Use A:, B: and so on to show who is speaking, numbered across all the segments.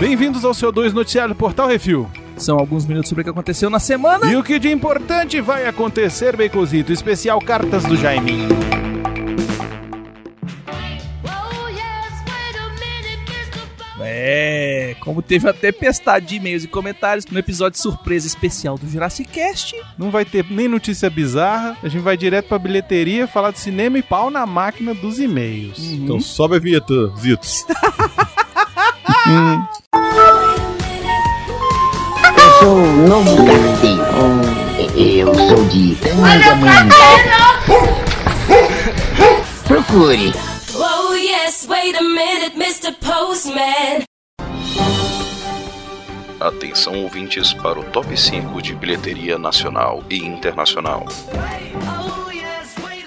A: Bem-vindos ao seu 2 noticiário do Portal Refil.
B: São alguns minutos sobre o que aconteceu na semana.
A: E o que de importante vai acontecer, Baconzito? Especial Cartas do Jaime.
B: É, como teve uma tempestade de e-mails e comentários no episódio surpresa especial do Jurassic Cast,
A: Não vai ter nem notícia bizarra. A gente vai direto pra bilheteria, falar de cinema e pau na máquina dos e-mails.
B: Uhum.
C: Então sobe a vinheta, Zitos.
D: Eu sou o Lobo da Cadeia. Hum, Eu sou de tanga Procure.
E: Oh yes, wait a minute, Mr. Postman.
F: Atenção ouvintes para o top 5 de bilheteria nacional e internacional.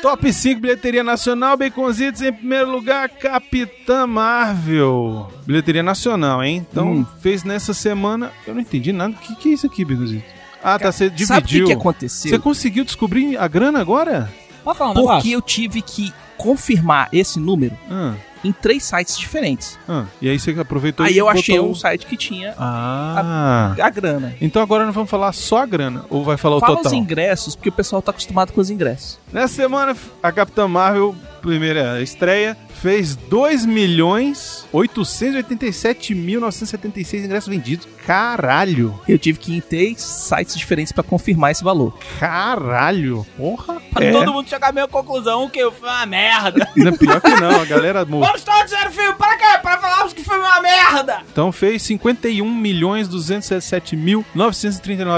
A: Top 5 bilheteria nacional, Baconzitos em primeiro lugar, Capitã Marvel. Bilheteria nacional, hein? Então,
B: Hum.
A: fez nessa semana. Eu não entendi nada. O que, que é isso aqui, Baconzitos? Ah, tá. Você dividiu.
B: sabe o que, que
A: Você
B: aconteceu?
A: conseguiu descobrir a grana agora?
G: Pode falar um
B: Porque
G: negócio?
B: eu tive que confirmar esse número
A: Ah,
B: em três sites diferentes.
A: ah. E aí você aproveitou
B: Aí
A: e
B: eu achei
A: botou-
B: um site que tinha
A: Ah.
B: a grana.
A: Então agora não vamos falar só a grana, ou vai falar o
B: Fala os
A: total?
B: ingressos, porque o pessoal tá acostumado com os ingressos.
A: Nessa semana, a Capitã Marvel, primeira estreia, fez 2 milhões 887.976 ingressos vendidos. Caralho!
B: Eu tive que ir em três sites diferentes pra confirmar esse valor.
A: Caralho! Porra!
G: Pra
A: É.
G: todo mundo chegar à mesma conclusão que eu fui uma merda.
A: Não é pior que não, a galera morreu.
G: Vamos todos ver o filme, para quê? Para falarmos que foi uma merda.
A: Então fez 51 milhões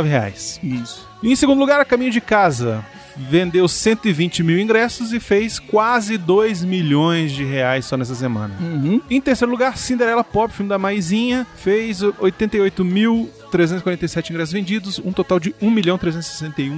A: reais.
B: Isso.
A: Em segundo lugar, a Caminho de Casa. Vendeu 120 mil ingressos e fez quase 2 milhões de reais só nessa semana.
B: Uhum.
A: Em terceiro lugar, Cinderela Pop, filme da Maisinha, fez 88.347 ingressos vendidos, um total de 1.361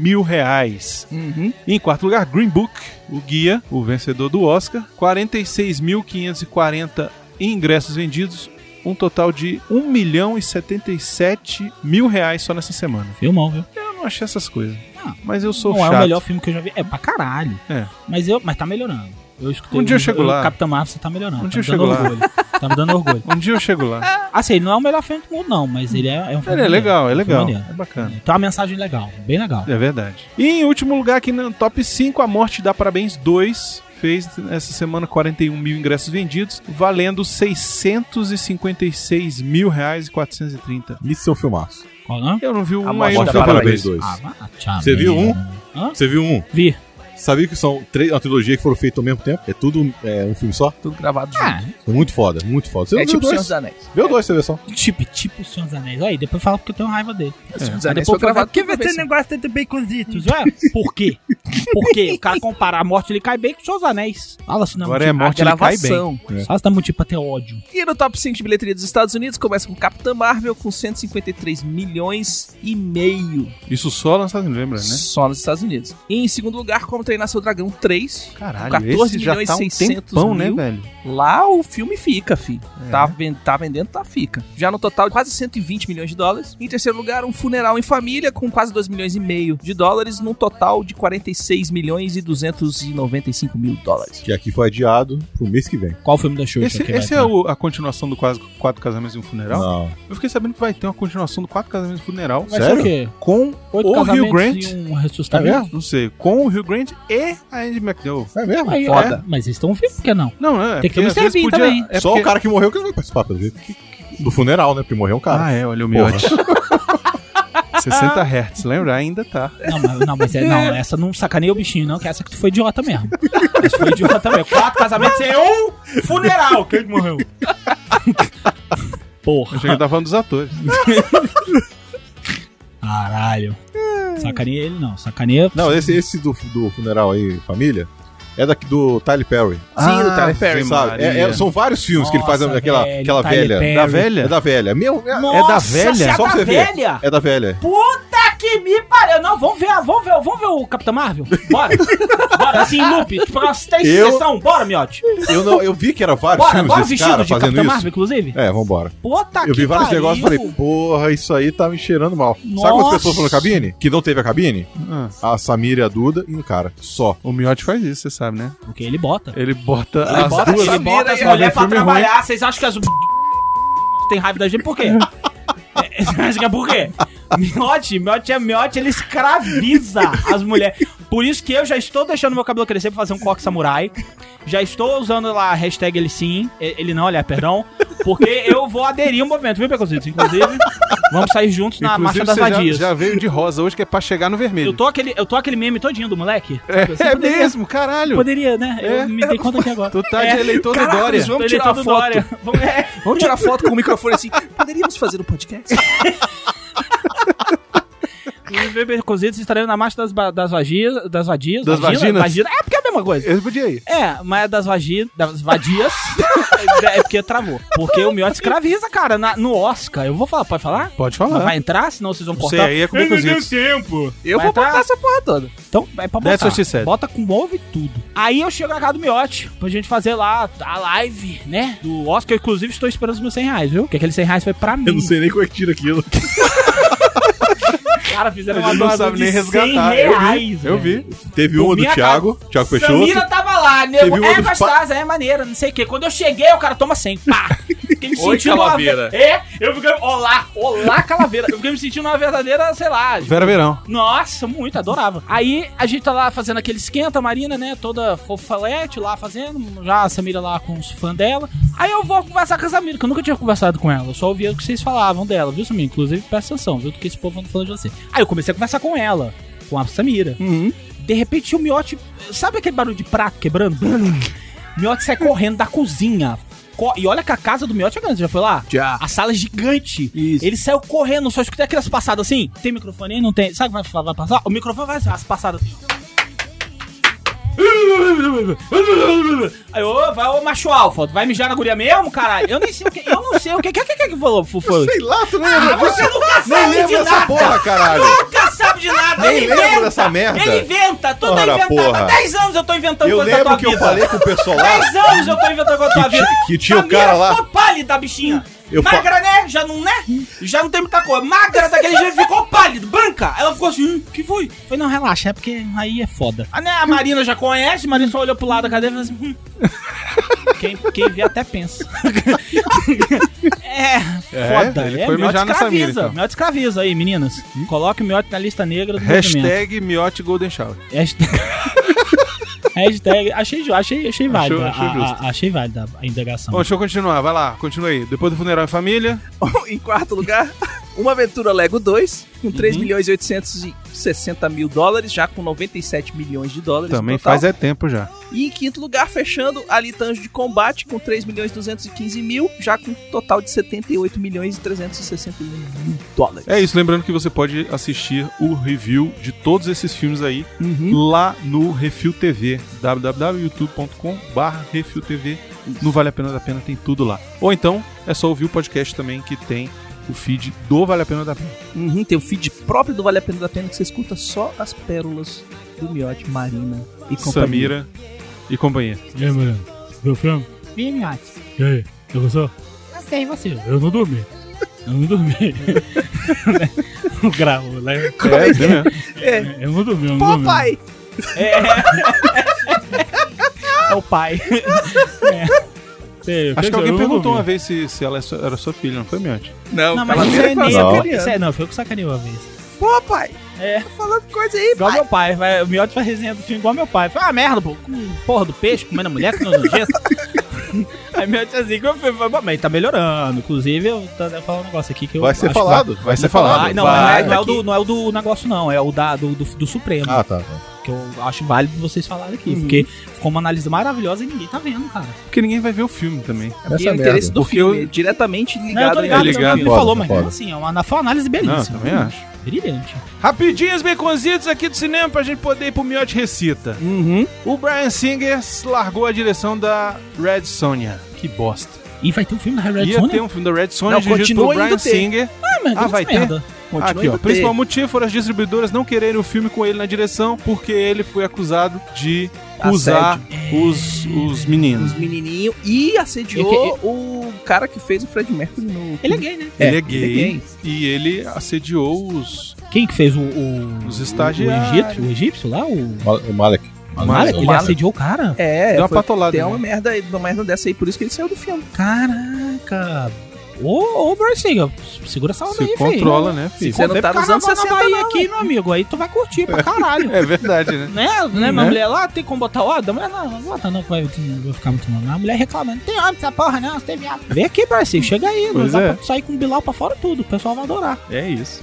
A: mil reais.
B: Uhum.
A: Em quarto lugar, Green Book, o guia, o vencedor do Oscar, 46.540 ingressos vendidos, um total de 1 milhão e 77 mil reais só nessa semana.
G: Filmão, viu?
A: Eu não achei essas coisas,
G: Ah,
A: mas eu sou
G: não
A: chato.
G: é o melhor filme que eu já vi. É pra caralho.
A: É.
G: Mas, eu, mas tá melhorando. Eu escutei.
A: Um dia eu chego lá.
G: Capitão Marvel, você tá melhorando.
A: Um dia
G: tá me
A: eu chego
G: dando
A: lá.
G: orgulho. Tá me dando orgulho.
A: Um dia eu chego lá.
G: Assim, ele não é o melhor filme do mundo, não, mas ele é, é um filme.
A: Ele é legal, é
G: maneiro,
A: legal,
G: filme
A: é
G: maneiro.
A: bacana.
G: Tem uma mensagem legal, bem legal.
A: É verdade. E em último lugar, aqui no top 5, A Morte dá Parabéns 2. Fez essa semana 41 mil ingressos vendidos, valendo 656 mil reais e 430.
C: Missão filmaço.
G: Qual não?
A: Eu não vi o
B: A
A: um
B: Morte
A: aí, eu
B: dá
A: não sei
B: Parabéns.
A: falar.
C: Parabéns dois.
G: Ah, vá, tchau.
C: Você viu um?
G: Hã?
C: Você viu um?
G: Vi.
C: Sabia que são três, uma trilogia que foram feitos ao mesmo tempo? É tudo é, um filme só?
B: Tudo gravado junto.
G: Ah,
C: É muito foda, muito foda. Você
B: é
C: não viu
B: tipo Senhor
C: dois?
B: dos Anéis.
C: Viu dois, você vê só.
G: tipo, tipo o Senhor dos Anéis. Aí, depois fala porque eu tenho raiva dele.
B: É. Senhor dos
G: Aí
B: Anéis
G: depois
B: foi
G: eu falo,
B: gravado
G: por que
B: tudo
G: você
B: bem,
G: não gosta de baconzitos? Ué, por quê? Por quê? O cara comparar a morte, ele cai bem com o Senhor dos Anéis. Fala se não
A: Agora é
G: motivo-
A: morte, né? ele cai bem.
B: gravação.
G: Fala se é dá motivo pra ter tipo, ódio.
B: E no top 5 de bilheteria dos Estados Unidos começa com Capitã Marvel com 153 milhões e meio
A: Isso só lançado, lembra, né?
B: só nos Estados Unidos. E em segundo lugar, Como Treinar Seu Dragão 3.
A: Caralho,
B: 14
A: esse já
B: milhões
A: tá um
B: 600
A: tempão, né,
B: mil.
A: velho?
B: Lá o filme fica, fi. Tá, ven- tá vendendo, tá fica. Já no total, quase 120 milhões de dólares. Em terceiro lugar, um funeral em família com quase 2 milhões e meio de dólares, num total de 46 milhões e 295 mil dólares.
C: Que aqui foi adiado pro mês que vem.
G: Qual o filme da Xuxa?
A: Esse,
G: que vai
A: esse
G: ter?
A: é o- a continuação do quase Quatro Casamentos e um Funeral?
C: Não.
A: Eu fiquei sabendo que vai ter uma continuação do Quatro Casamentos e um Funeral.
G: Vai ser
C: Sério?
G: o quê?
A: Com
G: Oito
A: o
G: casamentos
A: Hugh Grant. É
G: e um ressuscitamento?
A: Não sei. Com o Hugh Grant e a Andy McDowell.
C: É mesmo?
G: Aí,
B: Foda.
G: é, mas eles estão vivos, por que não?
A: Não, é.
G: Tem
A: porque
G: que ter um
A: às vezes
G: Mr. Bean
A: podia-
G: também.
A: é
C: Só
A: porque-
C: o cara que morreu que não vai participar, pelo jeito. Do funeral, né? Porque morreu um cara.
A: Ah, é, olha o
C: Porra.
A: miote. 60 Hz, lembra? Ainda tá.
G: Não, mas, não, mas é, não, essa não sacaneia o bichinho, não, que essa que tu foi idiota mesmo. Essa foi idiota mesmo. Quatro casamentos e um funeral. Quem que morreu?
A: Eu
G: Porra.
A: achei que tava falando dos atores.
G: Caralho. Sacaneia ele não, sacaneia.
C: Não, esse, esse do, do funeral aí, família, é daqui do Tyler Perry.
A: Ah,
B: do Tyler Perry.
C: Você sabe? É- é- são vários filmes que ele faz
G: Nossa,
C: aquela,
G: velho,
C: aquela
G: Tyler
C: velha.
G: Perry.
A: Da velha?
C: É da velha. Meu, é,
A: Nossa, velha?
C: Só pra você ver.
G: velha?
C: é da velha.
G: Puta que que me pariu. Não, vamos ver, a- vamos ver, vamos ver o Capitão Marvel? Bora. Bora, assim, em loop. Tipo, umas três
C: Eu-
G: sessão. Bora, miote.
C: Eu, não, eu vi que era vários
G: Bora,
C: filmes
G: bora
C: desse cara
G: vestido de
C: fazendo
G: Capitão
C: isso.
G: Marvel, inclusive.
C: É, vambora.
G: Puta
C: eu vi
G: que
C: vários
G: pariu.
C: negócios e falei, porra, isso aí tá me cheirando mal. Sabe
G: Nossa.
C: quantas pessoas foram na cabine? Que não teve a cabine?
A: Ah,
C: A Samira e a Duda e um cara. Só.
A: o Miotti faz isso, você sabe, né?
G: Porque ele bota.
A: Ele bota
G: Ele
A: as
G: bota,
A: duas.
G: ele bota as
A: Fazer
G: mulheres pra
A: filme ruim.
G: trabalhar. Vocês acham que as. tem raiva da gente por quê? É, Vocês acham que é por quê? Miote, miote é miote, ele escraviza as mulheres. Por isso que eu já estou deixando meu cabelo crescer pra fazer um coque samurai. Já estou usando lá a hashtag ele sim, e- ele não, aliás, perdão. Porque eu vou aderir ao movimento, viu, Pecositos? Inclusive, vamos sair juntos na
A: Inclusive,
G: Marcha das
A: você já-
G: Vadias.
A: Já, veio de rosa hoje, que é pra chegar no
G: Eu,
A: vermelho.
G: tô aquele, eu tô aquele meme todinho do moleque.
A: É,
G: Você
A: é
G: poderia-
A: mesmo, caralho.
G: Poderia, né?
A: É.
G: Eu me dei conta aqui agora.
A: Tu tá
G: É.
A: de eleitor do
B: Caraca,
A: Dória.
B: eles vão- Vamos
G: Ele
B: tirar
G: todo
B: foto.
G: Dória. Vamos- é.
B: Vamos tirar foto com o microfone assim. Poderíamos fazer um podcast?
G: Os bebês cozidos estariam na marcha das, ba- das vagias. Das vadias?
A: Das vaginas?
G: vagina- é porque é a mesma coisa.
A: Ele podia ir.
G: É, mas é das vagias. Das vadias. é porque travou. Porque o Miotti escraviza, cara, na- no Oscar. Eu vou falar, pode falar?
A: Pode
G: Mas
A: falar.
G: vai entrar, senão vocês vão
A: Você
G: cortar.
A: aí é com Becozitos.
G: tempo.
B: Eu
G: Vai
B: vou
G: entrar?
B: botar essa porra toda.
G: Então, é pra
A: That's
G: botar.
A: what she said.
G: Bota com ovo e tudo. Aí eu chego na casa do Miotti pra gente fazer lá a live, né? Do Oscar. Eu, inclusive, estou esperando os meus 100 reais, viu? Porque aqueles 100 reais foi pra mim.
C: Eu não sei nem como é que tira aquilo.
G: Cara, fizeram
A: Ele
G: uma
A: não
G: doação
A: sabe
G: de
A: nem
G: 100
A: resgatar. Eu vi,
G: Reais,
A: Eu
G: velho.
A: vi.
C: Teve
G: Do
C: uma do
G: minha
C: Thiago, Thiago Peixoto.
G: Samira tava lá, nego.
C: Teve um
G: é
C: dos pa-
G: gostosa, é maneira, não sei o quê. Quando eu cheguei, o cara toma 100. Pá! Fiquei me
B: Oi,
G: sentindo uma...
B: Calaveira.
G: É, eu fiquei. Olá, olá, calaveira. Eu fiquei me sentindo uma verdadeira, sei lá.
A: Vera Verão.
G: Nossa, muito, adorava. Aí a gente tá lá fazendo aquele esquenta, a Marina, né? Toda fofalete lá fazendo. Já a Samira lá com os fãs dela. Aí eu vou conversar com a Samira, que eu nunca tinha conversado com ela. Eu só ouvia o que vocês falavam dela, viu, Samira? Inclusive, presta atenção, viu? Do que esse povo anda falando de você. Aí eu comecei a conversar com ela, com a Samira. De repente o miote. Sabe aquele barulho de prato quebrando? o miote sai correndo da cozinha. Co- E olha que a casa do miote é grande, você já foi lá?
B: Já.
G: A sala é gigante.
B: Isso.
G: Ele saiu correndo, só escutei aquelas passadas assim. Tem microfone aí? Não tem. Sabe o que vai, vai passar? O microfone vai as passadas assim. Aí, ô, vai, ô, macho alfa, vai mijar na guria mesmo, caralho? Eu nem sei o que, eu não sei o que, o que, que, que, que falou, foi?
C: Sei lá, tu nem lembra
G: Ah, você
C: disso?
G: nunca
C: Nem
G: sabe de
C: lembra dessa
G: nada!
C: porra, caralho.
G: Nunca sabe de nada!
C: Nem
G: ele
C: lembro
G: inventa!
C: dessa merda.
G: Ele inventa! Tu tá
C: Ora,
G: inventando!
C: porra.
G: Há 10 anos eu tô inventando
C: Eu
G: coisa da
C: lembro
G: tua
C: que eu
G: vida!
C: falei com o pessoal lá.
G: 10 anos eu tô inventando coisa da tua
C: Que ti-
G: vida!
C: que tinha o
G: Samira
C: cara lá-
G: ficou pálida, bichinha!
C: Eu fa-
G: Magra, né? Já não, né? Já não tem muita cor. Magra daquele jeito ficou pálida, branca. Ela ficou assim, "Hum, que foi? Foi, não, relaxa, é porque aí é foda. A, né, a Marina já conhece, a Marina só olhou pro lado da cadeira e falou assim, hum. quem, quem vê até pensa. é,
A: É,
G: foda.
A: ele
G: é,
A: foi
G: miote
A: mijar na Samira,
G: escraviza.
A: então.
G: Miote escraviza aí, meninas.
C: Hum?
G: Coloque o miote na lista negra do movimento.
A: Hashtag Miotti Golden Shower.
G: Hashtag. Hashtag. Achei, ju- achei, achei válida.
A: achou
G: a- a-
A: justo.
G: achei válida a indagação.
A: Bom, deixa eu continuar. Vai lá, continua aí. Depois do funeral e família.
B: em quarto lugar, Uma Aventura Lego 2, com 3 milhões e 860 mil dólares, já com 97 milhões de dólares.
A: Também
B: no total.
A: faz é tempo já.
B: E em quinto lugar, fechando, Alita Anjo de Combate, com 3 milhões e 215 mil, já com um total de 78 milhões e 361 mil dólares.
A: É isso, lembrando que você pode assistir o review de todos esses filmes aí lá no Refil TV, www.youtube.com.br Refil TV. Não vale a pena da pena, tem tudo lá. Ou então é só ouvir o podcast também que tem o feed do Vale a Pena da Pena.
B: Uhum, tem o feed próprio do Vale a Pena da Pena, que você escuta só as pérolas do Miote, Marina e companhia.
A: Samira e companhia.
H: E aí, Mariana? Viu o filme?
G: Vem, miote.
H: E aí? Você gostou?
G: Gostei, você.
H: Eu não dormi. Eu não dormi. o gravo, né?
A: É, isso mesmo.
H: Eu não dormi, eu não
B: Pô,
H: dormi.
B: pai!
G: É o pai. É.
H: Sei, eu
A: Acho
H: sei,
A: que alguém
H: eu não
A: perguntou
H: dormi.
A: uma vez se, se ela é sua- era sua filha, não foi, Miotti?
B: Não,
G: Não,
B: fala
G: mas isso
B: dele,
G: é
B: fala
G: nego.
B: sacaneando.
G: Isso é, não, foi eu que sacaneei uma vez.
B: Pô, pai!
G: É.
B: Tá falando coisa aí,
G: Igual
B: pai!
G: meu pai. Vai, o miote faz resenha do filme igual meu pai. Foi uma merda, pô. Com porra do peixe, comendo a mulher, comendo nojento. Aí meu tiazinho que eu fui, foi, bom, mas tá melhorando. Inclusive, eu tô até falando um negócio aqui que eu
C: Vai ser
G: acho que
C: falado. Vai ser
G: Ah,
C: falado.
G: não,
B: Vai,
G: não, é, não é o
B: daqui.
G: do, não é o do negócio, não. É o da, do, do, do Supremo.
C: Ah, tá.
G: Que eu acho válido vocês falarem aqui. Porque ficou uma análise maravilhosa e ninguém tá vendo, cara.
A: Porque ninguém vai ver o filme também.
B: E o
C: Essa
B: interesse
C: merda.
B: do
A: é Porque
B: filme,
A: eu-
B: é diretamente
G: Não, eu
B: ligado,
G: tô ligado,
A: é
G: ligado,
A: ligado.
G: ele
C: Foda,
G: falou, mas
C: foda.
G: assim, é uma, foi uma análise belíssima.
A: Não, também acho.
G: Brilhante.
A: Rapidinhas baconzitos aqui do cinema pra gente poder ir pro Miotti Recita.
B: Uhum.
A: O Brian Singer largou a direção da Red Sonja. Que bosta.
G: E vai ter um filme da Red
A: Ia
G: Sonja?
A: ter um filme da Red Sonja
B: Não,
A: dirigido
B: continua
A: por
B: indo
A: Brian
B: ter.
A: Singer.
G: Ah, mas
A: Ah, vai ter?
G: merda.
B: Continua
A: Aqui, ó.
B: indo
A: Principal
B: ter.
A: motivo foram as distribuidoras não quererem o filme com ele na direção, porque ele foi acusado de acusar os, os meninos.
B: Os menininhos. E assediou
I: Ele
B: o cara que fez o Fred Mercury no...
I: Ele é gay, né?
A: Ele é
B: ele é
A: gay
B: gay.
A: e ele assediou os.
G: Quem que fez o. o
A: Os
G: o-
A: estagiários.
G: O, egípcio, o egípcio lá? O.
C: Ma- O Malek.
G: Malek? Ele
B: Malek.
G: assediou o cara?
B: É,
A: deu uma
B: foi-
A: patolada.
B: Tem uma
A: né?
B: merda, uma merda dessa aí, por isso que ele saiu do filme.
G: Caraca. Ô, ô, Marcinho, segura essa onda
A: Se
G: aí, filho.
A: controla, né,
G: Se
A: filho?
B: Você não
G: convém
B: tá
G: pro
B: nos anos
G: carnaval na
B: 60
G: Bahia
B: não,
G: aqui, meu amigo. Aí tu vai curtir pra caralho.
A: É verdade, né?
G: Né, né, mas a mulher lá tem como botar ordem, mas não, não bota não, que vai, vai ficar muito mal. A mulher reclamando, não tem homem essa porra não, você tem viado. Vem aqui, parceiro, chega aí,
A: Pois
G: nós dá
A: é.
G: pra sair com o Bilal pra fora tudo, o pessoal vai adorar.
A: É isso.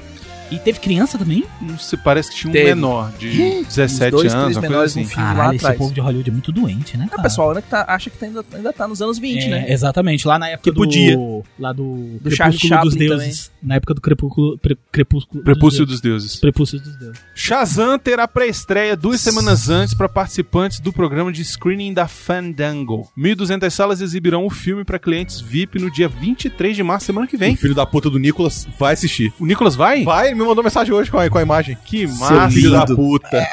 G: E teve criança também?
A: Não se parece que tinha um
B: Teve.
A: menor de 17
B: dois,
A: anos,
B: três
A: uma coisa
B: menores um no
A: assim.
B: filme lá
G: Caralho, esse
B: atrás.
G: povo de Hollywood é muito doente, né,
B: O
G: cara?
B: pessoal ainda tá- acha que tá ainda, ainda tá nos anos 20,
G: É,
B: né?
G: Exatamente, lá na época
B: Que
G: do...
B: podia.
G: Lá do,
B: Do Charles
G: Crepúsculo dos
B: Chaplin
G: Deuses. Na época do Crepúsculo... Pre, crepúsculo
A: Prepúcio
G: dos
A: dos Deuses.
G: Deuses. Prepúcio dos Deuses.
A: Shazam terá pré-estreia duas semanas antes para participantes do programa de screening da Fandango. 1.200 salas exibirão o filme para clientes VIP no dia 23 de março, semana que
C: O
A: vem.
C: filho da puta do Nicolas vai assistir.
A: O Nicolas vai?
C: Vai, ele me mandou mensagem hoje com a, com a imagem.
A: Que
C: Seu
A: massa.
C: filho da puta.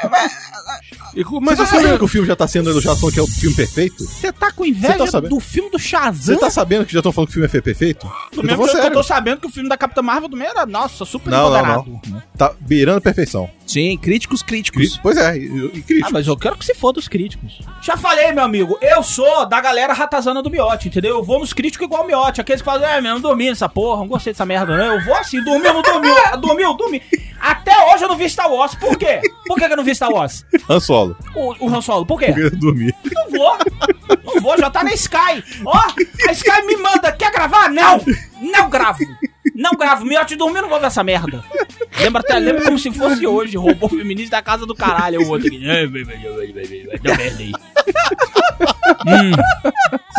A: E co- É, Mas
C: você
A: eu
C: tá sabendo
A: falei...
C: que o filme já tá sendo já falando que é o filme perfeito?
G: Você tá com
C: Cê tá
G: inveja
C: sabendo?
G: do filme do Shazam?
C: Você tá sabendo que já estão falando que o filme é perfeito? Eu
G: Do
C: tô
G: mesmo
C: falando
G: jeito que eu
C: sério.
G: tô sabendo que o filme da Capitã Marvel do meio era, nossa, super
C: Não, não,
G: empoderado.
C: Tá beirando a perfeição.
B: Sim, críticos, críticos.
C: Cri- Pois é, e, e
G: Ah,
C: crítico.
G: mas eu quero que se foda os críticos. Já falei, meu amigo, eu sou da galera ratazana do Miote, entendeu? Eu vou nos críticos igual o Miote. Aqueles que falam, é, meu, não dormi nessa porra, não gostei dessa merda, não. Eu vou assim, dormiu, não dormiu, dormiu, dormi. Até hoje eu não vi Star Wars, por quê? Por que que eu não vi Star Wars?
C: Han Solo.
G: O, o Han Solo, por quê?
C: Eu dormi.
G: Não vou, não vou, já tá na Sky. Ó, a Sky me manda, quer gravar? Não, não gravo. Não gravo, Miote dormiu, não vou ver essa merda. Lembra até, lembro como se fosse hoje, roubou feminista da casa do caralho, o outro aqui. Hum,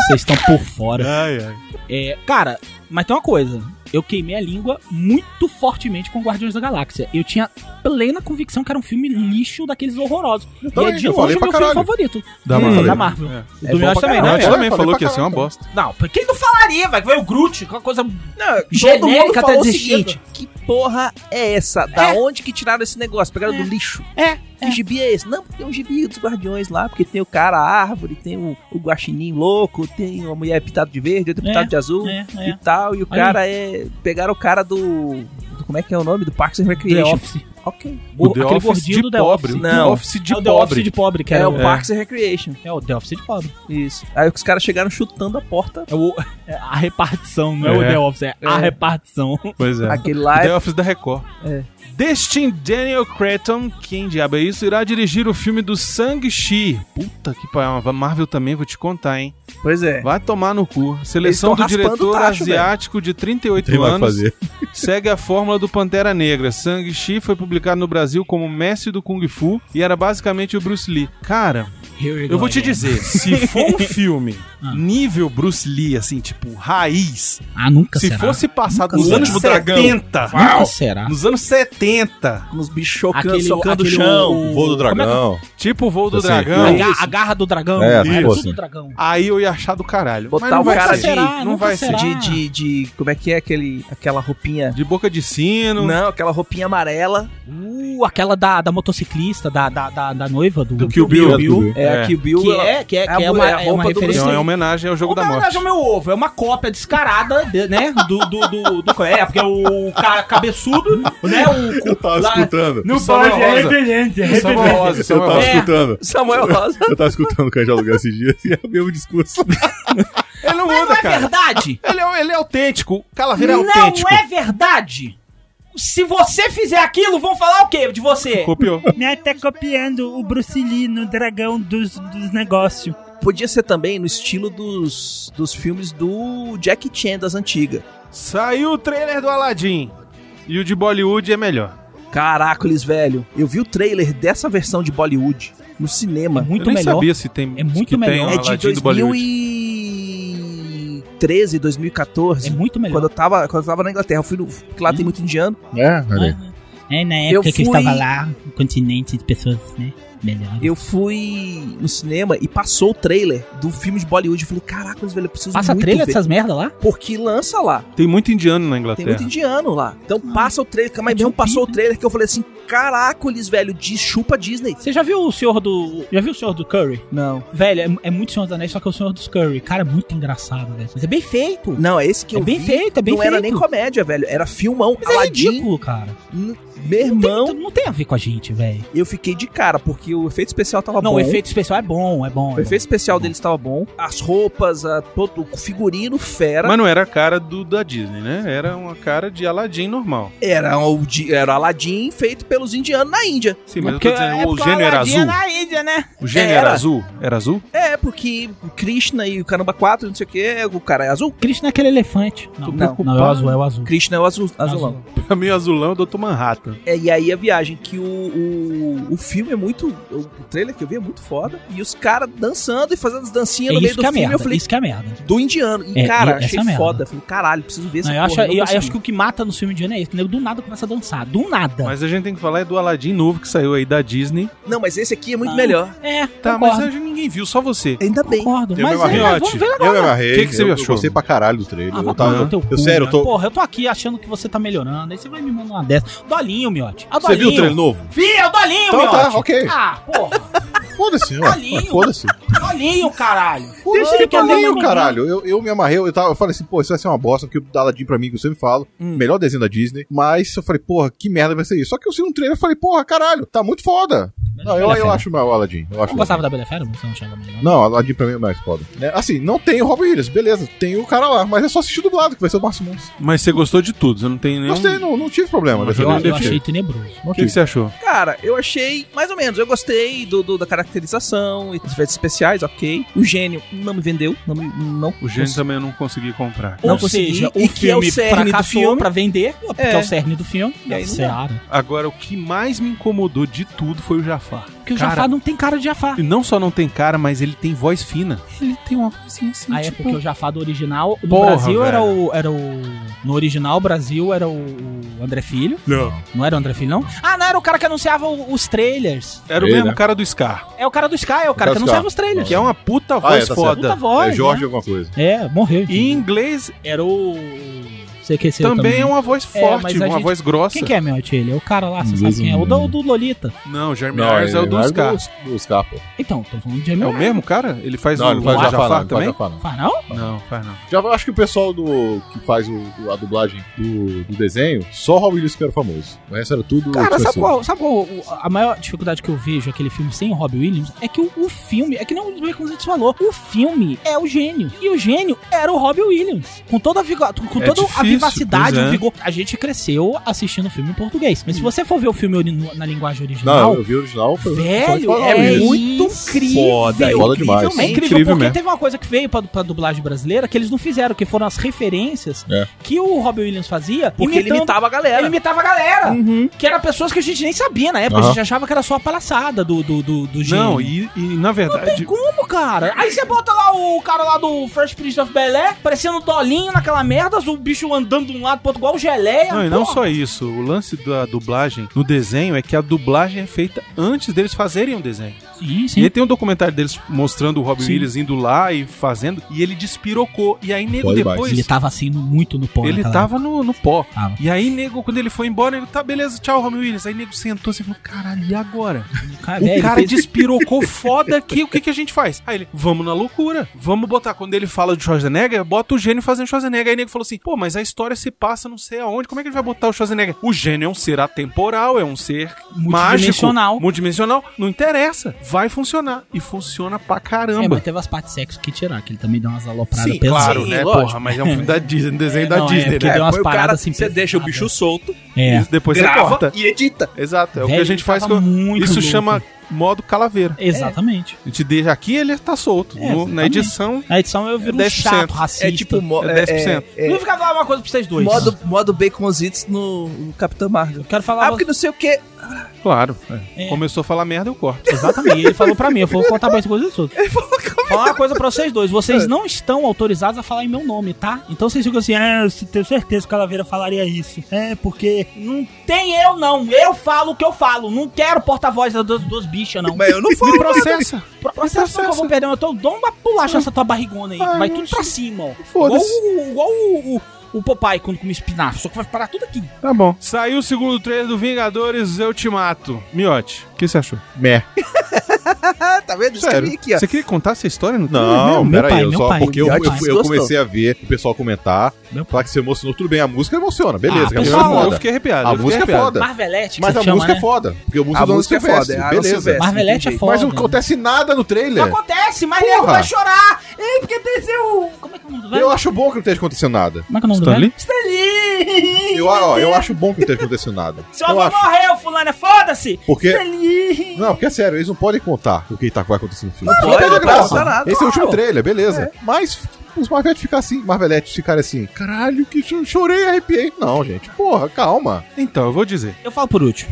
G: Vocês estão por fora.
A: Ai, ai.
G: É, cara, mas tem uma coisa. Eu queimei a língua muito fortemente com Guardiões da Galáxia. Eu tinha plena convicção que era um filme lixo daqueles horrorosos. E é
C: também,
G: de
C: eu
G: hoje
C: falei
G: o
C: pra
G: meu filme
C: caralho.
G: favorito.
A: Da
G: Hum,
A: Marvel.
G: Da Marvel.
A: É.
G: O do Miote também,
A: Não,
G: não.
A: ele
C: é,
A: também
C: eu falei
A: falou
C: pra
A: que ia ser uma
C: caralho, então.
A: bosta.
G: Não, pra quem não falaria, vai? que Veio o Groot, aquela coisa
B: Não,
G: Genérica até
B: falou o
G: dizer
B: seguinte, que porra é essa? Da
G: É.
B: onde que tiraram esse negócio? Pegaram do lixo.
G: É,
B: Que gibi é esse? Não, porque tem um gibi dos guardiões lá, porque tem o cara a árvore, tem o, o guaxinim louco, tem a mulher pitada de verde, outra
G: É,
B: pitada de azul
G: é,
B: e tal. E o
G: Aí.
B: cara é... Pegaram o cara do... do- Como é que é o nome? Do Parks and
G: The
B: Recreation.
G: Office.
B: Ok.
A: O The
G: aquele
A: Office
G: gordinho
A: de
G: do The
A: pobre.
G: Office.
A: O The
B: Não.
A: Office de
G: é o The Office
A: pobre.
G: de pobre, que
B: É,
G: era
B: o Parks and Recreation.
G: É o The Office de pobre.
B: Isso. Aí os caras chegaram chutando a porta.
G: É, o, é a repartição, não é, o
A: É.
G: The Office, é, a
B: É.
G: repartição.
A: Pois é.
B: Aquele lá é
A: The Office da Record.
B: É.
A: Destin Daniel Cretton, quem diabo é isso, irá dirigir o filme do Shang-Chi. Puta que pariu, a Marvel também, vou te contar, hein.
B: Pois é.
A: Vai tomar no cu. Seleção do
B: Eles tão raspando
A: diretor
B: o tacho,
A: asiático de 38
C: Tem mais o que
A: anos
C: fazer.
A: segue a fórmula do Pantera Negra. Shang-Chi foi publicado no Brasil como mestre do Kung Fu e era basicamente o Bruce Lee. Cara, eu vou te dizer, se for um filme
G: Ah.
A: nível Bruce Lee, assim, tipo, raiz,
G: Ah, nunca
A: se
G: será.
A: fosse passado
G: Nunca
A: nos
G: será.
A: anos
C: Tipo dragão.
A: 70,
G: Nunca será.
A: nos anos 70,
B: Uns bichos chocando,
G: Aquele-
B: socando
G: aquele-
B: o chão.
C: O voo do
G: Como é que-
C: dragão.
A: tipo o voo do
C: Assim,
G: A,
A: dragão,
G: ga- a garra do dragão.
C: É,
G: né?
C: tipo
G: tudo
C: assim.
G: dragão.
A: aí eu ia achar do caralho.
B: Botar
A: Mas não
B: o
A: vai
B: cara
A: ser.
B: de-
A: não
G: nunca
A: vai ser.
G: será.
B: de, de, de- Como é que é aquele, aquela roupinha?
A: De boca de sino,
B: Não, aquela roupinha amarela.
G: Uh, aquela da, da motociclista, da, da, da, da noiva do,
A: do Kill Bill.
B: É,
A: É.
B: a Kill Bill.
G: Que
B: ela-
G: é, que é,
B: É a
G: que é
B: mu-
G: uma,
B: é a
G: é uma
B: roupa do
A: É
G: referência.
A: uma homenagem ao jogo da
G: Na
A: morte.
G: verdade, é o meu ovo. É uma cópia descarada, de- né? Do. do, do, do- é, porque o cara cabeçudo, né? O.
C: Eu tava
G: Lá-
C: escutando.
A: Não pode, é
G: referência,
A: Isso é uma rosa, isso é
C: Eu
A: uma
C: tava
A: rosa.
G: É.
C: escutando.
B: Samuel Rosa.
C: Eu tava escutando o Cajal Lugar esses dias e é o mesmo discurso.
A: Ele não
G: Mas não
A: muda,
G: é
A: cara.
G: verdade?
A: Ele é, ele é autêntico. Calaveira é autêntico.
G: Não é verdade? Se você fizer aquilo, vão falar o quê de você?
A: Copiou.
J: Né, tá copiando o Bruce Lee no dragão dos, dos negócios.
B: Podia ser também no estilo dos, dos filmes do Jack Chan das antigas.
A: Saiu o trailer do Aladdin. E o de Bollywood é melhor.
B: Caracoles, velho. Eu vi o trailer dessa versão de Bollywood no cinema.
A: Eu
G: É Muito
A: nem
G: melhor.
A: sabia se tem
G: É muito
A: que tem
G: melhor.
A: um
B: é
A: Aladdin
B: de
A: do Bollywood.
B: 2013, 2014.
G: É muito melhor.
B: Quando eu, tava, quando eu tava na Inglaterra, eu fui no. Porque lá tem muito indiano.
C: É, olha aí.
J: É, na
B: Eu
J: época que eu
B: fui-
J: estava lá, um continente de pessoas, né?
G: Melhor.
B: Eu fui no cinema e passou o trailer do filme de Bollywood. Eu falei, caraca, velho, eu preciso
G: Passa
B: muito
G: trilha
B: ver.
G: dessas merda lá?
B: Porque lança lá.
A: Tem muito indiano na
B: Tem
A: Inglaterra.
B: muito indiano lá. Então
G: Ah,
B: passa o trailer. Mas
G: é
B: mesmo passou o trailer que eu falei assim, caracoles, velho, diz, chupa Disney.
G: Você já viu o senhor do. Já viu o senhor do Curry?
B: Não.
G: Velho, é, é muito Senhor dos Anéis, só que é o Senhor dos Curry. Cara, é muito engraçado, velho. Mas é bem feito.
B: Não, é esse que
G: É
B: eu
G: bem
B: vi.
G: feito, é bem
B: não era nem
G: feito.
B: comédia, velho. Era filmão.
G: Mas é ridículo, cara.
B: Meu irmão,
G: Não, não tem a ver com a gente, velho.
B: eu fiquei de cara, porque o efeito especial tava
G: Não,
B: Tá bom.
G: o efeito especial é bom, é bom.
B: O efeito especial deles tava bom. As roupas, a, todo, o figurino fera.
A: Mas não era a cara do, da Disney, né? Era uma cara de Aladdin normal.
B: Era o de- era Aladdin feito pelos indianos na Índia.
A: Sim,
G: Não,
A: mas eu
G: porque
A: tô dizendo,
G: é
A: o
G: porque
A: gênio era
G: Aladdin
A: azul.
G: na Índia, né?
A: O gênio era
B: Era.
A: azul? Era azul?
B: É, porque o Krishna e o Caramba 4, não sei o que, o cara é azul.
G: Krishna é aquele elefante. Não,
B: Tô
G: não,
B: preocupado.
G: não, é o azul, é o azul.
B: O Krishna é o azul,
G: Tá
B: azulão.
A: Pra mim, o azulão é o Dr. Manhattan.
B: É, e aí a viagem, que o, o, o filme é muito. O o trailer que eu vi é muito foda. E os caras dançando e fazendo as dancinhas
G: É
B: no meio
G: isso
B: do
G: que é a
B: filme. eu
G: merda,
B: falei,
G: isso que é a merda.
B: do indiano. E,
G: É,
B: cara,
G: e-
B: achei
G: essa merda.
B: foda. Falei, caralho, preciso ver essa
G: Não, eu,
B: porra.
G: acho,
B: não
G: eu, eu
B: consegui.
G: acho que o que mata no filme de Ana é isso. O nego do nada começa a dançar. Do nada.
A: Mas a gente tem que falar é do Aladdin novo que saiu aí da Disney.
B: Não, mas esse aqui é muito
G: Não.
B: melhor.
G: É,
A: Tá, mas
G: concordo.
A: a gente, ninguém viu, só você.
B: Ainda bem.
G: Concordo.
C: Eu
G: mas
C: me
G: é,
A: amarrei.
G: vamos ver
C: Ótimo.
G: agora.
C: Eu me amarrei.
A: O que que você
C: eu,
A: achou?
C: Eu gostei pra caralho do trailer.
G: Ah,
C: eu,
G: vai
C: tava-
G: tomar no teu
C: eu
G: cu, né?
C: sério, eu
G: Miotti.
C: tô...
G: Porra, eu tô aqui achando que você tá melhorando. Aí você vai me mandar uma dessa. Dolinho, Miote. A
C: Você
G: Dolinho.
C: viu o trailer novo?
G: Vi, é o Dolinho,
C: Então
G: Miote.
C: tá, ok.
G: Ah, porra.
C: Foda-se, ó.
G: Dolinho.
C: Foda-se.
G: Dolinho, caralho.
C: Deixa
G: ele
C: ele
G: fazer
C: também,
G: uma
C: caralho. Eu, eu me amarrei, eu, tava, eu falei assim, pô, isso vai ser uma bosta, porque o da Aladdin pra mim, que eu sempre falo,
A: Hum.
C: melhor desenho da Disney. Mas eu falei, porra, que merda vai ser isso. Só que eu vi um trailer e falei, porra, caralho, tá muito foda. Não, eu,
G: Bela
C: eu
A: assim.
G: fera.
C: acho melhor o Aladdin. Eu acho
G: Não gostava da Bela Fera? Você não achava melhor?
C: Não, Aladdin pra mim é mais foda. né? Assim, não tem o Robin Williams, beleza, tem o cara lá, mas é só assistir dublado, que vai ser o Márcio Montes.
A: Mas você gostou de tudo, você não tem nenhum...
C: Gostei, não, não tive problema.
A: Mas
C: dessa
A: eu
G: Eu,
C: vez.
A: não
G: eu achei tenebroso.
A: O que, que você achou?
B: Cara, eu achei mais ou menos. Eu gostei do, do- da caracterização e dos efeitos especiais, ok. O gênio não me vendeu. Não me, não,
A: O gênio tá também eu não consegui comprar.
B: Não
G: Ou seja,
B: consegui.
G: o
B: E que é o
G: filme
B: cerne do
G: fracassou
B: filme.
G: pra vender, porque
B: É.
G: é, o cerne do filme.
B: E aí não dá.
G: Seara.
A: Agora, o que mais me incomodou de tudo foi o Jafar.
G: Porque o
A: Cara,
G: Jafar não tem cara de Jafar.
A: E não só não tem cara, mas ele tem voz fina. Ele tem uma vozinha assim,
G: Ah, é
A: tipo...
G: porque o Jafar do original. No
A: Porra,
G: Brasil era
A: velho.
G: o, era o. No original, o Brasil era o o André Filho.
A: Não.
G: Não era o André Filho, não? Ah, não, era o cara que anunciava o- os trailers.
A: Era o
C: Ele,
A: mesmo
C: né?
A: cara do Scar,
G: É o cara do Sky, é o
C: cara
G: cara
C: do
G: que
C: Sky.
G: anunciava os trailers.
A: que é uma puta
C: Ah,
A: voz
C: é, tá
A: foda.
G: Puta voz.
C: É Jorge
G: né?
C: alguma coisa.
G: É, morreu.
A: E em inglês
G: Era o. Sei que esse
A: também, é uma voz
G: É,
A: forte,
G: mas a
A: uma
G: gente-
A: voz grossa.
G: Quem que é, meu ele? É o cara lá, você sabe
C: Inglês
G: quem é? O do, o do Lolita.
A: Não, o Jeremy Irons é o do Scar.
C: Do Scar, pô.
G: Então, tô falando de
A: É
G: Jamie
A: o mesmo cara? Ele faz
C: Não,
A: o
C: ele faz
A: o
C: Jafar, não, ele faz
A: também?
C: Jafar, não.
G: Faz não?
A: Não, faz não.
C: Já eu acho que o pessoal do que faz o- a dublagem do, do desenho, só o Robin Williams que era famoso. O resto era tudo. tipo assim,
G: Cara,
C: outras
G: sabe
C: pessoas.
G: qual, é sabe qual o- a maior dificuldade que eu vejo aquele filme sem o Robbie Williams? É que o, o filme, é que não é como a gente falou, o filme é o gênio. E o gênio era o Robbie Williams. Com toda a vigor, com
A: É
G: toda a
A: difícil,
G: vivacidade,
A: pois é.
G: o vigor. A gente cresceu assistindo o filme em português. Mas se você for ver o filme ori- na linguagem original,
C: Não, é eu vi o original. Foi só de
G: velho,
C: falar o
G: é
C: Williams.
G: muito
B: Foda,
G: incrível.
C: foda demais.
G: É incrível,
A: Incrível
G: porque
A: mesmo.
G: teve uma coisa que veio pra, pra dublagem brasileira que eles não fizeram, que foram as referências
C: É.
G: que o Robbie Williams fazia
B: porque ele
G: imitando
B: imitava a galera.
G: Então, ele imitava a galera. Que eram pessoas que a gente nem sabia na época.
C: Aham.
G: A gente achava que era só a palhaçada do, do, do, do gênio.
A: Não, e, e na verdade.
G: Como, cara? Aí você bota lá o cara lá do First Prince of Bel-Air, parecendo dolinho naquela merda, o bicho andando de um lado pro outro igual geleia.
A: Não, e não
G: É porra.
A: só isso. O lance da dublagem no desenho é que a dublagem é feita antes deles fazerem o desenho.
G: Sim,
A: E
G: sim.
A: aí tem um documentário deles mostrando o Robbie
G: Sim.
A: Williams indo lá e fazendo, e ele despirocou. E aí, nego,
C: Foda
A: depois.
G: Ele tava assim no- muito no pó.
A: Ele
G: naquela-
A: tava no, no pó.
G: Tava.
A: E aí, nego, quando ele foi embora, ele tá, beleza, tchau, Robbie Williams. Aí, nego sentou assim e falou: caralho, e agora?
G: Cara,
A: O
G: velho,
A: cara
G: Né,
A: é
G: ele fez-
A: despirocou foda aqui, o que, que a gente faz? Aí ele, vamos na loucura, vamos botar. Quando ele fala de Schwarzenegger, bota o gênio fazendo Schwarzenegger. Aí o nego falou assim: pô, mas a história se passa não sei aonde, como é que ele vai botar o Schwarzenegger? O gênio é um ser atemporal, é um ser mágico,
G: Multidimensional.
A: multidimensional. Não interessa, vai funcionar. E funciona pra
G: É,
A: caramba.
G: mas teve as partes sexo que tirar, que ele também deu umas alopradas
A: Sim, claro,
B: Sim,
A: né?
B: lógico.
A: Porra, mas é um filme da Disney, um desenho da
G: não, é,
A: Disney,
G: porque
A: né?
G: deu umas
B: Põe o
G: paradas
B: cara-
G: assim,
B: Você deixa o bicho
G: pesadas.
B: solto,
G: É.
A: Isso depois você
B: grava
A: corta.
B: e edita.
A: Exato, é o que
G: Velho,
A: a gente
G: ele
A: faz
G: tava
A: com.
G: muito
A: Isso
G: louco. É.
A: chama modo calaveira.
G: Exatamente.
A: A gente deixa aqui ele tá solto.
G: É,
A: No- na
G: exatamente.
A: edição
G: Na edição eu viro um
A: 10%.
G: chato, racista.
B: É tipo mo-
A: é
B: é,
A: 10%.
B: é, é,
G: Vem ficar falando uma coisa pra vocês dois.
B: modo, modo baconzitos no, no Capitão Marvel.
G: Eu quero falar.
B: Ah, porque não sei o que.
A: Claro.
G: É.
A: Começou a falar merda, eu corto.
G: Exatamente. Ele falou pra mim, eu vou contar mais coisas todas.
B: Ele falou, como
H: Falar uma coisa pra vocês dois. Vocês não estão autorizados a falar em meu nome, tá?
K: Então vocês ficam assim, ah, eu tenho certeza que o Calaveira falaria isso. É, porque
H: Não tem eu, não. Eu falo o que eu falo. Não quero porta-voz das duas, duas bichas, não.
C: Mas eu não falo.
H: Me processa. Pro-
A: processa.
H: Processa que eu vou perder. Eu tô, dou uma pulacha essa tua barrigona aí.
A: Ai,
H: vai
A: eu
H: tudo pra cima, ó. Igual,
A: Foda-se.
H: o, igual o, o, o Popeye quando come espinafre. Só que vai parar tudo aqui.
A: Tá bom. Saiu o segundo trailer do Vingadores, eu te mato. Miote, o que você achou?
C: Meh.
B: Ah, tá vendo?
C: Sério.
B: Escrevi aqui, ó.
A: Você queria contar essa história? No trailer mesmo?
C: Não,
G: meu pai,
C: peraí, eu
G: meu
C: só.
G: pai.
C: Porque eu,
B: Meu
C: eu-
B: pai.
C: eu comecei a ver o pessoal comentar, falar que se emocionou, tudo bem, a música emociona,
G: Ah,
C: beleza, que a
A: Eu,
C: música é
A: eu
C: foda.
A: fiquei arrepiado. eu
C: A
A: fiquei
C: música é
A: arrepiado.
C: foda.
G: Marvelete, que
C: Mas
G: você
C: a
G: chama,
C: música
G: né?
C: é foda. assim, Porque a música
B: A
C: do
B: música é
C: Silvestre,
B: foda, é Aaron
C: beleza.
B: Silvestre.
G: Marvelete é
B: Mas
G: foda.
C: Mas não acontece nada no
H: Não
C: trailer.
H: acontece, mas
C: Porra.
H: nego vai chorar. Ei, porque desceu. Como é que é o nome do velho?
C: Eu acho bom que não esteja acontecendo nada.
G: Como é que é o nome do
A: Stanley?
G: velho?
H: Stanley!
C: Eu, ó, eu acho bom que não esteja acontecendo nada.
H: Seu
C: Eu
H: avô
C: acho.
H: morreu, fulana. é Foda-se.
C: Porque.
H: Stanley!
C: Não, porque é sério, eles não podem contar o que tá, vai acontecer no filme.
B: pode,
C: perde a
B: não passa nada,
C: Esse é o último
B: claro.
C: trailer, beleza. Mas os Marveletes ficar assim, Marveletes ficarem assim, caralho, que cho- chorei, arrepiei. Não, gente, porra, calma.
A: Então, eu vou dizer.
H: Eu falo por último.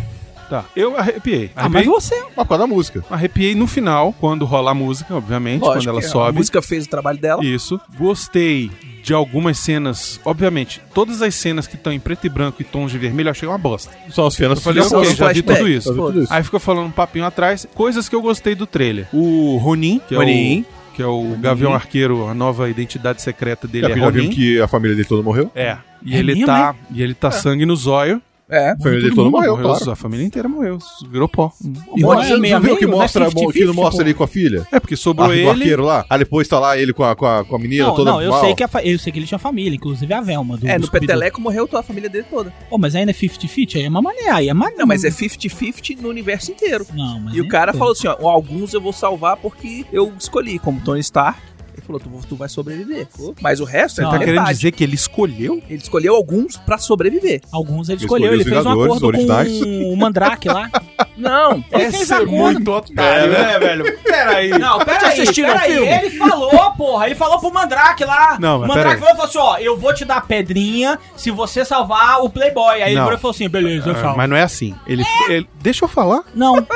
A: Tá. Eu arrepiei.
H: Ah, mas
A: Arrepiei,
H: você.
C: Mas por causa da música.
A: arrepiei no final, quando rola a música, obviamente,
B: Lógico,
A: quando ela
B: que é, A
A: sobe.
B: música é fez o trabalho dela.
A: Isso. Gostei de algumas cenas. Obviamente, todas as cenas que estão em preto e branco e tons de vermelho, eu achei uma bosta.
C: Só os
A: Eu
C: fianas
A: falei,
B: são
A: ok,
B: os
A: já vi
B: flashbacks.
A: tudo isso.
C: Eu vi tudo isso.
A: Aí ficou falando um papinho atrás. Coisas que eu gostei do trailer. O Ronin, que
B: Ronin.
A: é o, que é o Gavião Arqueiro, a nova identidade secreta dele é,
C: já
A: Ronin.
C: viu que a família dele toda morreu?
A: É. E
G: É
A: ele
G: mesmo,
A: tá, e ele tá sangue no zóio.
B: É.
C: A família dele toda morreu, claro.
A: A família inteira morreu, virou pó.
C: E
H: Morreu
G: é
C: você
H: meio
C: não
H: a
C: viu
H: meio,
C: que
H: né?
C: mostra, o que
H: 50-50,
C: não mostra ali com a filha?
A: É porque
C: Ah,
A: sobrou
C: do
A: ele.
C: arqueiro lá? Aí depois tá lá ele com a, com a, com a menina
G: Não,
C: toda
G: não, eu
C: mal.
G: sei, que a fa- eu sei que ele tinha família, inclusive a Velma. Do,
B: É,
G: do
B: no
G: Scooby-Doo.
B: Peteleco morreu toda a família dele toda.
G: Pô, mas ainda é 50-50, aí é mamané, aí é mané.
B: Não, mas é 50-50 no universo inteiro.
G: Não, mas
B: E o
G: é
B: cara
G: coisa.
B: falou assim, ó, alguns eu vou salvar porque eu escolhi, como Tony Stark. Ele falou, tu, tu vai sobreviver. Mas o resto
G: Não,
B: é
A: Tá querendo
B: metade.
A: dizer que ele escolheu?
B: Ele escolheu alguns pra sobreviver.
G: Alguns ele
C: Ele escolheu
G: escolheu, ele
C: os
G: fez um
C: Vingadores,
G: acordo
C: os originais. é
G: com o Mandrake lá.
B: Não,
A: É
G: Ele fez acordo.
C: otário, né,
A: velho? Peraí.
H: Não, pera aí,
B: assistiram
H: pera
B: o
H: aí.
B: filme?
H: Ele falou, porra. Ele falou pro Mandrake lá.
A: Não,
H: o
A: mas
H: Mandrake
A: pera aí.
H: falou, falou assim, ó, eu vou te dar pedrinha se você salvar o Playboy. Aí ele
A: Não.
H: virou e falou assim, beleza, eu salvo.
A: mas não é assim. Ele, ele- deixa eu falar.
G: Não,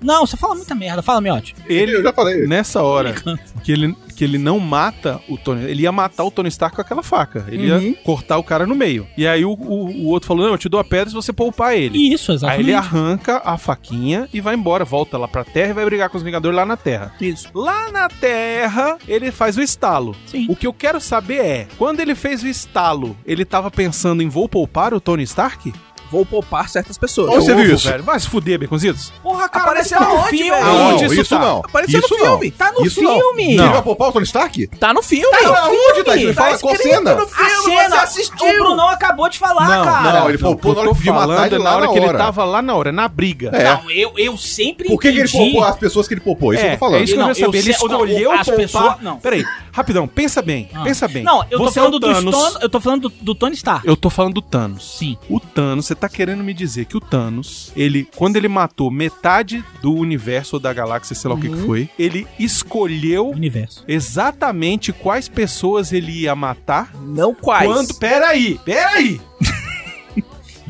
G: não, você fala muita merda. Fala, Miotti.
A: Ele
C: Eu já falei.
A: nessa hora que ele, que ele não mata o Tony, ele ia matar o Tony Stark com aquela faca. Ele ia cortar o cara no meio. E aí o, o, o outro falou: Não, eu te dou a pedra se você poupar ele.
G: Isso,
A: Aí
G: exatamente.
A: ele arranca a faquinha e vai embora, volta lá pra terra e vai brigar com os Vingadores lá na terra.
B: Isso.
A: Lá na terra, ele faz o estalo.
G: Sim.
A: O que eu quero saber é: quando ele fez o estalo, ele tava pensando em vou poupar o Tony Stark?
B: Vou poupar certas pessoas.
C: Onde você
A: Ovo,
C: viu isso?
A: Velho. Vai se fuder, Beconzitos.
H: Porra,
B: Apareceu
H: mas tá
B: aonde, velho?
C: Não,
A: Aonde isso
C: isso
A: tá?
C: não.
B: Apareceu no
C: isso
B: filme.
C: Não.
H: Tá no
C: isso
H: filme.
C: Não.
A: Não.
C: Ele vai poupar o Tony Stark?
B: Tá no filme.
C: Tá Aonde tá isso? Me
B: Tá
C: fala qual
B: escrito
C: cena.
B: no
H: A
B: filme,
H: cena,
B: você
H: o
B: assistiu.
H: Brunão acabou de falar, cara.
C: não, ele poupou na hora que podia matar ele lá
A: na hora
C: na
A: que ele
C: hora.
A: tava lá na hora, na briga.
C: É.
H: Não, eu, eu sempre
C: Por que, que ele
H: entendi-
C: poupou as pessoas que ele poupou? Isso
A: é,
C: eu tô falando.
A: é isso que
G: Não,
A: eu já sabia.
G: eu
A: Ele
G: sei- não,
A: escolheu
G: as
A: poupar...
G: pessoas- não.
A: Peraí, rapidão. Pensa bem,
G: Ah.
A: pensa bem.
H: Não, eu tô
A: Você é
H: falando
A: o
H: do Stone, eu tô falando do, do Tony Stark.
A: Eu tô falando do Thanos.
G: Sim.
A: O Thanos, você tá querendo me dizer que o Thanos, ele, quando ele matou metade do universo ou da galáxia, sei lá o que, que foi, ele escolheu
G: Universo.
A: exatamente quais pessoas ele ia matar.
B: Não quais.
A: Quando. Peraí, peraí!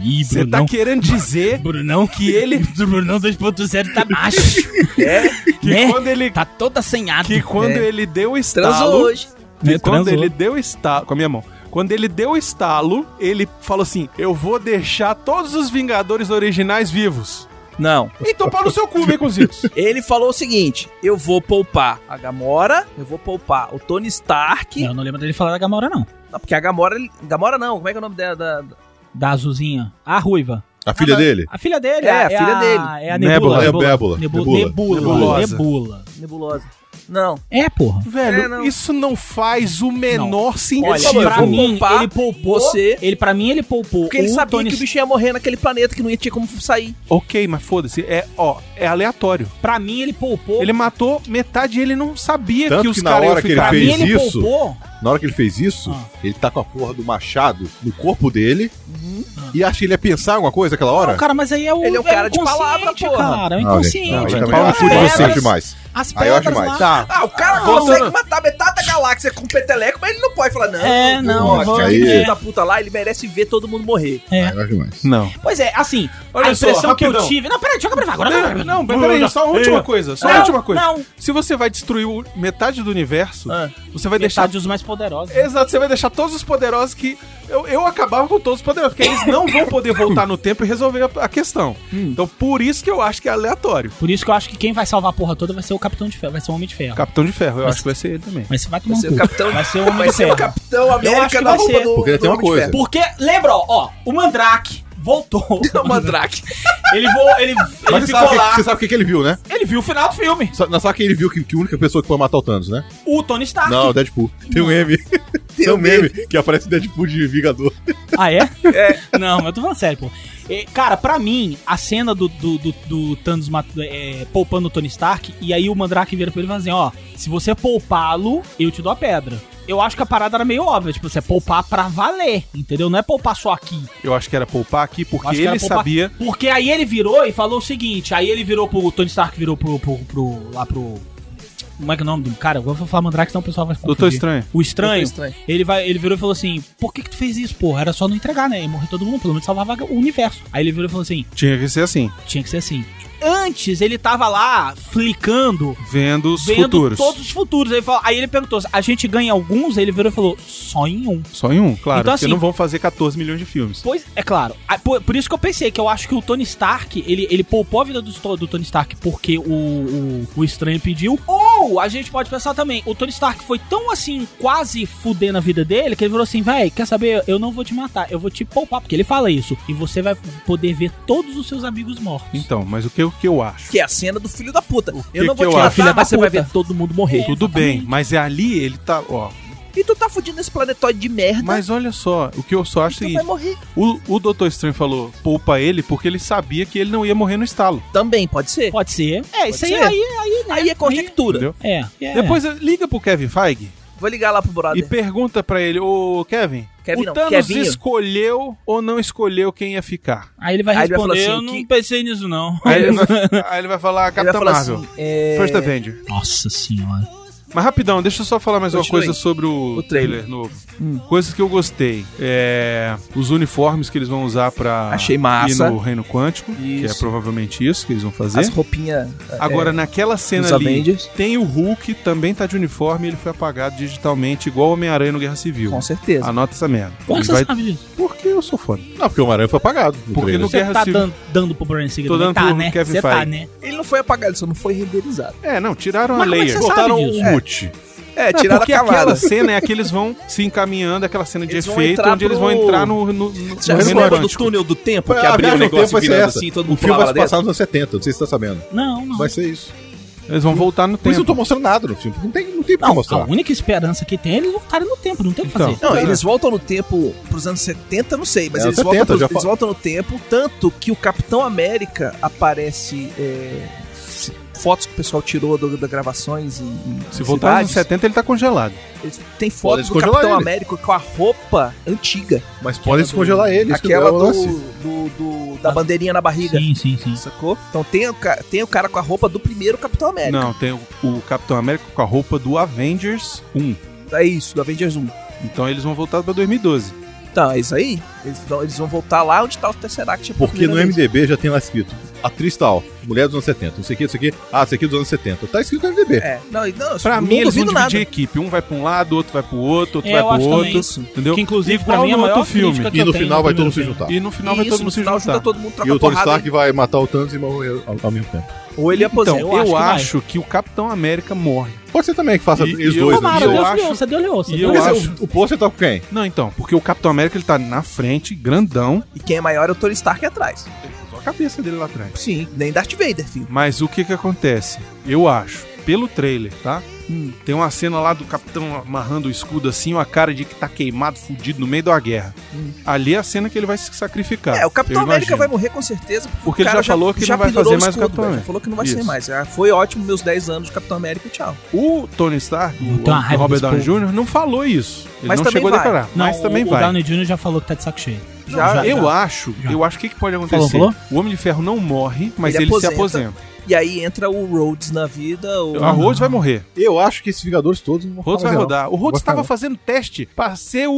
G: Ih,
A: Você tá querendo dizer
G: Brunão
A: que ele.
G: Brunão 2.0 tá baixo.
A: Que
G: Né?
A: quando ele.
G: Tá todo assanhado.
A: Que quando
B: É.
A: ele deu o
B: Transou né?
A: estalo.
B: hoje.
A: Que
G: É,
A: quando
G: transou.
A: ele deu o estalo. Com a minha mão. Quando ele deu o estalo, ele falou assim: Eu vou deixar todos os Vingadores originais vivos.
B: Não.
A: Então pau no seu cu, vem com os itens.
B: Ele falou o seguinte: eu vou poupar a Gamora, eu vou poupar o Tony Stark.
G: Eu não lembro dele falar da Gamora, não.
B: Não, porque a Gamora. ele- Gamora não, como é que é o nome dela? Da- da-
G: Da azulzinha. A ruiva. Ah,
C: A filha dele?
G: A filha dele.
B: É, a filha
G: dele. É a
A: Nebula.
G: Nebula.
C: É Nebula.
G: Nebula. Nebula. Nebula.
A: Nebulosa.
B: nebulosa. Não.
G: É, porra.
A: Velho,
B: É, não.
A: isso não faz o menor
B: Olha,
A: sentido. Tipo,
B: falou, eu
G: Tipo, pra
B: vou
G: mim,
B: poupar
G: ele poupou.
B: você.
G: Ele, pra mim, ele poupou.
B: Porque ele
G: o
B: sabia
G: Tony
B: que o bicho ia morrer naquele planeta que não ia ter como sair.
A: Ok, mas foda-se. É, ó, é aleatório.
G: Pra mim, ele poupou.
A: Ele matou metade e ele não sabia
C: Tanto
A: que os
C: que na
A: caras iam
C: hora que ele
A: ficar.
G: pra mim,
C: fez
G: ele
C: isso?
G: poupou.
C: Na hora que ele fez isso,
G: Ah.
C: ele tá com a porra do machado no corpo dele. E acha que ele ia pensar alguma coisa naquela hora?
G: Não, cara, mas aí é o.
B: Ele é um cara de
G: inconsciente,
B: palavra, porra.
G: Cara, é o
C: Não,
G: inconsciente.
C: gente, não,
A: gente.
C: aí
A: Pau
C: também é um
A: no cu de
C: eu acho- eu
A: vocês.
C: acho demais.
G: As
C: Aí eu acho
G: pedras lá.
C: demais.
A: Tá.
B: Ah, o cara
A: Voltando-
B: consegue matar metade da galáxia com peteleco, mas ele não pode falar, não,
G: É, não,
B: pô,
C: eu vou-
B: aquele
C: é.
B: filho da puta lá, ele merece ver todo mundo morrer.
C: Ai, eu acho demais.
A: Não.
G: É. Pois é, assim,
A: Olha
G: a
A: só,
G: impressão que eu
A: rapidão.
G: tive. Não, peraí, deixa eu acabar agora.
A: Não, não, é. mas peraí, só uma última coisa. Só uma
G: É. Não,
A: última coisa.
G: não.
A: Se você vai destruir o- metade do universo,
B: Ah.
A: você vai
G: Deixar
A: deixar. É.
G: de os mais poderosos.
A: Exato, você vai deixar todos os poderosos que. Eu, eu acabava com todos os poderosos, porque eles não vão poder voltar no tempo e resolver a, a questão.
G: Hum.
A: Então, por isso que eu acho que é aleatório.
G: Por isso que eu acho que quem vai salvar a porra toda vai ser o Capitão de Ferro, vai ser o Homem de Ferro.
A: Capitão de Ferro, eu
G: Mas-
A: acho que vai ser ele também.
G: Mas você vai tomar
B: Vai ser
G: um
B: o
G: cu.
B: Capitão,
G: Vai ser o Homem
B: vai
G: de
B: ser o
G: Ferro.
B: Capitão
G: Eu acho
B: América
G: que
B: na
G: vai
B: roupa
G: ser.
B: do
C: Porque
B: do
C: tem uma
B: Homem de
C: coisa.
B: Ferro.
H: Porque, lembra, ó, ó, o Mandrake voltou.
B: O Mandrake.
H: Ele voou, ele, ele
C: Mas você
H: ficou
C: sabe, o
H: lá.
C: que, você sabe o que, que ele viu, né?
H: Ele viu o final do filme.
C: Sa- Não sabe que ele viu que, que a única pessoa que pode matar o Thanos, né?
H: O Tony
G: Ah,
H: Stark.
C: Não, o Deadpool. Tem um meme. Tem um meme que aparece o Deadpool de Vingador.
G: Ah, é? Não, mas eu tô falando sério, pô. É, cara, pra mim, a cena do, do, do, do Thanos mat- é, poupando o Tony Stark, e aí o Mandrake vira pra ele e fala assim, ó, se você poupá-lo, eu te dou a pedra. Eu acho que a parada era meio óbvia, tipo, você é poupar pra valer, entendeu? Não é poupar só aqui.
A: Eu acho que era poupar aqui,
G: Eu
A: porque
G: acho que era
A: ele
G: poupar-
A: sabia.
G: Porque aí ele virou e falou o seguinte, aí ele virou pro... O Tony Stark virou pro... pro, pro- lá pro... Como é que é o nome do cara? Eu vou falar Mandrake, senão o pessoal vai
A: Doutor
G: confundir.
A: Estranho.
G: O estranho,
B: Doutor Estranho.
G: Ele, vai, ele virou e falou assim: Por que, que tu fez isso, porra? Era só não entregar, né? E morrer todo mundo, pelo menos salvava o universo. Aí ele virou e falou assim:
A: Tinha que ser assim.
G: Tinha que ser assim. Antes ele tava lá flicando,
A: Vendo os
G: vendo
A: futuros.
G: todos os futuros. Aí ele, falou- aí ele perguntou: A gente ganha alguns? Ele virou e falou: Só em um.
A: Só em um, claro.
G: Então,
A: porque
G: assim-
A: não vão fazer 14 milhões de filmes.
G: Pois, é claro. Ah, Por, por isso que eu pensei que eu acho que o Tony Stark, ele, ele poupou a vida do, Sto- do Tony Stark porque o, o, o Estranho pediu. Ou a gente pode pensar também, o Tony Stark foi tão assim, quase fudendo a vida dele, que ele falou assim, véi, quer saber? Eu não vou te matar, eu vou te poupar, porque ele fala isso. E você vai poder ver todos os seus amigos mortos.
A: Então, mas o que, o que eu acho?
B: Que é a cena do filho da puta.
A: que
B: eu não
A: que
B: vou te
A: eu
B: matar,
A: acho?
G: Filha da
B: mas você vai
G: puta.
B: ver todo mundo morrer.
A: Tudo bem, mas é ali ele tá, ó.
B: E tu tá fudindo esse planetóide de merda.
A: Mas olha só, o que eu só acho é o
B: tu vai
A: seguinte:
B: morrer.
A: o, o Doutor Estranho falou poupa ele porque ele sabia que ele não ia morrer no estalo.
B: Também, pode ser.
G: Pode ser. É, isso aí,
B: ser.
G: aí, aí, né?
B: Aí é conjectura.
A: Entendeu?
G: É, é.
A: Depois eh, liga pro Kevin Feige
B: Vou ligar lá pro
A: e
B: brother.
A: pergunta pra ele: Ô Kevin,
B: Kevin
A: o
B: não,
A: Thanos
B: Kevinho.
A: escolheu ou não escolheu quem ia ficar?
G: Aí ele vai
B: Aí ele vai
G: responder,
B: falar assim,
G: eu não
B: que-
G: pensei nisso não.
A: Aí ele vai, aí ele vai falar:
B: Ele vai
A: Capitã
B: falar
A: Marvel,
B: assim, é...
A: First Avenger.
G: Nossa senhora.
A: Mas rapidão, deixa eu só falar mais
B: Continue.
A: uma coisa sobre o,
B: O trailer.
A: novo.
G: Hum.
A: Coisas que eu gostei. É, os uniformes que eles vão usar pra
B: Achei massa.
A: ir no Reino Quântico, que é
B: Isso.
A: provavelmente isso que eles vão fazer.
B: As roupinhas
A: Agora, naquela cena
B: dos
A: ali,
B: Avengers.
A: tem o Hulk, também tá de uniforme, ele foi apagado digitalmente, igual o Homem-Aranha no Guerra Civil.
B: é, Com certeza.
A: Anota essa merda.
G: Como é
A: Ele
G: que você
A: vai-
G: sabe disso?
A: Porque eu sou fã.
C: Não, porque o Homem-Aranha foi apagado. no
A: Porque
C: trailer.
A: no
G: Você
A: Guerra
G: tá
A: Civil.
G: dan- dando pro Brian Singer
A: Tô
G: também?
A: dando
G: Tá,
A: pro
G: né?
A: Kevin
G: Você tá,
A: Feige.
G: né?
B: Ele não foi apagado, só não foi renderizado.
A: É, não, tiraram
G: Mas
A: a
G: como é que
A: layer.
G: você sabe
A: Botaram
G: disso?
A: um mute.
B: É,
A: Não,
B: tiraram a
A: porque
B: camada.
A: aquela cena é a que eles vão se encaminhando, aquela cena de
B: Eles vão
A: efeito,
B: entrar
A: onde eles
B: pro-
A: vão entrar no, no, no, no
B: Já se
A: reino
B: lembra do
A: quântico.
B: túnel do tempo que
C: A
B: abriu o
C: viagem É, no
B: negócio
C: tempo vai ser
B: virando
C: essa.
B: assim, todo
C: o
B: mundo
C: filme vai
B: pulava lá
C: se
B: dentro?
C: passar nos anos 70, não sei se você tá sabendo.
G: Não, não.
C: Vai ser isso.
A: Eles vão voltar no
C: Por isso eu não tô
A: tempo.
C: mostrando nada no filme. Não tem, não tem pra
G: Não, a
C: mostrar.
G: única esperança que tem é eles voltarem no tempo, não tem o que
A: Então.
G: fazer.
B: Não, eles voltam no tempo pros anos 70, não sei, mas
C: É,
B: eles,
C: 70,
B: voltam pros-
C: já
B: eles
C: fa-
B: voltam no tempo, tanto que o Capitão América aparece é, f- fotos que o pessoal tirou do- das gravações em, em
A: Se voltar nos
B: cidades.
A: 70, ele tá congelado.
B: Eles- tem fotos
C: Eles
B: do Capitão
C: congelaram ele.
B: América com a roupa antiga,
C: Mas podem descongelar ele. isso que
B: aquela
C: é o
B: do,
C: lance.
B: do- do- da bandeirinha na barriga.
G: Sim, sim, sim.
B: Sacou? Então tem o, ca- tem o cara com a roupa do primeiro Capitão América.
A: Não, tem o, o Capitão América com a roupa do Avengers 1.
B: É isso, do Avengers 1.
A: Então eles vão voltar pra 2012.
B: Então, é isso aí. Eles vão, eles vão voltar lá onde tá o Tesseract.
C: Porque no MDB já tem lá escrito atriz tal, mulher dos anos 70, não sei o que, não sei o que, ah, isso aqui é dos anos 70. Tá escrito no MDB.
B: É, não, e- não, eu
A: Pra
B: não
A: mim, eles vão
B: duvido
A: Um dividir a equipe. Um vai pra um lado, outro vai pro outro, outro
G: É, eu
A: vai pro
G: acho
A: outro.
G: também.
B: Isso.
A: Entendeu?
G: Que inclusive pra
A: Igual
G: mim é a
A: no
G: maior
A: outro filme.
G: crítica que
C: E
G: eu
C: no
G: tenho
C: final vai todo
G: primeiro
C: mundo se
G: filme.
C: juntar.
A: E no final vai
B: Isso,
A: todo mundo
B: no
A: se
B: final
A: juntar.
B: junta todo mundo, troca
C: E o Tony
B: porrada,
C: Stark vai matar o Thanos e morrer ao, ao mesmo tempo.
B: Ou ele é
A: Então,
B: aposenta.
A: eu,
G: acho que vai.
A: acho que o Capitão América morre.
C: Pode ser também que faça
A: E-
C: os
A: e eu-
C: dois,
G: Tomara,
A: Eu
C: né?
G: Deus
A: acho-
G: lhe ouça, Deus lhe ouça.
A: e
G: Deus
A: eu
G: lhe
C: Quer
G: ouça.
A: acho-
C: dizer, o, o pôster tá com quem?
A: Não, então, porque o Capitão América ele tá na frente, grandão,
B: E quem é maior é o Tony Stark atrás.
A: só a cabeça dele lá atrás.
B: Sim, nem Darth Vader, filho.
A: Mas o que que acontece? Eu acho, pelo trailer, tá? Tem uma cena lá do capitão amarrando o escudo assim, uma cara de que tá queimado, fudido no meio da guerra. Ali é a cena que ele vai se sacrificar.
B: Hum. É, o Capitão
A: Ah, eu
B: América
A: imagino.
B: vai morrer com certeza.
A: Porque
B: o
A: ele
B: cara
A: já falou que não vai
B: pendurou
A: fazer mais o
B: escudo,
A: Capitão
B: velho.
A: América.
B: Já falou que não vai ser
A: Isso.
B: mais. Já foi ótimo meus 10 anos de Capitão América, tchau.
A: O Tony Stark, o,
G: Eu tenho uma raiva
A: Robert
G: desse
A: Downey
G: povo.
A: Jr., não falou isso. Ele
B: Mas
A: não
B: também
A: chegou a
B: vai.
A: declarar.
G: Não,
A: mas também
G: o,
A: vai.
G: O Downey Jr. já falou que tá de saco cheio.
B: Já,
G: já,
A: eu
G: já.
A: acho,
G: Já.
A: eu acho que o que pode
G: Falou,
A: acontecer.
G: falou?
A: O Homem de Ferro não morre, mas
B: Ele
A: ele, se
B: aposenta.
A: aposenta.
B: E E aí entra o Rhodes na vida. O...
A: A Rhodes vai morrer.
C: Eu acho que esses Vingadores todos não vão
A: Rhodes
C: falar
A: vai
C: mais
A: rodar. O Rhodes
C: Vai falar.
A: estava fazendo teste pra ser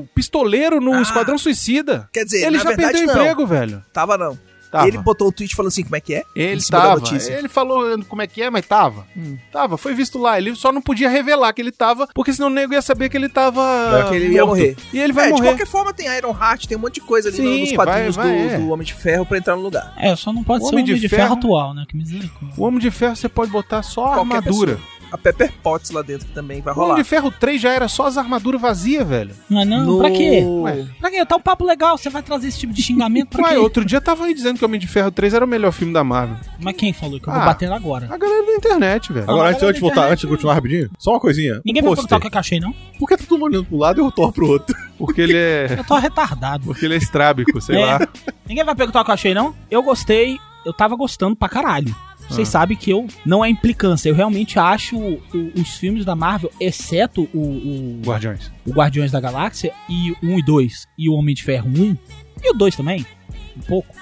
A: o pistoleiro no
B: Ah.
A: Esquadrão Suicida.
B: Quer dizer,
A: ele
B: na
A: já
B: verdade,
A: perdeu o
B: não.
A: emprego, velho.
B: Tava não.
A: Tava.
B: Ele botou um tweet falando assim, como é que é?
A: Ele
B: em cima da
A: tava.
B: notícia.
A: Ele falou como é que é, mas tava. Tava, foi visto lá. Ele só não podia revelar que ele tava, porque senão o nego ia saber que ele tava.
B: Não, que ele ia morrer.
A: E ele vai
B: é, de
A: morrer.
B: qualquer forma tem Iron Heart, tem um monte de coisa ali
A: Sim,
B: nos quadrinhos
A: vai- vai,
B: do,
A: é.
B: do Homem de Ferro pra entrar no lugar.
G: É, só não pode
A: O
G: ser o
A: Homem
G: Homem
A: de
G: de, ferro,
A: Ferro
G: atual, né? Que misericórdia.
A: O Homem de Ferro você pode botar só a
B: Qualquer
A: armadura.
B: A Pepper Potts lá dentro também vai
A: O Homem
B: rolar.
A: de Ferro 3 já era só as armaduras vazias, velho.
G: Não, não,
B: No-
G: pra quê?
A: Ué.
G: Pra quê? Tá um papo legal, você vai trazer esse tipo de xingamento pra
A: Ué,
G: quê?
A: outro dia tava aí dizendo que o Homem de Ferro 3 era o melhor filme da Marvel.
G: Mas quem falou que eu
A: Ah.
G: vou bater agora?
A: A galera da internet, velho.
C: Agora,
G: Ah,
C: antes, antes de voltar,
G: internet,
C: antes de continuar rapidinho, só uma coisinha.
G: Ninguém vai
C: Pôster.
G: perguntar o que eu achei, não?
C: Por que tá todo mundo olhando pro lado e eu torço pro outro?
A: Porque ele é.
G: Eu tô retardado.
A: Porque ele é estrábico, sei
G: É.
A: lá.
G: Ninguém vai perguntar o que eu achei, não? Eu gostei, eu tava gostando pra caralho. Vocês sabem que eu não é implicância. Eu realmente acho o- o- os filmes da Marvel, exceto o, o,
A: Guardiões.
G: o Guardiões da Galáxia, e 1 e 2, e o Homem de Ferro 1, e o 2 também, um pouco.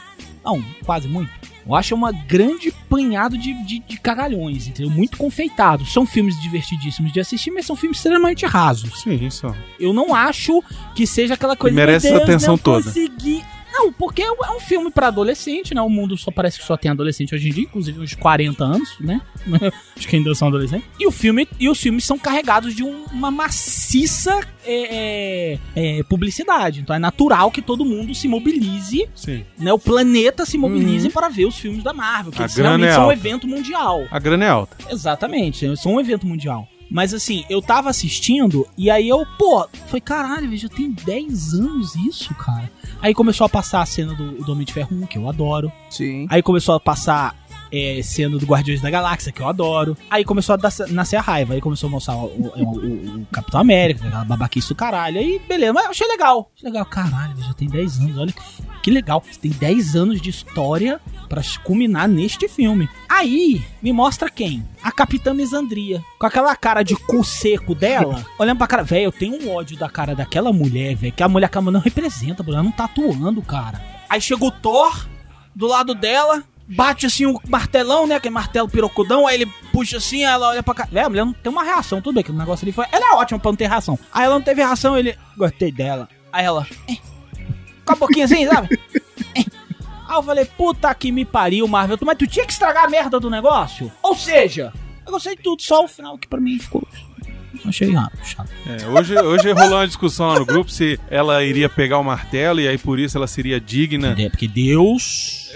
G: Não, quase muito. Eu acho uma grande panhado de, de, de cagalhões, entendeu? Muito confeitado. São filmes divertidíssimos de assistir, mas são filmes extremamente rasos.
A: Sim, só.
G: Eu não acho que seja aquela coisa.
A: Merece
G: "Meu
A: essa atenção
G: não
A: toda."
G: Consegui... Não, porque é um filme pra adolescente, né? O mundo só parece que só tem adolescente hoje em dia, inclusive uns 40 anos, né? Acho que ainda são adolescentes. E o filme e os filmes são carregados de um- uma maciça é, é, é, publicidade. Então é natural que todo mundo se mobilize,
A: Sim.
G: né? O planeta se mobilize para ver os filmes da Marvel, que
A: Uhum. A
G: eles
A: grana
G: realmente
A: é
G: são um
A: alta.
G: evento mundial.
A: A grana é alta.
G: Exatamente, eu sou um evento mundial. Mas assim, eu tava assistindo e aí eu, pô, foi caralho, veja, tem 10 anos isso, cara. Aí começou a passar a cena do, do Homem de Ferro 1, que eu adoro.
B: Sim.
G: Aí começou a passar é, cena do Guardiões da Galáxia, que eu adoro. Aí começou a dar- nascer a raiva. Aí começou a mostrar o, o- é, o- o Capitão América, aquela babaquice do caralho. Aí, beleza, mas eu achei legal. Achei legal, caralho, já tem 10 anos, olha que, que legal. Você tem 10 anos de história pra culminar neste filme. Aí, me mostra quem? A Capitã Misandria. Com aquela cara de cu seco dela, olhando pra cara. Velho, eu tenho um ódio da cara daquela mulher, velho. Que a mulher que a mulher não representa, ela não tá atuando, cara. Aí chega o Thor, do lado dela, bate assim o martelão, né? Aquele martelo pirocudão, aí ele puxa assim, aí ela olha pra cá. Velho, a mulher não tem uma reação, tudo bem, aquele negócio ali foi. Ela é ótima pra não ter reação. Aí ela não teve reação, ele. Gostei dela. Aí ela. "Eh." Com a boquinha assim, sabe? "Eh." Aí eu falei, puta que me pariu, Marvel. Mas tu tinha que estragar a merda do negócio? Ou seja, eu gostei de tudo, só o final que pra mim ficou. Achei ah, chato.
A: É, hoje, hoje rolou uma discussão lá no grupo se ela iria pegar o martelo e aí por isso ela seria digna.
G: É, porque Deus.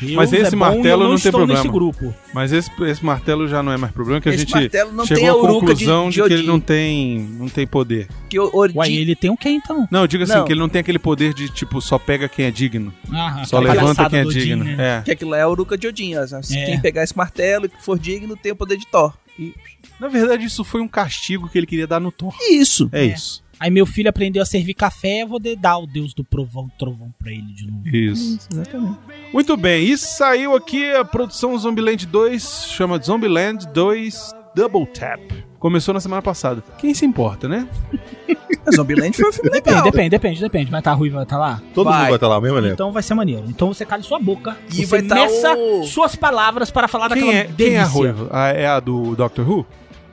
G: Deus é
A: Mas esse
G: bom e eu
A: martelo não tem
G: estou
A: problema.
G: Nesse grupo.
A: Mas esse, esse martelo já não é mais problema, que a
B: Esse
A: gente
B: martelo não tem a
A: chegou à
B: uruca de-
A: conclusão de,
B: de
A: que
B: Odin.
A: ele não tem, não tem poder.
B: Que o Odin...
G: Uai, ele tem o quê então?
A: Não, eu digo assim,
B: Não.
A: que ele não tem aquele poder de, tipo, só pega quem é digno.
G: Ah,
A: Só
G: aquela
A: levanta
G: palhaçada
A: quem é
G: do Odin,
A: digno.
G: né?
A: É.
B: Que aquilo lá é a Uruca de Odin. ó. Se
G: É.
B: quem pegar esse martelo e que for digno tem o poder de Thor. E...
A: Na verdade, isso foi um castigo que ele queria dar no Thor.
B: Isso.
A: É, isso.
G: Aí meu filho aprendeu a servir café, eu vou de- dar o deus do provão, trovão pra ele de novo.
A: Isso.
B: Exatamente.
A: Muito bem, e saiu aqui a produção Zombieland 2, chama de Zombieland 2 Double Tap. Começou na semana passada. Quem se importa, né?
B: Mas Zombieland foi um filme
G: Depende,
B: legal.
G: depende, depende, depende. Vai estar tá, Rui, vai estar tá lá?
C: Todo
B: Vai.
C: mundo vai estar lá, mesmo elenco.
G: Então vai ser maneiro. Então você cala sua boca
B: E
G: e
B: vai
G: você
B: tá
G: meça
B: o-
G: suas palavras para falar
A: Quem
G: daquela
A: é,
G: Ah, tá delícia.
A: quem é a ruiva? Ah, é a do Doctor Who?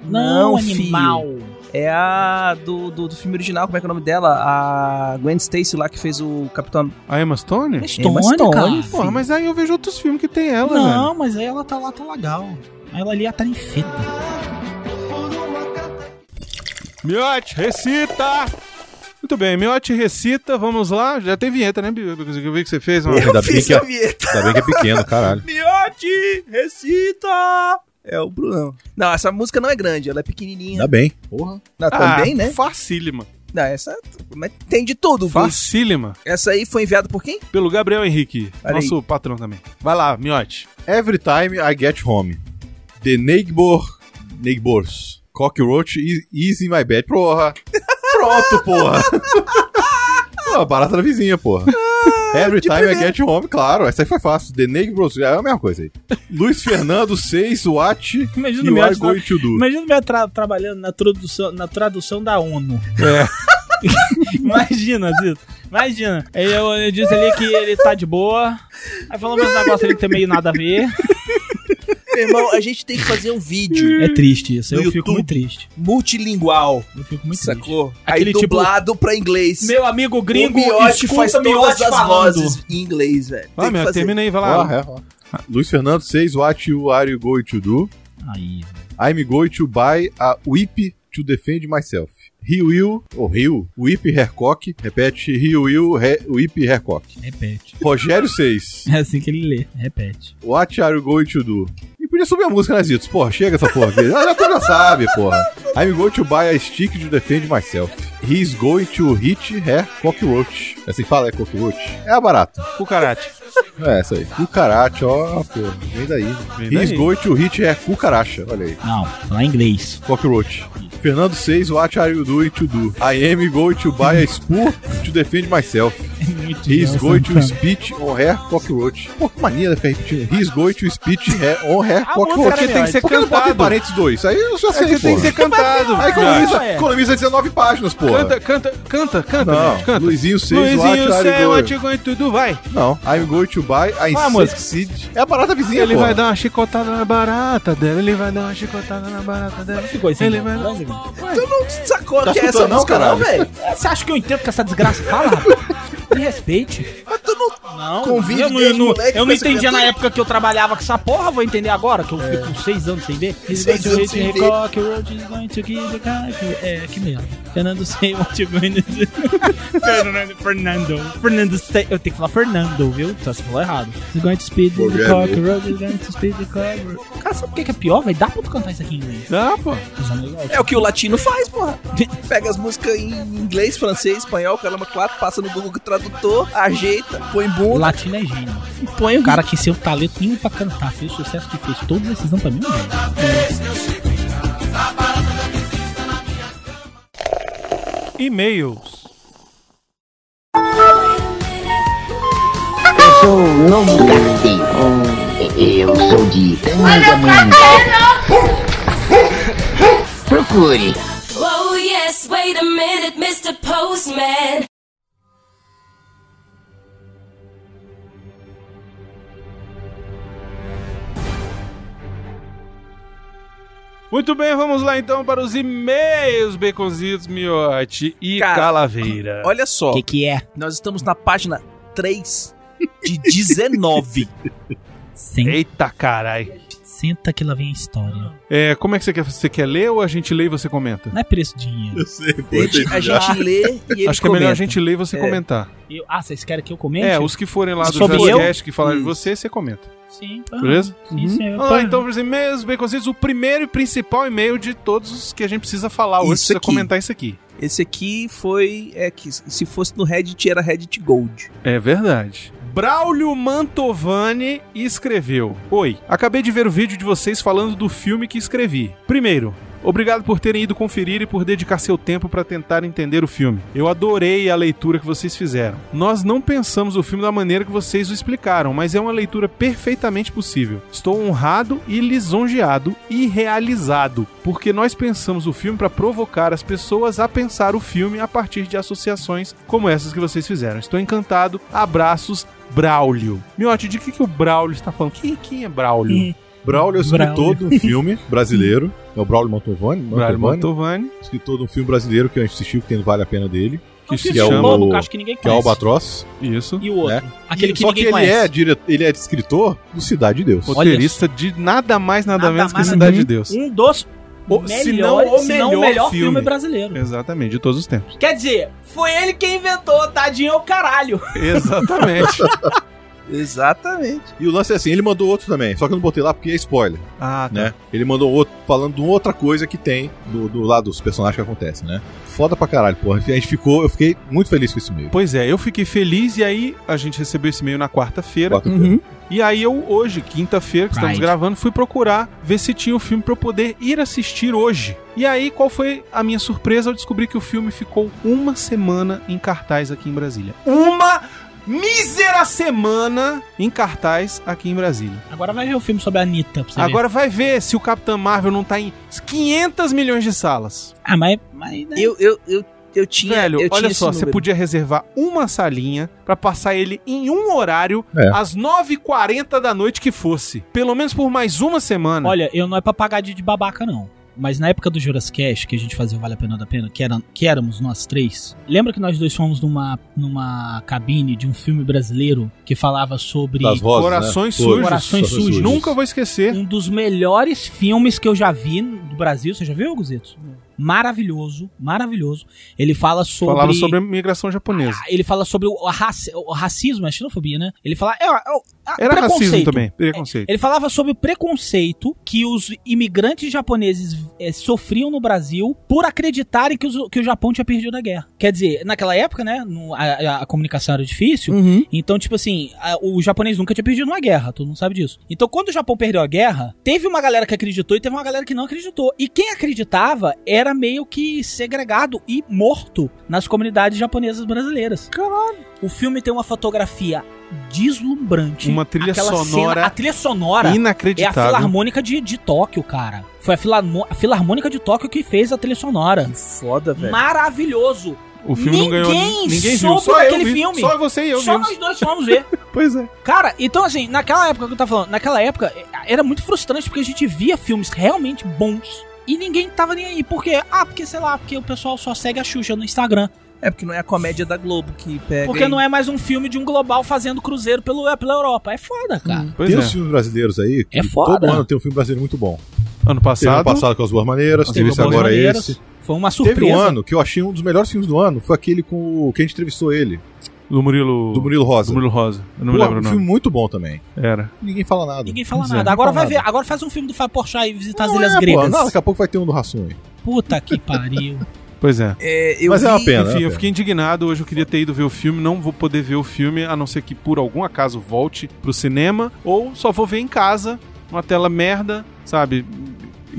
G: Não,
B: Não, filho.
G: animal.
B: É a do, do, do filme original, como é que é o nome dela? A Gwen Stacy lá que fez o Capitão...
A: A Emma Stone?
G: Stone,
B: Stone, é
G: cara.
B: filho.
A: Porra, mas aí eu vejo outros filmes que tem ela,
G: Não, mas aí ela tá lá, tá legal. Ela ali, ela tá enfeita.
A: velho. Miote, recita! Muito bem, Miote recita, vamos lá. Já tem vinheta, né, Bibi? Eu vi que você fez uma...
C: Ainda bem, que é,
B: vinheta.
C: ainda bem que é pequeno, caralho.
B: Miote, recita! É o Brunão. Não, essa música não é grande, ela é pequenininha.
C: Ainda bem. Porra.
B: Não,
A: Ah,
B: também, né?
A: Facílima.
B: Não, essa... Mas tem de tudo, Bruce.
A: Facílima.
B: Essa aí foi enviada por quem?
A: Pelo Gabriel Henrique,
B: Olha
A: nosso patrão também. Vai lá, Miote.
C: Every time I get home, the neighbor, neighbors, cockroach is, is in my bed. Porra. Pronto, porra. Pô, barata da vizinha, porra. Every time I get home, claro. Essa aí foi fácil. The neighbors, é a mesma coisa aí. Luiz Fernando 6, what you
G: Imagina o
C: are
G: Miotti,
C: going to do.
G: imagina o Miotti tra- trabalhando na tradução, na tradução da ONU. É. Imagina, Zito. Imagina. Aí eu, eu disse ali que ele tá de boa. Aí falamos uns negócios ali que tem meio nada a ver.
B: Meu irmão, a gente tem que fazer um vídeo
G: É triste isso.
B: No
G: Eu fico
B: YouTube?
G: muito triste.
B: multilingual,
G: Eu fico muito triste.
B: sacou?
G: Aquele
B: Aí
G: tipo-
B: dublado pra inglês.
H: Meu amigo
B: o
H: gringo,
B: Miotti
H: escuta
B: faz todas
H: Miotti
B: as
H: falando.
B: vozes em inglês, velho.
A: Vai,
B: Tem que
A: Ah, meu,
B: fazer.
A: termina aí, vai lá.
C: Ó, é, ó. Luiz Fernando 6, what you are you going to do?
G: Aí.
C: I'm going to buy a whip to defend myself. He will, ou Rio, whip Hercock. Repete, he will, he, whip Hercock.
G: Repete.
C: Rogério 6,
G: É assim que ele lê. Repete.
C: what are you going to do? E podia subir a música, né, Zitos? Porra, chega essa porra aqui. Ah, já tu já sabe, porra. I'm going to buy a stick to defend myself. He's going to hit her cockroach. É assim que fala, é cockroach? É a barata.
A: Cucarate.
C: É, essa aí. Cucaracha, ó, porra. Vem daí.
A: Vem
C: He's
A: daí.
C: going to hit her cucaracha. Olha aí.
G: Não, falar inglês.
C: Cockroach. Fernando 6, what are you doing to do? I am going to buy a spoon to defend myself. He's going to spit on her cockroach. Pô, que mania né, ficar repetindo. He's going to spit her- on her cockroach.
A: Porque tem que ser
C: Por que não bota em
A: cantado.
C: parênteses dois? Aí eu já
A: É
C: sei,
A: que tem que ser cantado. cara.
C: Aí economiza, economiza 19 páginas, pô.
A: É. Canta, canta, canta, canta,
C: Não,
A: gente, canta.
C: Luizinho seis,
A: Luizinho
C: what are you
A: 6,
C: doing?
A: what you going to do? Vai.
C: Não, I'm going to buy a
A: Ah,
C: insect
A: música.
C: seed. É a barata vizinha,
A: Ele
C: pô.
A: vai dar uma chicotada na barata dela, ele vai dar uma chicotada na barata
B: é
A: dela.
G: Ficou assim.
A: Ele vai...
B: Tu não sacou
C: Tá
B: que é essa
C: escutando não,
B: música não,
C: caralho?
B: velho?
G: Você acha que eu entendo que essa desgraça fala? rapaz? Me respeite.
B: Mas tu não
G: Não,
B: Convide
G: eu não,
B: dez
G: eu não,
B: moleque
G: eu não
B: pra essa
G: entendia na
B: criatura.
G: época que eu trabalhava com essa porra, vou entender agora, que eu fico seis anos sem ver. He's going to
B: anos
G: hit
B: sem
G: the
B: ver.
G: cockroach, he's going to kill the cockroach. É, que merda. Fernando sei what you going to do. Fernando, Fernando. Fernando sei. Eu tenho que falar Fernando, viu? Então você falou errado. He's going to speed the
C: Rogério.
G: cockroach, he's going to speed the cockroach. Cara, sabe por que que é pior, velho? Dá pra tu cantar isso aqui em inglês.
A: Dá, pô.
B: É o que o latino faz, porra. Pega as músicas em inglês, francês, espanhol, caramba, quatro, passa no Google Tradutor, ajeita, põe
G: O
B: bunda,
G: latino é gênio.
B: põe
G: O cara que seu talento nenhum pra cantar, fez o sucesso que fez, todos esses anos também, velho.
A: E-mails.
D: Eu sou novo carteiro. Hum, Eu sou de Tangamanga. Procure.
E: Whoa, yes, wait a minute, Mr. Postman.
A: Muito bem, vamos lá então para os e-mails, Beconzitos, Miote e
B: Cara,
A: Calaveira.
B: Olha só,
G: O que que é?
B: nós estamos na página 3 de 19.
G: Sem
A: Eita carai.
G: Senta que lá vem a história.
A: É, como é que você quer? Você quer ler ou a gente lê e você comenta?
G: Não é preço de dinheiro.
B: a, gente, a gente lê e ele
A: Acho que é melhor a
B: comenta.
A: gente ler e você
B: É.
A: comentar.
G: Eu- ah, vocês querem que eu comente?
A: É, os que forem lá do
G: Sobre eu?
A: Jazzcast que falaram
B: Hum.
A: de você, você comenta.
G: Sim, tá.
A: Beleza?
G: Sim, sim.
A: Vamos lá então para os e-mails, Beconzitos. O primeiro e principal e-mail de todos os que a gente precisa falar hoje.
B: Isso
A: Precisa
B: aqui.
A: comentar isso aqui.
B: Esse aqui foi, é que se fosse no Reddit era Reddit Gold.
A: É verdade. Braulio Mantovani escreveu: Oi, acabei de ver o vídeo de vocês falando do filme que escrevi. Primeiro, obrigado por terem ido conferir e por dedicar seu tempo para tentar entender o filme. Eu adorei a leitura que vocês fizeram. Nós não pensamos o filme da maneira que vocês o explicaram, mas é uma leitura perfeitamente possível. Estou honrado e lisonjeado e realizado, porque nós pensamos o filme para provocar as pessoas a pensar o filme a partir de associações como essas que vocês fizeram. Estou encantado. Abraços, Braulio. Miotti, de que, que o Braulio está falando? Quem, quem é Braulio?
C: Braulio é
G: Braulio.
C: escritor de um filme brasileiro. É o Braulio Mantovani.
A: Braulio
C: Mantovani.
A: Mantovani.
C: Escritor de um filme brasileiro que eu assisti, que tem Vale a Pena dele.
G: Então, Que
A: se
G: filme
A: chama
G: bom,
C: o-
G: que eu acho que ninguém
C: Que é o
G: conhece.
C: Albatroz.
A: Isso.
G: E o outro? Aquele
C: E-
G: que
C: Só
G: ninguém
C: que ele é,
G: conhece.
C: dire... ele é escritor do Cidade de Deus.
G: Olha
A: Roteirista de nada mais, nada,
G: Nada
A: menos que
G: mais,
A: Cidade
G: nada
A: de Deus.
G: Um dos
A: O-
G: melhores,
A: se não o
G: se não
A: melhor
G: filme.
A: filme É.
G: brasileiro.
A: Exatamente, de todos os tempos.
H: Quer dizer, foi ele quem inventou, tadinho é o caralho.
A: Exatamente.
B: Exatamente.
C: E o lance é assim, ele mandou outro também, só que eu não botei lá porque é spoiler,
A: ah, tá.
C: né? Ele mandou outro falando de outra coisa que tem do, do lado dos personagens que acontece, né? Foda pra caralho, porra. A gente ficou, eu fiquei muito feliz com esse meio.
A: Pois é, eu fiquei feliz e aí a gente recebeu esse e-mail na quarta-feira.
B: Uhum.
A: E aí eu hoje, quinta-feira, que estamos
G: Pride.
A: gravando, fui procurar ver se tinha o filme pra eu poder ir assistir hoje. E aí qual foi a minha surpresa ao descobrir que o filme ficou uma semana em cartaz aqui em Brasília. Uma mísera semana em cartaz aqui em Brasília.
G: Agora vai ver o filme sobre a Anitta. Pra você ver.
A: Agora vai ver se o Capitão Marvel não tá em 500 milhões de salas.
G: Ah, mas. mas né?
B: Eu, eu, eu, Eu tinha.
A: Velho,
B: eu tinha
A: olha
B: esse
A: só, você
B: número.
A: podia reservar uma salinha pra passar ele em um horário
C: É.
A: às 9h40 da noite que fosse. Pelo menos por mais uma semana.
G: Olha, eu não é pra pagar de, de babaca, não. Mas na época do Juras Cash, que a gente fazia o Vale a Pena da Pena, que, era, que éramos nós três, lembra que nós dois fomos numa, numa cabine de um filme brasileiro que falava sobre
C: Das rosas,
A: Corações
C: né?
A: sujos.
G: Corações sujos.
A: Nunca vou esquecer.
G: um dos melhores filmes que eu já vi do Brasil. Você já viu, Guzetos? Maravilhoso, maravilhoso. Ele fala sobre.
A: Falava sobre a migração japonesa.
G: Ah, Ele fala sobre o, raci- o racismo, a xenofobia, né? Ele fala. É, é, é,
A: Era racismo
G: preconceito.
A: também. Preconceito.
G: Ele falava sobre o preconceito que os imigrantes japoneses eh, sofriam no Brasil por acreditarem que, os- que o Japão tinha perdido a guerra. Quer dizer, naquela época, né, no- a, a- a comunicação era difícil,
B: Uhum.
G: então, tipo assim, a- o japonês nunca tinha perdido uma guerra, todo mundo sabe disso. Então, quando o Japão perdeu a guerra, teve uma galera que acreditou e teve uma galera que não acreditou. E quem acreditava era meio que segregado e morto nas comunidades japonesas brasileiras. Caralho! O filme tem uma fotografia deslumbrante.
A: Uma trilha
G: Aquela cena-
A: sonora
G: a trilha sonora é a
A: Inacreditável.
G: Filarmônica de, de Tóquio, cara. Foi a, filarmo- a Filarmônica de Tóquio que fez a trilha sonora.
B: Que foda, velho.
G: Maravilhoso!
A: o filme não ganhou.
G: Ninguém
A: Ninguém viu.
G: soube
A: Só eu
G: daquele
A: vi.
G: filme.
A: Só você e eu
G: Só
A: vimos.
G: nós dois fomos ver.
A: Pois é.
G: Cara, então assim, naquela época que eu tava falando, naquela época eh, era muito frustrante porque a gente via filmes realmente bons e ninguém tava nem aí. Por quê? Ah, porque sei lá, porque o pessoal só segue a Xuxa no Instagram.
B: É porque não é a comédia da Globo que pega.
G: Porque não é mais um filme de um global fazendo cruzeiro pelo, pela Europa. É foda, cara.
A: Pois
C: Tem
A: é.
C: os filmes brasileiros aí. que
G: É foda.
C: Todo ano tem um filme brasileiro muito bom.
A: Ano
C: Teve ano
A: passado.
C: passado com as Boas Maneiras, teve
G: Teve
C: esse
G: Boas
C: agora é
G: Maneiras,
C: esse.
G: Foi uma
C: Teve um
G: surpresa.
C: ano que eu achei um dos melhores filmes do ano, foi aquele com o que a gente entrevistou ele,
A: Do Murilo.
C: do Murilo Rosa.
A: do Murilo Rosa. Eu não
C: Pô,
A: me lembro o
C: um
A: nome.
C: filme muito bom também.
A: Era.
C: Ninguém fala nada.
G: Ninguém fala
A: Pois é,
G: nada.
A: não
G: Agora
C: fala
G: vai ver,
C: nada.
G: agora faz um filme do Fábio Porchat e visitar as
C: Não
G: Ilhas
C: é, pô,
G: Gregas.
C: não, daqui a pouco vai ter um do Rassum aí.
G: Puta que pariu.
A: Pois é.
B: É, eu
C: Mas é uma
B: vi-
C: pena. né,
A: Enfim, eu
C: cara?
A: fiquei indignado. Hoje eu queria ter ido ver o filme. Não vou poder ver o filme, a não ser que por algum acaso volte pro cinema. Ou só vou ver em casa, numa tela merda, sabe?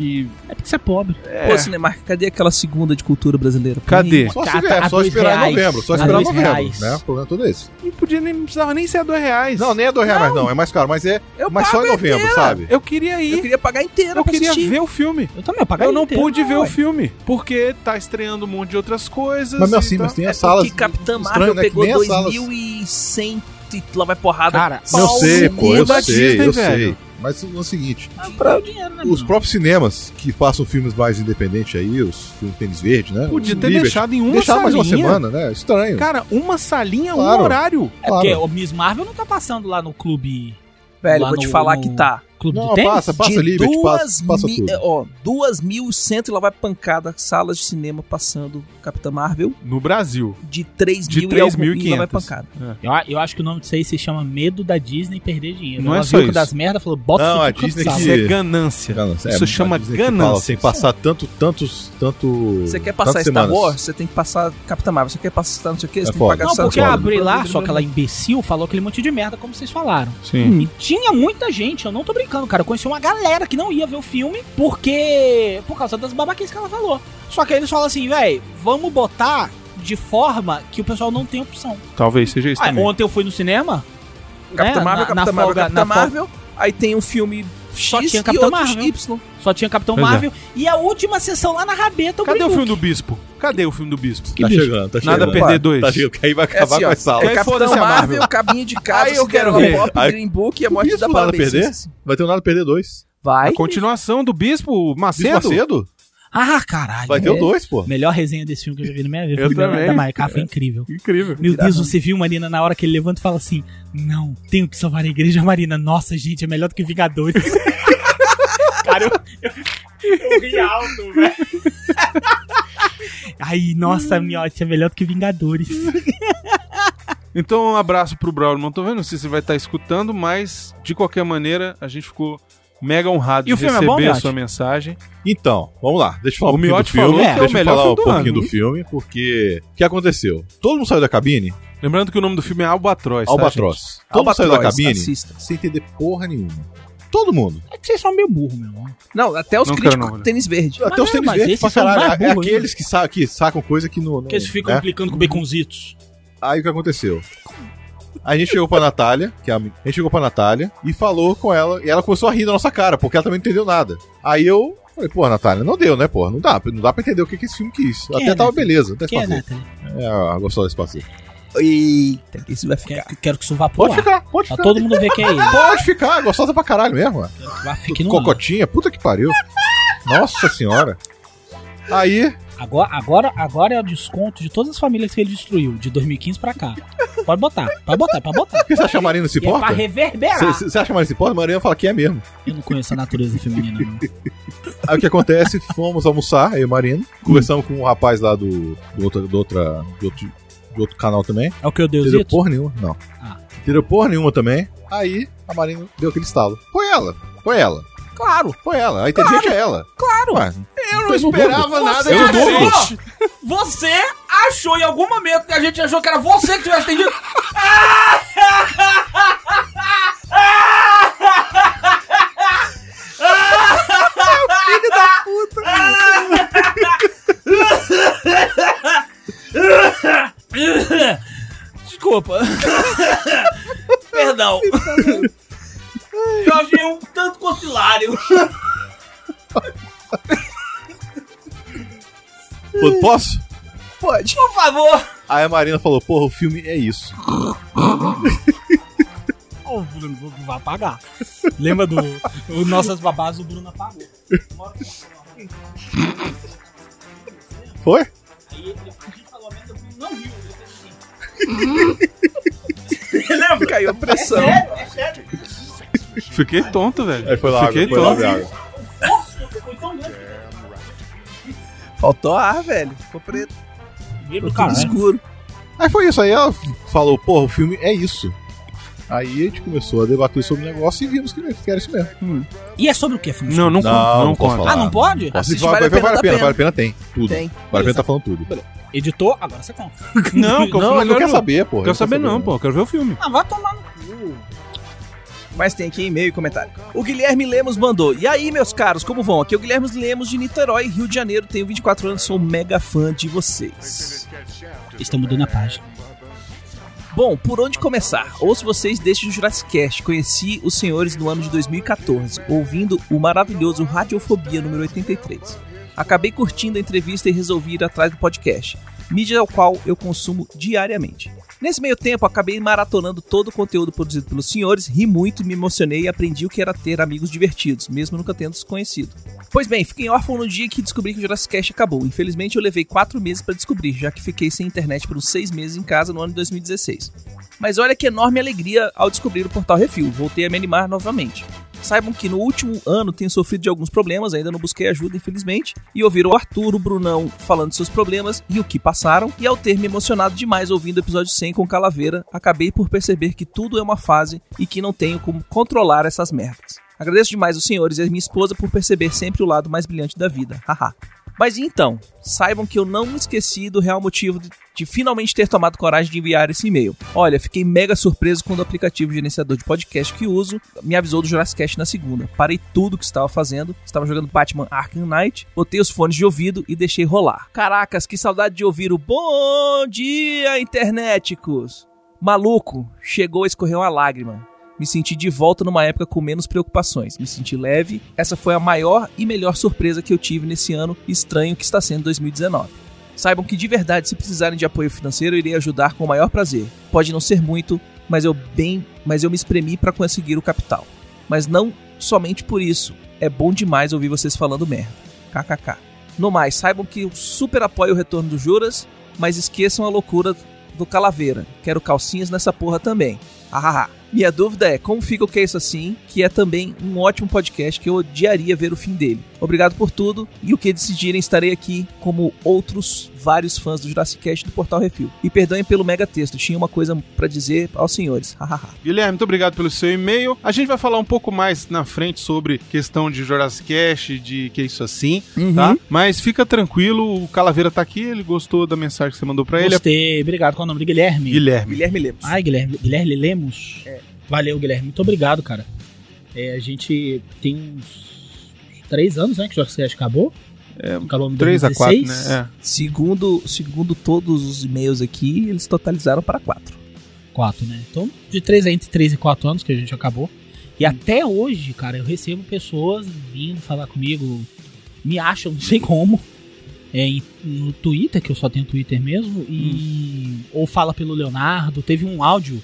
A: E.
G: é porque você é pobre.
B: Pô, Cinemark, cadê aquela segunda de cultura brasileira?
A: Cadê?
C: Só, se
G: Cata
C: vier,
G: a
C: só
G: dois
C: esperar
G: reais.
C: em novembro. Só
G: A
C: esperar em
G: dois
C: novembro.
G: reais.
C: Né? O problema é todo esse.
A: Não podia nem. Não precisava nem ser a dois reais.
C: Não, nem é dois reais mais, não. É mais caro, mas é.
B: Eu
C: mas só
B: pago
C: em novembro, sabe?
A: Eu queria
B: Eu
A: ir.
B: queria pagar inteira
A: Eu
B: pra
A: queria
B: assistir.
A: ver o filme.
G: Eu também, eu paguei
A: Eu não
G: inteiro.
A: pude ver
G: Ah,
A: o
G: ué.
A: filme. Porque tá estreando um monte de outras coisas.
C: Mas meu
A: e
C: assim,
A: tal.
C: mas tem as
B: É
C: salas.
B: porque Capitã
C: estranho,
B: Marvel
C: né, que
B: pegou
C: nem as salas.
B: 2100 e lá vai porrada.
G: Cara,
C: Eu sei,
B: Pau
C: pô, eu
A: da
C: sei,
A: Disney,
C: eu
A: velho.
C: sei. Mas é o seguinte,
G: Ah, pra... dinheiro, né,
C: os
G: mano?
C: próprios cinemas que passam filmes mais independentes aí, os filmes tênis verde, né?
A: Podia
C: Os
A: ter
C: Liberty,
A: deixado em uma
C: deixar mais
A: salinha.
C: uma semana, né? Estranho.
A: Cara, uma salinha, um
C: Claro.
A: horário.
G: É porque
C: Claro.
G: o Miss Marvel não tá passando lá no clube.
B: Velho,
G: lá
B: vou te
G: no-
B: falar
G: no-
B: que tá.
G: Clube
C: Não,
G: do Tênis?
C: passa, passa
B: de
C: Liberty,
B: duas
C: passa, passa
B: mi-
C: tudo.
B: é, Ó, 2100 e lá vai pancada salas de cinema passando Capitã Marvel
A: No Brasil.
B: de 3
A: De
B: mil e algum- e lá
A: 3.500.
B: vai pancada.
G: Eu, eu acho que o nome disso aí se chama Medo da Disney perder dinheiro.
A: Não é
G: Ela
A: só
G: viu que
A: isso.
G: das merda falou, bota
C: Não,
G: isso
C: a
G: tudo
C: Disney
G: pra
C: que-
A: Isso é ganância.
C: Ganância.
A: Isso
C: a
A: chama
C: Disney que fala,
A: ganância.
C: Sem passar tanto, tantos, tanto.
B: Você quer passar
C: tantas
B: Star
C: semanas.
B: Wars? Você tem que passar Capitã Marvel. Você quer passar não sei o que? Você tem
C: É
B: que
C: foda.
B: pagar Né?
G: Não,
B: salas
G: porque
C: foda.
G: a
B: fora.
G: Brilá, só que ela é imbecil, falou aquele monte de merda, como vocês falaram.
A: Sim.
G: E tinha muita gente, eu não tô brincando, cara. Eu conheci uma galera que não ia ver o filme porque. Por causa das babaquices que ela falou. Só que aí eles falam assim, véi, vamos botar de forma que o pessoal não tem opção.
A: Talvez seja isso
G: Ah,
A: também.
G: ontem eu fui no cinema.
B: Capitã
G: né,
B: Marvel,
G: na- na
B: Capitã Marvel,
G: folga-
B: Capitã
G: na folga-
B: Marvel. Aí tem um filme
G: Só
B: X
G: tinha
B: e
G: Capitã
B: outro
G: Marvel.
B: Y.
G: Só tinha Capitão
C: Pois é.
G: Marvel. E a última sessão lá na rabeta,
A: Cadê o
G: Briduque.
A: filme do Bispo? Cadê o filme do Bispo?
C: Tá chegando, tá chegando.
A: Nada a perder dois.
C: Tá chegando, que aí vai
B: É
C: acabar
B: assim,
C: com
B: ó,
C: as salas.
A: Aí
B: É Capitã
A: foda-se a
B: Marvel,
A: Marvel.
B: Cabinho de casa,
A: Aí eu quero
B: Cinderela
A: ver.
B: Pop,
C: Aí-
B: Green Book e a morte
C: Bispo
B: da
C: nada a
B: Parabéns.
C: perder? Vai ter um nada a perder dois.
B: Vai.
A: A continuação do Bispo
C: Bispo
A: Macedo?
C: Macedo?
G: Ah, caralho.
C: Vai ter o dois, pô.
G: Melhor resenha desse filme que eu já vi na minha vida.
A: Eu
G: Foi da-
A: também.
G: Da Maiká, foi incrível.
A: Incrível.
G: Meu Deus, você viu, Marina, na hora que ele levanta e fala assim: Não, tenho que salvar a igreja, Marina. Nossa, gente, é melhor do que Vingadores. Cara, eu. eu- eu ri alto, velho. Ai, nossa, Miotti, é melhor do que Vingadores.
A: Então, um abraço pro Braulio. Não tô vendo se você vai estar escutando, mas de qualquer maneira, a gente ficou mega honrado
G: E o
A: de
G: filme é
A: receber
G: bom,
A: a
G: Miotti?
A: sua mensagem.
C: Então, vamos lá. Deixa eu falar
A: O
C: um pouquinho
A: Miotti
C: do filme.
A: falou que é o
C: Deixa eu
A: melhor
C: falar
A: filme
C: um
A: do
C: pouquinho
A: ano.
C: do filme, porque... O que aconteceu? Todo mundo saiu da cabine?
A: Lembrando que o nome do filme é Albatroz. tá, gente?
C: Albatroz. Todo mundo saiu da
B: Albatroz,
C: cabine
B: assista.
C: sem entender porra nenhuma. Todo mundo.
G: É que vocês são meio burro, meu irmão.
B: Não, até os
A: Não quero
B: críticos
A: não,
B: do tênis verde.
C: Até os
G: é,
C: tênis
G: mas
C: verdes
G: esses
C: pra
G: são mais
C: caralho. É
G: burros, né?
C: aqueles que, sa que sacam coisa que não... não
G: Porque eles ficam
C: né?
G: implicando com baconzitos.
C: Aí o que aconteceu? A gente chegou pra Natália, que é a, a gente chegou pra Natália e falou com ela, e ela começou a rir da nossa cara, porque ela também não entendeu nada. Aí eu Falei, pô, Natália, não deu, né, porra? Não dá, não dá pra entender o que, que esse filme quis.
K: Quem
C: Até
K: é,
C: tava
G: né?
K: Nathan?
C: beleza, até
K: Quem é,
C: Spazio.
K: Nathan?
C: É, a gostosa Spazio.
B: Eita, isso vai ficar.
G: Quero, quero que isso vá pro
C: Pode
G: ar.
C: ficar, pode
G: Pra
C: ficar.
G: todo mundo ver que é ele.
C: Pode ficar, gostosa pra caralho mesmo. ó.
G: Vá, fique no ar.
C: Cocotinha, puta que pariu. Nossa senhora. Aí,
G: Agora, agora, agora é o desconto de todas as famílias que ele destruiu, de 2015 pra cá. Pode botar, pode botar, pode botar.
C: o que você acha que a Marina se
G: E é pra
C: importa?
G: reverberar.
C: Você você acha que a Marina se importa? A Marina fala que é mesmo.
G: Eu não conheço a natureza feminina, não.
C: Aí o que acontece? Fomos almoçar, eu e o Marino. Conversamos com um rapaz lá do, do, outra, do, outra, do, outro, do outro canal também.
G: É o que eu dei
C: Entendeu
G: os
C: porra nenhuma? Não.
G: Ah.
C: Entendeu porra nenhuma também. Aí a Marina deu aquele estalo. Foi ela, foi ela,
B: Claro,
C: foi ela. A inteligente é ela. Claro. eu não esperava nada
B: Você
C: do mundo.
B: achou?
H: Você achou em algum momento que a gente achou que era você que tivesse atendido?
B: Desculpa. Perdão.
H: Jorge é um tanto quanto hilário.
C: Pô, Posso?
B: Pode.
H: Por favor.
C: Aí a Marina falou, porra, o filme é isso.
G: Ô, Bruno, vou- vai apagar. Lembra do o Nossas Babás, o Bruno apagou.
C: Foi?
G: Aí ele a gente falou merda, o Bruno não riu. Ele fez assim.
B: Caiu a pressão.
A: Fiquei tonto, velho.
C: Aí foi lá,
A: Fiquei
C: água, foi lá
A: tonto.
C: ver água.
B: Faltou ar, velho. Ficou preto.
G: Vira do
B: Tudo
G: caralho.
B: escuro.
C: Aí foi isso, aí ela falou, porra, o filme é isso. Aí a gente começou a debater sobre o negócio e vimos que que era isso mesmo.
G: E é sobre o que, filme?
A: Não, não,
C: Não,
A: conta. não,
C: não posso
A: conta.
C: falar.
G: Ah, não pode?
C: Posso
B: Assiste,
C: falar,
B: vale a pena,
C: vale a
B: dá
C: pena,
B: pena.
C: vale a pena, tem. Tudo.
B: Tem.
C: Vale a pena tá falando tudo.
G: Editor, agora você conta.
A: Não, que eu
C: Não,
A: não,
C: mas não
A: quero
C: quer
A: saber.
C: saber, porra.
A: Ah, Quero saber não, pô. Quero ver o filme.
G: Ah, vai tomar no...
B: Mas tem aqui e-mail e comentário. O Guilherme Lemos mandou. E aí, meus caros, como vão? Aqui é o Guilherme Lemos de Niterói, Rio de Janeiro. Tenho 24 anos, sou mega fã de vocês.
G: Estão mudando a página.
B: Bom, por onde começar? Ouço vocês desde o Jurassic Cast. Conheci os senhores no ano de 2014, ouvindo o maravilhoso Radiofobia número 83. Acabei curtindo a entrevista e resolvi ir atrás do podcast, mídia ao qual eu consumo diariamente. Nesse meio tempo, acabei maratonando todo o conteúdo produzido pelos senhores, ri muito, me emocionei e aprendi o que era ter amigos divertidos, mesmo nunca tendo os conhecido. Pois bem, fiquei órfão no dia que descobri que o Jurassic Cast acabou. Infelizmente, eu levei quatro meses para descobrir, já que fiquei sem internet por uns seis meses em casa no ano de 2016. Mas olha que enorme alegria ao descobrir o Portal Refil. Voltei a me animar novamente. Saibam que no último ano tenho sofrido de alguns problemas, ainda não busquei ajuda, infelizmente. E ouvir o Arthur, o Brunão falando seus problemas e o que passaram. E ao ter me emocionado demais ouvindo o episódio 100 com Calaveira, acabei por perceber que tudo é uma fase e que não tenho como controlar essas merdas. Agradeço demais os senhores e a minha esposa por perceber sempre o lado mais brilhante da vida. Haha. Mas então, saibam que eu não me esqueci do real motivo de, de finalmente ter tomado coragem de enviar esse e-mail. Olha, fiquei mega surpreso quando o aplicativo gerenciador de podcast que uso me avisou do Jurassic Cast na segunda. Parei tudo que estava fazendo, estava jogando Batman Arkham Knight, botei os fones de ouvido e deixei rolar. Caracas, que saudade de ouvir o Bom Dia Interneticos! Maluco, chegou a escorrer uma lágrima. Me senti de volta numa época com menos preocupações. Me senti leve. Essa foi a maior e melhor surpresa que eu tive nesse ano estranho que está sendo 2019. Saibam que de verdade, se precisarem de apoio financeiro, eu irei ajudar com o maior prazer. Pode não ser muito, mas eu bem, mas eu me espremi para conseguir o capital. Mas não somente por isso. É bom demais ouvir vocês falando merda. KKK. No mais, saibam que eu super apoio o retorno do Juras, mas esqueçam a loucura do Calaveira. Quero calcinhas nessa porra também. Hahaha. Ah, Minha dúvida é como fica o que é isso assim, que é também um ótimo podcast que eu odiaria ver o fim dele. Obrigado por tudo e o que decidirem estarei aqui como outros vários fãs do Jurassic Cast do Portal Refil. E perdoem pelo mega texto, tinha uma coisa pra dizer aos senhores. Hahaha.
A: Guilherme, muito obrigado pelo seu e-mail. A gente vai falar um pouco mais na frente sobre questão de Jurassic Cash, de que é isso assim,
C: Uhum.
B: Uhum.
A: tá? Mas fica tranquilo, o Calaveira tá aqui, ele gostou da mensagem que você mandou pra ele.
G: Gostei, obrigado. Qual é o nome? Guilherme. É.
A: Guilherme.
B: Guilherme Lemos.
G: Ai, Guilherme, Guilherme Lemos. Valeu, Guilherme. Muito obrigado, cara. É, a gente tem uns três anos, né? Que o Jogos Cast acabou. É, acabou em
A: 3 a 4 né?
G: 2016.
A: É.
B: Segundo, segundo todos os e-mails aqui, eles totalizaram para quatro.
G: Quatro, né? Então, de três a- entre três e quatro anos que a gente acabou. E até hoje, cara, eu recebo pessoas vindo falar comigo. me acham, não sei como. É em- no Twitter, que eu só tenho Twitter mesmo, e. Ou fala pelo Leonardo. Teve um áudio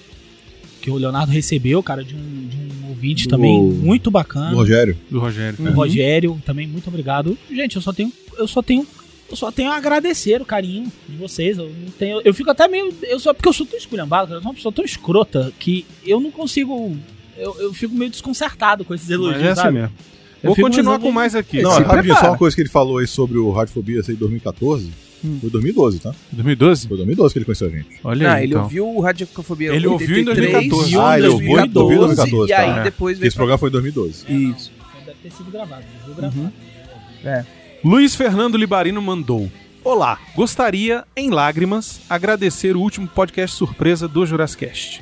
G: que o Leonardo recebeu, cara, de um, de um ouvinte
C: Do-
G: também muito bacana.
C: Do Rogério.
A: Do Rogério. né? Uhum.
G: O Rogério também, muito obrigado. Gente, eu só tenho. Eu só tenho. Eu só tenho a agradecer o carinho de vocês. Eu não tenho. Eu fico até meio. Eu só porque eu sou tão esculhambado, cara. Eu sou uma pessoa tão escrota que eu não consigo. Eu, eu fico meio desconcertado com esses elogios,
A: Mas é assim
G: sabe?
A: mesmo.
G: Eu
A: Vou
G: fico
A: continuar
G: resolvendo-
A: com mais aqui.
C: Não,
A: Se
C: rapidinho, só
A: prepara.
C: uma coisa que ele falou aí sobre o Radiofobia aí em 2014. Foi 2012, tá?
A: 2012?
C: Foi 2012 que ele conheceu a gente.
A: Olha
B: Não,
A: aí,
B: Ah, ele
A: então.
B: ouviu o Radiofobia
A: Ele ouviu em 2014.
C: Ah, ele ouviu em 2014,
B: E aí
C: tá.
B: depois
C: Esse
B: veio...
C: programa foi em 2012.
B: Isso.
G: assim, Deve ter sido gravado. Eu vou
A: Uhum.
G: gravar.
A: Luiz Fernando Libarino mandou. Olá, gostaria, em lágrimas, agradecer o último podcast surpresa do Jurassicast.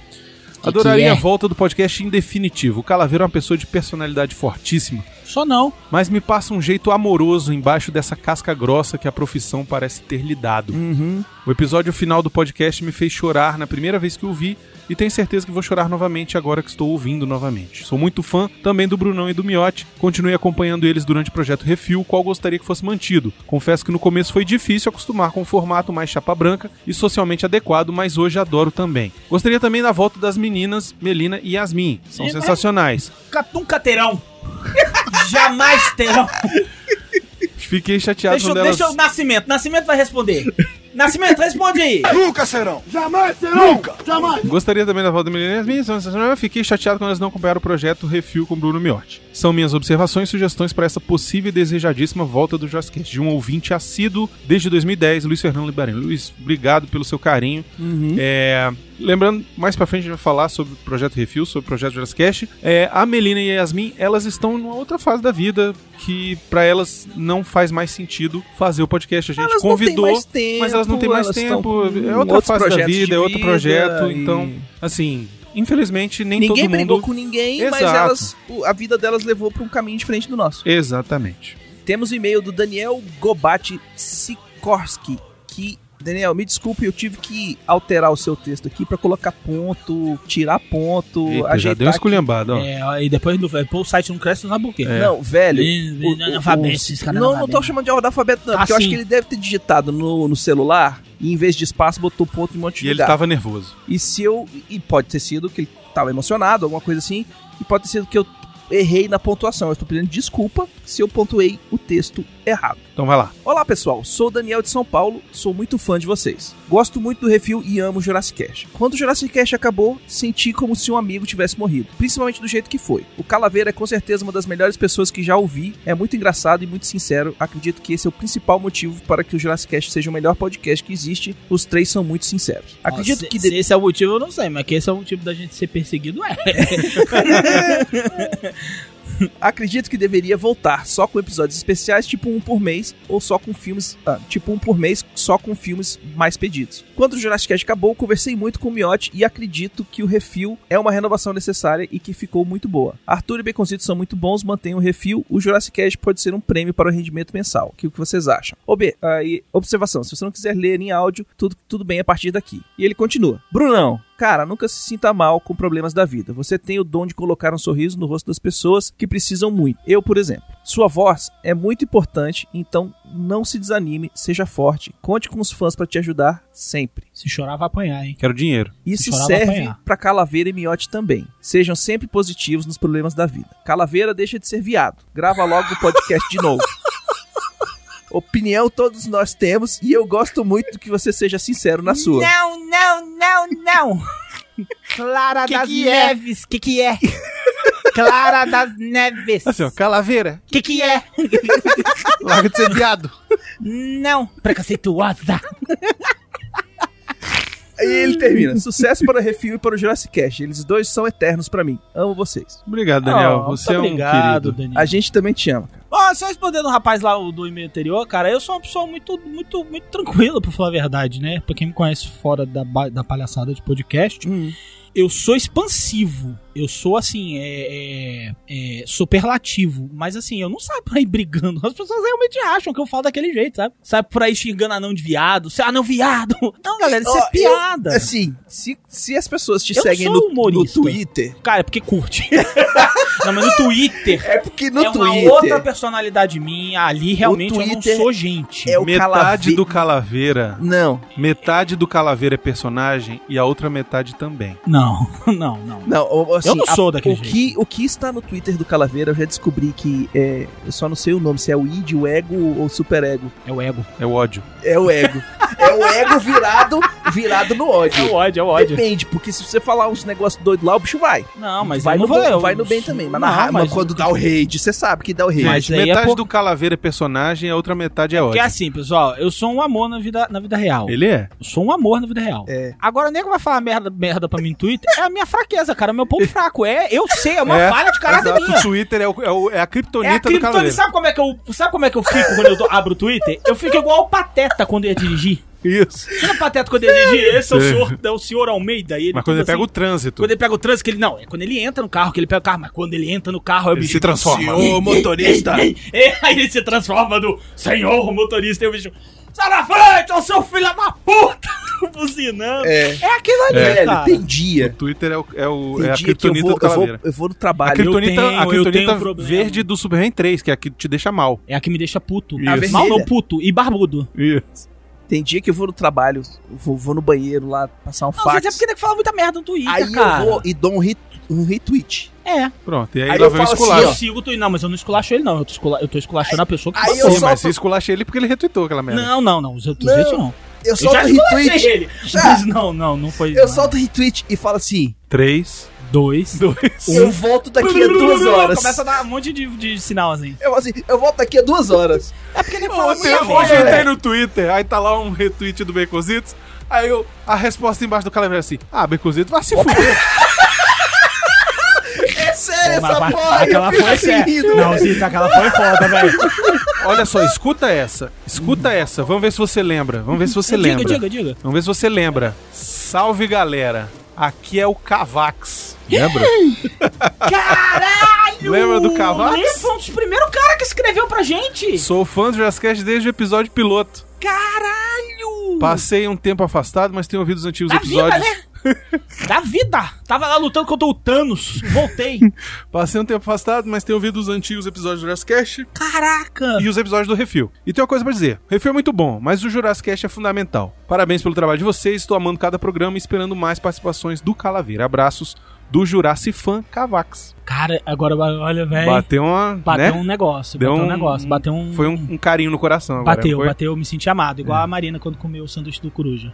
G: é?
A: Adoraria a volta do podcast em definitivo. O Calaveira é uma pessoa de personalidade fortíssima,
G: Só não.
A: mas me passa um jeito amoroso embaixo dessa casca grossa que a profissão parece ter lhe dado.
H: Uhum.
A: O episódio final do podcast me fez chorar na primeira vez que ouvi e tenho certeza que vou chorar novamente agora que estou ouvindo novamente. Sou muito fã também do Brunão e do Miotti, continuei acompanhando eles durante o projeto Refil, qual gostaria que fosse mantido. Confesso que no começo foi difícil acostumar com o formato mais chapa branca e socialmente adequado, mas hoje adoro também. Gostaria também da volta das meninas Melina e Yasmin, são
G: Sim, mas-
A: sensacionais.
G: um
H: Nunca terão. Jamais terão.
A: Fiquei chateado
H: Deixa, eu-
A: quando elas...
H: deixa o Nascimento. Nascimento vai responder. Nascimento, responde aí.
A: Gostaria também da volta da Melina Yasmin. são sensacionais. Eu fiquei chateado quando eles não acompanharam o projeto Refil com Bruno Miotti. São minhas observações e sugestões para essa possível e desejadíssima volta do Josquete. De um ouvinte assíduo desde 2010, Luiz Fernando Libarino. Luiz, obrigado pelo seu carinho.
C: Uhum.
A: É, Lembrando, mais pra frente a gente vai falar sobre o projeto Refil, sobre o projeto Jurassic É, a Melina e a Yasmin, elas estão numa outra fase da vida que pra elas não faz mais sentido fazer o podcast. A gente
B: Elas
A: convidou,
B: não têm mais tempo.
A: mas elas não têm mais
B: estão
A: tempo.
B: com
A: É outra
B: outros
A: fase da
B: projetos de
A: vida, é outro
B: vida
A: projeto.
B: e-
A: Então, assim, infelizmente nem
B: Ninguém
A: todo mundo.
B: brigou com ninguém, mas
A: Exato.
B: elas, o- a vida delas levou para um caminho diferente do nosso.
A: Exatamente.
B: Temos o e-mail do Daniel Gobati Sikorski, que... Daniel, me desculpe, eu tive que alterar o seu texto aqui para colocar ponto, tirar ponto,
A: Eita,
B: ajeitar
A: já deu uma
B: aqui.
A: esculhambada, ó.
G: É, aí depois do, pô, o site não cresce, não sabe por quê.
A: É.
B: Não, velho.
G: Ele-
B: o-
G: ele é
B: o-
G: analfabeto,
B: o-
G: esses caras
B: não, não
G: analfabetos.
B: tô chamando de analfabeto, não,
G: Tá
B: porque eu acho
G: sim.
B: que ele deve ter digitado no, no celular e em vez de espaço botou ponto em um monte de
A: E ele tá
B: lugar.
A: tava nervoso.
B: E se eu. E pode ter sido que ele tava emocionado, alguma coisa assim. E pode ter sido que eu errei na pontuação. Eu estou pedindo desculpa se eu pontuei o texto errado.
A: Então vai lá.
B: Olá pessoal, sou o Daniel de São Paulo, sou muito fã de vocês. Gosto muito do refil e amo o Jurassic Cast. Quando o Jurassic Cast acabou, senti como se um amigo tivesse morrido, principalmente do jeito que foi. O Calaveira é com certeza uma das melhores pessoas que já ouvi, é muito engraçado e muito sincero. Acredito que esse é o principal motivo para que o Jurassic Cast seja o melhor podcast que existe. Os três são muito sinceros. Acredito
G: Ó, se-
B: que
G: se esse é o motivo, eu não sei, mas que esse é o motivo da gente ser perseguido, é.
B: Acredito que deveria voltar só com episódios especiais, tipo um por mês, ou só com filmes, ah, tipo um por mês, só com filmes mais pedidos. Quando o Jurassic Cast acabou, conversei muito com o Miotti e acredito que o refil é uma renovação necessária e que ficou muito boa. Arthur e Beconzito são muito bons, mantêm o refil. O Jurassic Cast pode ser um prêmio para o rendimento mensal. Que o que vocês acham? OB, aí, observação, se você não quiser ler em áudio, tudo, tudo bem a partir daqui. E ele continua. Brunão, Cara, nunca se sinta mal com problemas da vida. Você tem o dom de colocar um sorriso no rosto das pessoas que precisam muito. Eu, por exemplo. Sua voz é muito importante, então não se desanime, seja forte. Conte com os fãs pra te ajudar sempre.
G: Se chorar, vai apanhar, hein?
A: Quero dinheiro.
B: Isso
G: Chorar vai
B: serve
G: apanhar.
B: pra Calaveira e Miote também. Sejam sempre positivos nos problemas da vida. Calaveira deixa de ser viado. Grava logo o podcast de novo. Opinião todos nós temos e eu gosto muito que você seja sincero na sua.
H: Não, não, não, não. Clara das Neves, que que é? Clara das Neves.
A: Assim, ó, calaveira.
H: Que que é?
A: Larga de ser viado.
H: Não.
G: Preconceituosa.
B: Aí ele termina. Sucesso para o Refil e para o Jurassic Cast. Eles dois são eternos pra mim. Amo vocês.
A: Obrigado, Daniel.
G: Ó,
A: Você é um
G: tá obrigado,
A: querido.
G: Daniel.
B: A gente também te ama. cara.
G: Ó, só respondendo o rapaz lá o do e-mail anterior, cara, eu sou uma pessoa muito, muito, muito tranquila, pra falar a verdade, né? Pra quem me conhece fora da, ba- da palhaçada de podcast, eu sou expansivo. Eu sou assim, é, é- é superlativo. Mas assim, eu não saio por aí brigando. As pessoas realmente acham que eu falo daquele jeito, sabe? Sai por aí xingando anão de viado. Você, é anão viado. Não, galera, isso
B: Ó,
G: é piada.
B: Assim, se, se as pessoas te
G: Eu
B: seguem
G: sou
B: no, no
G: humorista.
B: Twitter,
G: Cara, é porque curte. não, mas no Twitter.
B: é porque no
G: é uma outra
B: Twitter
G: personalidade minha. Ali realmente eu não
B: Twitter
G: sou gente.
B: é o
A: Metade
B: Calave-
A: do Calaveira.
B: Não,
A: Metade do Calaveira é personagem e a outra metade também.
G: Não, não, não.
B: não, o- assim,
G: Eu não
B: a-
G: sou daquele
B: o que, o que está no Twitter do Calaveira, eu já descobri que é, eu só não sei o nome, se é o id, o ego ou o superego.
G: É o ego.
A: É o ódio.
B: É o ego. é o ego virado, virado no ódio.
G: ódio, é o
B: Depende, porque se você falar uns negócios doidos lá, o bicho vai.
G: Não, mas
B: vai
G: eu não
B: no
G: vou.
B: bom,
G: eu
B: vai no bem
G: sou-
B: também. Mas,
G: não,
B: na raiva,
G: mas-
B: quando dá o rage, você sabe que dá o rage.
G: Mas aí é
A: metade
G: por-
A: do Calaveira é personagem e a outra metade é
G: Porque
A: ódio.
G: assim, pessoal, eu sou um amor na vida, na vida real.
A: Ele é.
G: Eu sou um amor na vida real.
B: É.
G: Agora o nego vai falar merda, merda pra mim no Twitter. É a minha fraqueza, cara. É o meu ponto fraco. É, eu sei, é uma
A: É,
G: falha de caráter
A: Exato,
G: minha.
A: O Twitter é, o- é o- é a
G: É a
A: criptonita do
G: criptonita.
A: Calaveira.
G: Sabe como é que eu, sabe como é que eu fico quando eu tô- abro o Twitter? Eu fico igual o Pateta quando eu ia dirigir.
A: Isso.
G: Você não é Pateta quando ia dirigir? Esse é o senhor, é o senhor Almeida. e Ele
A: Mas quando
G: tudo
A: ele pega
G: assim.
A: o trânsito.
G: Quando ele pega o trânsito, que ele. Não, é quando ele entra no carro, que ele pega o carro, mas quando ele entra no carro, é o
A: Ele
G: bicho.
A: se transforma.
B: Senhor motorista.
G: É, aí ele se transforma do senhor motorista e o bicho. Sai na frente, ô seu filho da puta! Buzinando. É,
B: É,
G: aquilo ali,
B: velho,
G: cara.
B: tem dia.
A: O Twitter é, o- é o-
B: Tem
A: é a
B: dia que eu
A: criptonita
B: vou,
A: do
B: eu, vou,
A: Calaveira.
B: eu vou no
A: A
B: trabalho.
G: cripto-
A: criptonita,
G: tenho-
A: a
G: eu
A: criptonita
G: tenho um problema.
A: verde do Superman 3, que é a que te deixa mal.
G: É a que me deixa puto.
A: Isso. A vermelha?
G: Mal não, puto. E barbudo.
A: Isso.
B: Tem dia que eu vou no trabalho, eu vou, vou no banheiro lá, passar um
G: Não,
B: fax.
G: mas é porque tem que falar muita merda no Twitter,
B: aí
G: cara.
B: eu vou e dou um, ret, um retweet.
G: É.
A: Pronto. E aí,
B: Aí
A: lá
B: eu
A: vem o
B: falo assim,
A: esculacho.
G: Eu sigo o Twitter. Não, mas eu não esculacho ele, não. Eu tô, escula- eu tô esculachando a pessoa que
B: aí
G: passou.
B: eu
A: Sim,
B: solto-
A: mas você esculacha ele porque ele retweetou aquela merda.
G: Não, não, não. Os outros
B: Não.
G: jeitos não.
B: Eu
G: Eu
B: solto
G: já esculachei
B: retweet.
G: ele.
B: Já.
G: Mas não, não, não foi.
B: Eu
G: não.
B: solto retweet e falo assim:
A: Três.
G: Dois. Um.
B: eu volto daqui a duas horas.
G: Começa a dar um monte de, de sinal, assim.
B: Eu falo assim, eu volto daqui a duas horas.
G: É porque nem
A: Ontem
G: minha
A: eu hoje eu
G: voz, né?
B: é,
A: entrei no Twitter, aí tá lá um retweet do Baconzitos, aí eu, a resposta embaixo do Calaveira é assim, ah, Baconzitos, vai se fuder.
B: É sério
G: Mas-
B: essa
G: mas-
B: porra,
G: aquela
B: eu fico
G: foi séria.
B: rindo,
G: Não, Zita, aquela foi foda, velho.
A: Olha só, escuta essa, escuta essa, vamos ver se você lembra, vamos ver se você lembra.
G: Diga, diga, diga.
A: Vamos ver se você lembra. Salve, galera. Aqui é o Cavax. Lembra?
G: Caralho!
A: Lembra do Cavax?
G: Ele foi um dos primeiros caras que escreveu pra gente.
A: Sou fã do Jazzcast desde o episódio piloto.
G: Caralho!
A: Passei um tempo afastado, mas tenho ouvido os antigos
G: Da vida,
A: episódios.
G: né? Da vida! Tava lá lutando contra o Thanos. Voltei.
A: Passei um tempo afastado, mas tenho ouvido os antigos episódios do Jazzcast.
G: Caraca!
A: e os episódios do Refil. E tem uma coisa pra dizer. O Refil é muito bom, mas o Jurassic Cast é fundamental. Parabéns pelo trabalho de vocês, estou amando cada programa e esperando mais participações do Calaveira. Abraços do Jurassic Fan Cavax.
G: Cara, agora olha, velho.
A: Bateu uma,
G: É, Bateu
A: né?
G: um negócio,
A: Deu
G: bateu um,
A: um-
G: negócio, bateu um.
A: Foi um, um carinho no coração agora.
G: Bateu,
A: não foi? É.
G: bateu, eu me senti amado, igual a Marina quando comeu o sanduíche do coruja.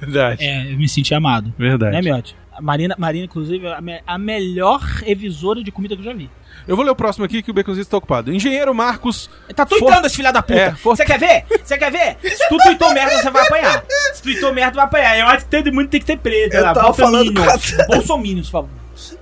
A: Verdade,
G: É, eu me senti amado.
A: verdade.
G: Né, Miotti? A Marina, Marina, inclusive, é a, me- a melhor revisora de comida que eu já vi.
A: Eu vou ler o próximo aqui que o Baconzito está ocupado. Engenheiro Marcos
G: Tá tuitando esse filha da puta.
A: É, for-
G: Você quer ver? Você quer ver? Se tu tuitou merda, você vai apanhar. Se tuitou merda, vai apanhar. Eu acho que todo mundo tem que ter preso.
B: Eu
G: lá.
B: tava falando com
G: Bolsominions. Bolsominions, por favor.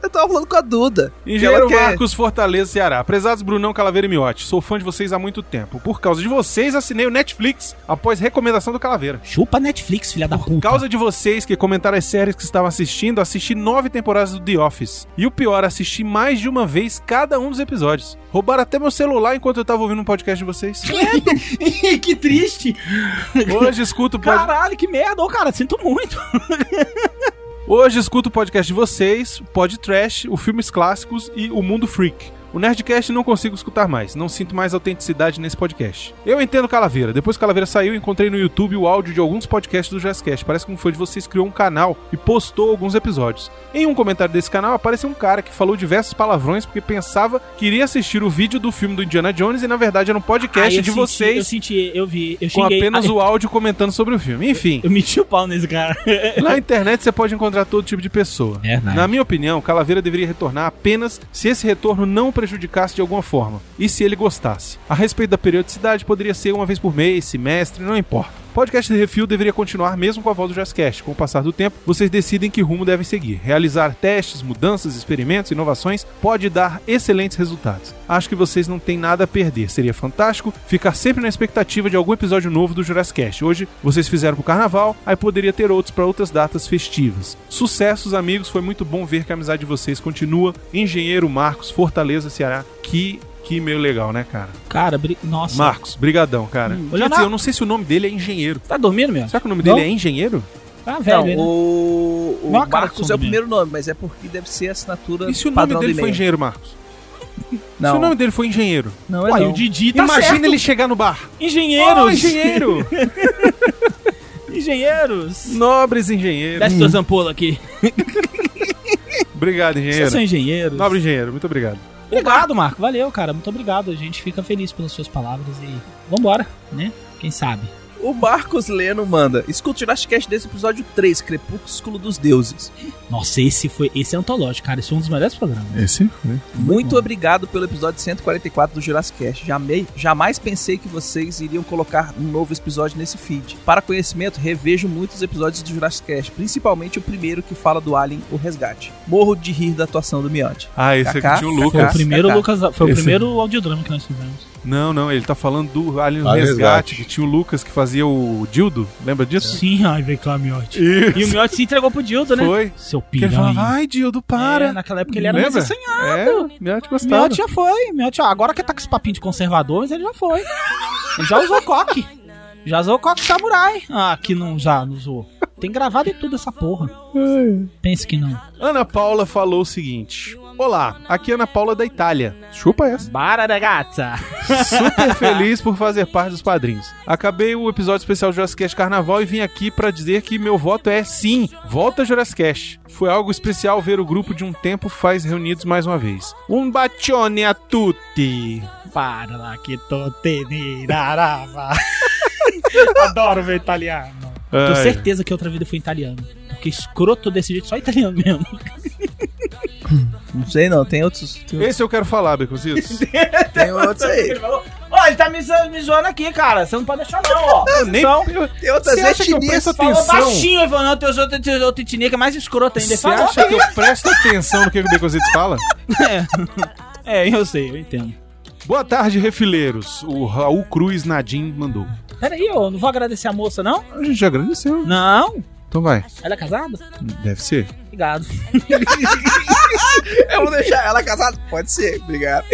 B: Eu tava falando com a Duda.
A: Engenheiro
B: que ela quer-
A: Marcos Fortaleza, Ceará. Prezados Brunão, Calaveira e Miotti, sou fã de vocês há muito tempo. Por causa de vocês, assinei o Netflix após recomendação do Calaveira.
G: Chupa Netflix, filha da
A: Por
G: puta.
A: causa de vocês que comentaram as séries que estavam assistindo, assisti nove temporadas do The Office. E o pior, assisti mais de uma vez cada um dos episódios. Roubaram até meu celular enquanto eu tava ouvindo um podcast de vocês.
G: que triste.
A: Hoje escuto o pod...
G: Caralho, que merda. Ô, cara, sinto muito.
A: Hoje escuto o podcast de vocês, o Pod Trash, o Filmes Clássicos e o Mundo Freak. O Nerdcast não consigo escutar mais, não sinto mais autenticidade nesse podcast. Eu entendo Calaveira. Depois que Calaveira saiu, encontrei no YouTube o áudio de alguns podcasts do Jazzcast. Parece que um fã de vocês criou um canal e postou alguns episódios. Em um comentário desse canal apareceu um cara que falou diversos palavrões porque pensava que iria assistir o vídeo do filme do Indiana Jones e na verdade era um
G: Ah,
A: podcast
G: eu
A: de
G: senti, Eu
A: vocês
G: senti, eu vi, eu
A: com
G: xinguei.
A: apenas
G: Ah,
A: o áudio comentando sobre o filme. Enfim,
G: Eu meti o pau nesse cara.
A: na internet você pode encontrar todo tipo de pessoa.
G: É,
A: Na minha opinião, Calaveira deveria retornar apenas se esse retorno não o prejudicasse de alguma forma e se ele gostasse. A respeito da periodicidade, poderia ser uma vez por mês, semestre, não importa. Podcast de Refil deveria continuar mesmo com a voz do Jazzcast. Com o passar do tempo, vocês decidem que rumo devem seguir. Realizar testes, mudanças, experimentos, inovações pode dar excelentes resultados. Acho que vocês não têm nada a perder. Seria fantástico ficar sempre na expectativa de algum episódio novo do Jurassicast. Hoje vocês fizeram pro carnaval, aí poderia ter outros para outras datas festivas. Sucessos, amigos. Foi muito bom ver que a amizade de vocês continua. Engenheiro Marcos, Fortaleza, Ceará. Que, que meio legal, né, cara?
G: Cara, bri- nossa.
A: Marcos, brigadão, cara. Quer
G: Leonardo-
A: dizer, eu não sei se o nome dele é engenheiro.
G: Tá dormindo mesmo?
A: Hum. Será que o nome dele
G: Não.
A: é engenheiro?
G: Tá velho,
B: não,
G: né?
B: o, o
G: Não acaba
B: Marcos
G: com
B: é o
G: o
B: primeiro nome, mas é porque deve ser a assinatura
A: E se o nome
B: padrão
A: dele
B: do
A: foi
B: e-mail.
A: engenheiro, Marcos?
B: Não,
A: Se o nome dele foi engenheiro.
B: não é
G: Uai,
B: não.
G: o Didi tá
A: Imagina
G: certo.
A: ele chegar no bar.
G: Engenheiros.
A: Ô, engenheiro!
G: Engenheiros.
A: Nobres engenheiros.
G: Desce tuas ampolas aqui.
A: Obrigado,
G: Vocês
A: engenheiro.
G: são engenheiros.
A: Nobre engenheiro, muito obrigado.
G: Obrigado, Marco. Valeu, cara. Muito obrigado. A gente fica feliz pelas suas palavras e vambora, né? Quem sabe?
B: O Marcos Leno manda. Escuta o Jurassicast desse episódio 3, Crepúsculo dos Deuses.
G: Nossa, esse foi. Esse é antológico, cara. Esse é um dos melhores programas.
C: Esse? Né?
B: Muito obrigado pelo episódio 144 do Jurassicast. Jamei, jamais pensei que vocês iriam colocar um novo episódio nesse feed. Para conhecimento, revejo muitos episódios do Jurassicast, principalmente o primeiro que fala do Alien, o Resgate. Morro de rir da atuação do Miotti.
A: Ah, esse aqui
B: Kaká,
A: tinha o
G: Foi
A: Lucas. tá.
G: o primeiro
B: Kaká.
G: Lucas, foi o
A: Esse-
G: primeiro audiodrama que nós fizemos.
A: Não, não, ele tá falando do Alien
C: Alien
A: Resgate,
C: Resgate.
A: que tinha o Lucas que fazia o Dildo. Lembra disso?
G: Sim, ai, vem cá, Miotti.
A: Isso.
G: E o Miotti se entregou pro É. Dildo, né?
A: Foi.
G: Seu
A: Que ele falava,
G: piranha.
A: ai, Dildo,
G: É,
A: para.
G: naquela época ele era
A: Lembra?
G: mais assanhado.
A: É, Miotti gostava.
G: Miotti já foi. Miotti, ó, agora que tá com esse papinho de conservador, mas ele já foi. Ele já usou coque. Já usou coque samurai. Ah, que não já não usou. Tem gravado e tudo essa porra. Pensa que não.
A: Ana Paula falou o seguinte. Olá, aqui é Ana Paula da Itália. Chupa essa.
G: Bara da gata.
A: Super feliz por fazer parte dos padrinhos. Acabei o episódio especial do Jurassic Cast Carnaval e vim aqui pra dizer que meu voto é sim, volta Jurassic Cast. Foi algo especial ver o grupo de um tempo faz reunidos mais uma vez. Um bacione a tutti.
G: Para lá que tô tenerarava. Adoro ver italiano. Tô
A: Ai.
G: certeza que outra vida foi italiano. Porque escroto desse jeito, só italiano mesmo.
B: Não sei não, tem outros. Tem,
A: Esse eu quero falar, Beconzitos.
B: tem outros aí.
H: Ele falou, ó, ele tá me, zo- me zoando aqui, cara. Você não pode deixar não, ó.
A: Eu nem... eu-
B: Tem outras
A: Você acha que eu
B: etnias.
A: presto
H: Falou
A: atenção?
H: baixinho, ele falou, não, tem outro, tem outro etnia que é mais escroto ainda. Ele
A: Você
H: falou,
A: acha que eu presto atenção no que o Beconzitos fala?
G: É, eu sei, eu entendo.
A: Boa tarde, refileiros. O Raul Cruz Nadim mandou.
G: Peraí, eu não vou agradecer a moça, não?
A: A gente já agradeceu.
G: Não.
A: Então vai.
G: Ela é casada?
A: Deve ser.
G: Obrigado.
B: Eu vou deixar ela casada. Pode ser, obrigado.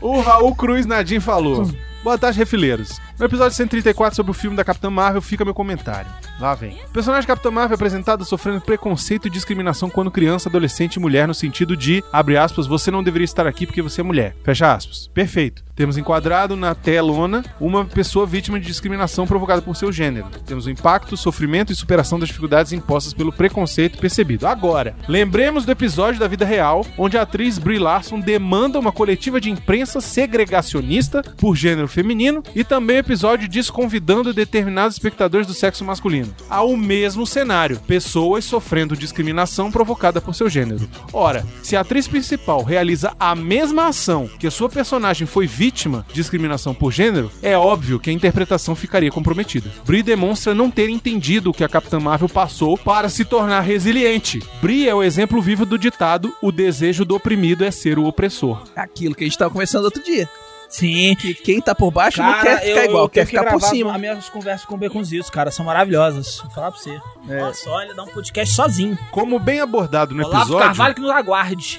A: O Raul Cruz Nadim falou. Boa tarde, refileiros. No episódio 134 sobre o filme da Capitã Marvel fica meu comentário. Lá vem. O personagem Capitã Marvel é apresentada sofrendo preconceito e discriminação quando criança, adolescente e mulher no sentido de, abre aspas, você não deveria estar aqui porque você é mulher. Fecha aspas. Perfeito. Temos enquadrado na telona uma pessoa vítima de discriminação provocada por seu gênero. Temos o impacto, sofrimento e superação das dificuldades impostas pelo preconceito percebido. Agora, lembremos do episódio da vida real, onde a atriz Brie Larson demanda uma coletiva de imprensa segregacionista por gênero feminino e também o episódio desconvidando determinados espectadores do sexo masculino. Há o mesmo cenário, pessoas sofrendo discriminação provocada por seu gênero. Ora, se a atriz principal realiza a mesma ação que a sua personagem foi vítima de discriminação por gênero, é óbvio que a interpretação ficaria comprometida. Brie demonstra não ter entendido o que a Capitã Marvel passou para se tornar resiliente. Brie é o exemplo vivo do ditado: o desejo do oprimido é ser o opressor.
B: Aquilo que a gente tava conversando outro dia.
G: Sim.
B: Que quem tá por baixo não quer ficar igual, quer
G: tenho que
B: ficar por
G: gravar
B: cima.
G: As minhas conversas com o Beconzitos, cara, são maravilhosas. Vou falar pra você. Olha só, ele dá um podcast sozinho.
A: Como bem abordado no
G: Olavo
A: episódio.
G: Carvalho que nos aguarde.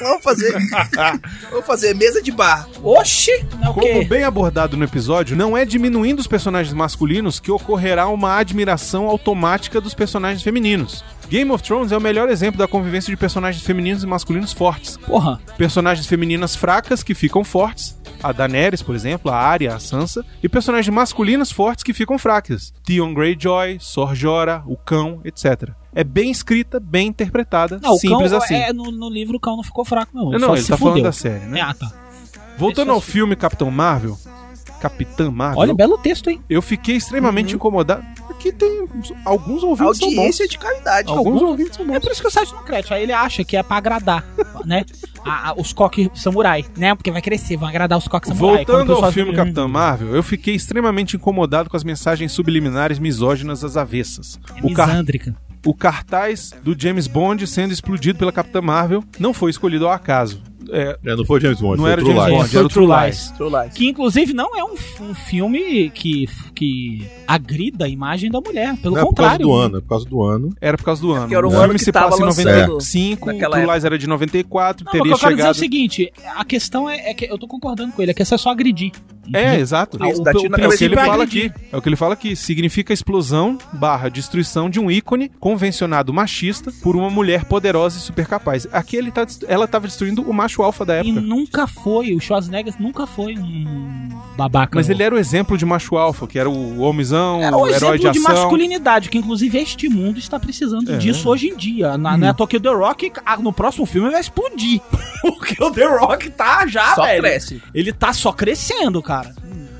B: Vamos fazer. Vamos fazer mesa de bar.
G: Oxi! Não, é o
A: Como
G: quê?
A: bem abordado no episódio, não é diminuindo os personagens masculinos que ocorrerá uma admiração automática dos personagens femininos. Game of Thrones é o melhor exemplo da convivência de personagens femininos e masculinos fortes.
G: Porra.
A: Personagens femininas fracas que ficam fortes, a Daenerys, por exemplo, a Arya, a Sansa, e personagens masculinas fortes que ficam fracas, Theon Greyjoy, Sor Jorah, o Cão, etc. É bem escrita, bem interpretada,
G: Não,
A: simples
G: o cão,
A: assim.
G: é, no, no livro o cão não ficou fraco, não.
A: Não,
G: só
A: ele
G: se
A: tá falando
G: fudeu.
A: da série, né?
G: É, ah, tá.
A: Voltando
G: Deixa eu
A: ao filme Capitão Marvel, Capitã Marvel,
G: Olha, Uhum. belo texto, hein?
A: eu fiquei extremamente incomodado. Que aqui tem alguns ouvintes são bons.
B: Audiência de qualidade.
A: Alguns ouvintes são
G: É
A: bons.
G: por isso que o site não cresce. Aí ele acha que é pra agradar, né? a- a- os coques samurai, né? Porque vai crescer, vão agradar os coques samurai. Quando
A: Voltando
G: o pessoal- é
A: ao filme Capitã Marvel, eu fiquei extremamente incomodado com as mensagens subliminares misóginas às avessas.
G: É
A: O, car
G: misândrica.
A: o cartaz do James Bond sendo explodido pela Capitã Marvel não foi escolhido ao acaso. É,
C: É, não foi o James Bond,
A: não
C: foi
A: era o
C: True
A: James
C: Lies.
A: Bond,
G: Foi
A: era o é True
G: True
A: Lies.
G: Lies.
B: True Lies.
G: Que inclusive não é um, f- um filme que, que agrida a imagem da mulher. Pelo
C: Não, é por causa
G: contrário.
C: do ano, é por causa do ano.
A: Era por causa do ano.
B: porque era um
A: o
B: ano
A: filme
B: que
A: se
B: tava
A: passa em
B: lançando
A: 95, o
B: naquela
A: True Lies era de 94,
G: Não, mas o que
A: teria
G: eu quero dizer é o
A: chegado...
G: seguinte: a questão é, é que eu tô concordando com ele, a questão é só agredir.
A: É, exato.
B: Ah, Isso,
G: o-
B: dá
G: o
B: tiro na
A: É o
B: cabeça
A: que ele
B: de
A: fala
B: Brad
A: aqui. É o que ele fala aqui. Significa explosão barra destruição de um ícone convencionado machista por uma mulher poderosa e supercapaz. Aqui ele tá, dest- ela tava destruindo o macho alfa da
G: E
A: é época.
G: nunca foi, o Schwarzenegger nunca foi um babaca.
A: Mas
G: não.
A: ele é era o exemplo de macho alfa, que era o homizão,
G: Era um
A: o É herói de
G: exemplo de,
A: ação.
G: masculinidade, que inclusive este mundo está precisando disso hoje em dia. Na, na Tokyo The Rock, ah, no próximo filme vai explodir. Porque o The Rock tá já,
B: Só
G: velho.
B: cresce.
G: Ele tá só crescendo, cara.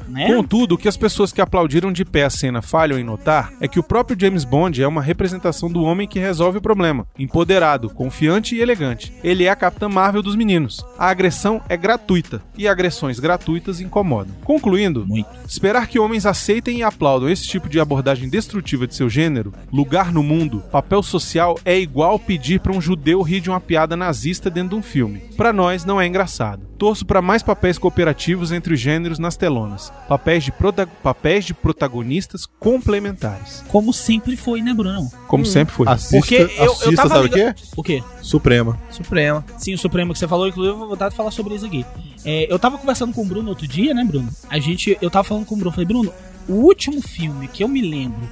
G: Né?
A: Contudo, o que as pessoas que aplaudiram de pé a cena falham em notar é que o próprio James Bond é uma representação do homem que resolve o problema, empoderado, confiante e elegante. Ele é a Capitã Marvel dos meninos. A agressão é gratuita e agressões gratuitas incomodam. Concluindo,
G: Muito.
A: esperar que homens aceitem e aplaudam esse tipo de abordagem destrutiva de seu gênero, lugar no mundo, papel social é igual pedir pra um judeu rir de uma piada nazista dentro de um filme. Pra nós não é engraçado. Torço pra mais papéis cooperativos entre os gêneros nas telonas, papéis de, prota- papéis de protagonistas complementares,
G: Como sempre foi, né, Bruno?
A: como sempre foi.
C: Assista,
G: Porque eu- eu
C: assista
G: tava
C: sabe o
G: ligado-
C: quê?
G: O quê?
C: Suprema.
B: Suprema.
G: Sim, o Supremo que você falou, inclusive eu vou voltar a falar sobre isso aqui. É, eu tava conversando com o Bruno outro dia, né, Bruno? A gente, eu tava falando com o Bruno, falei, Bruno, o último filme que eu me lembro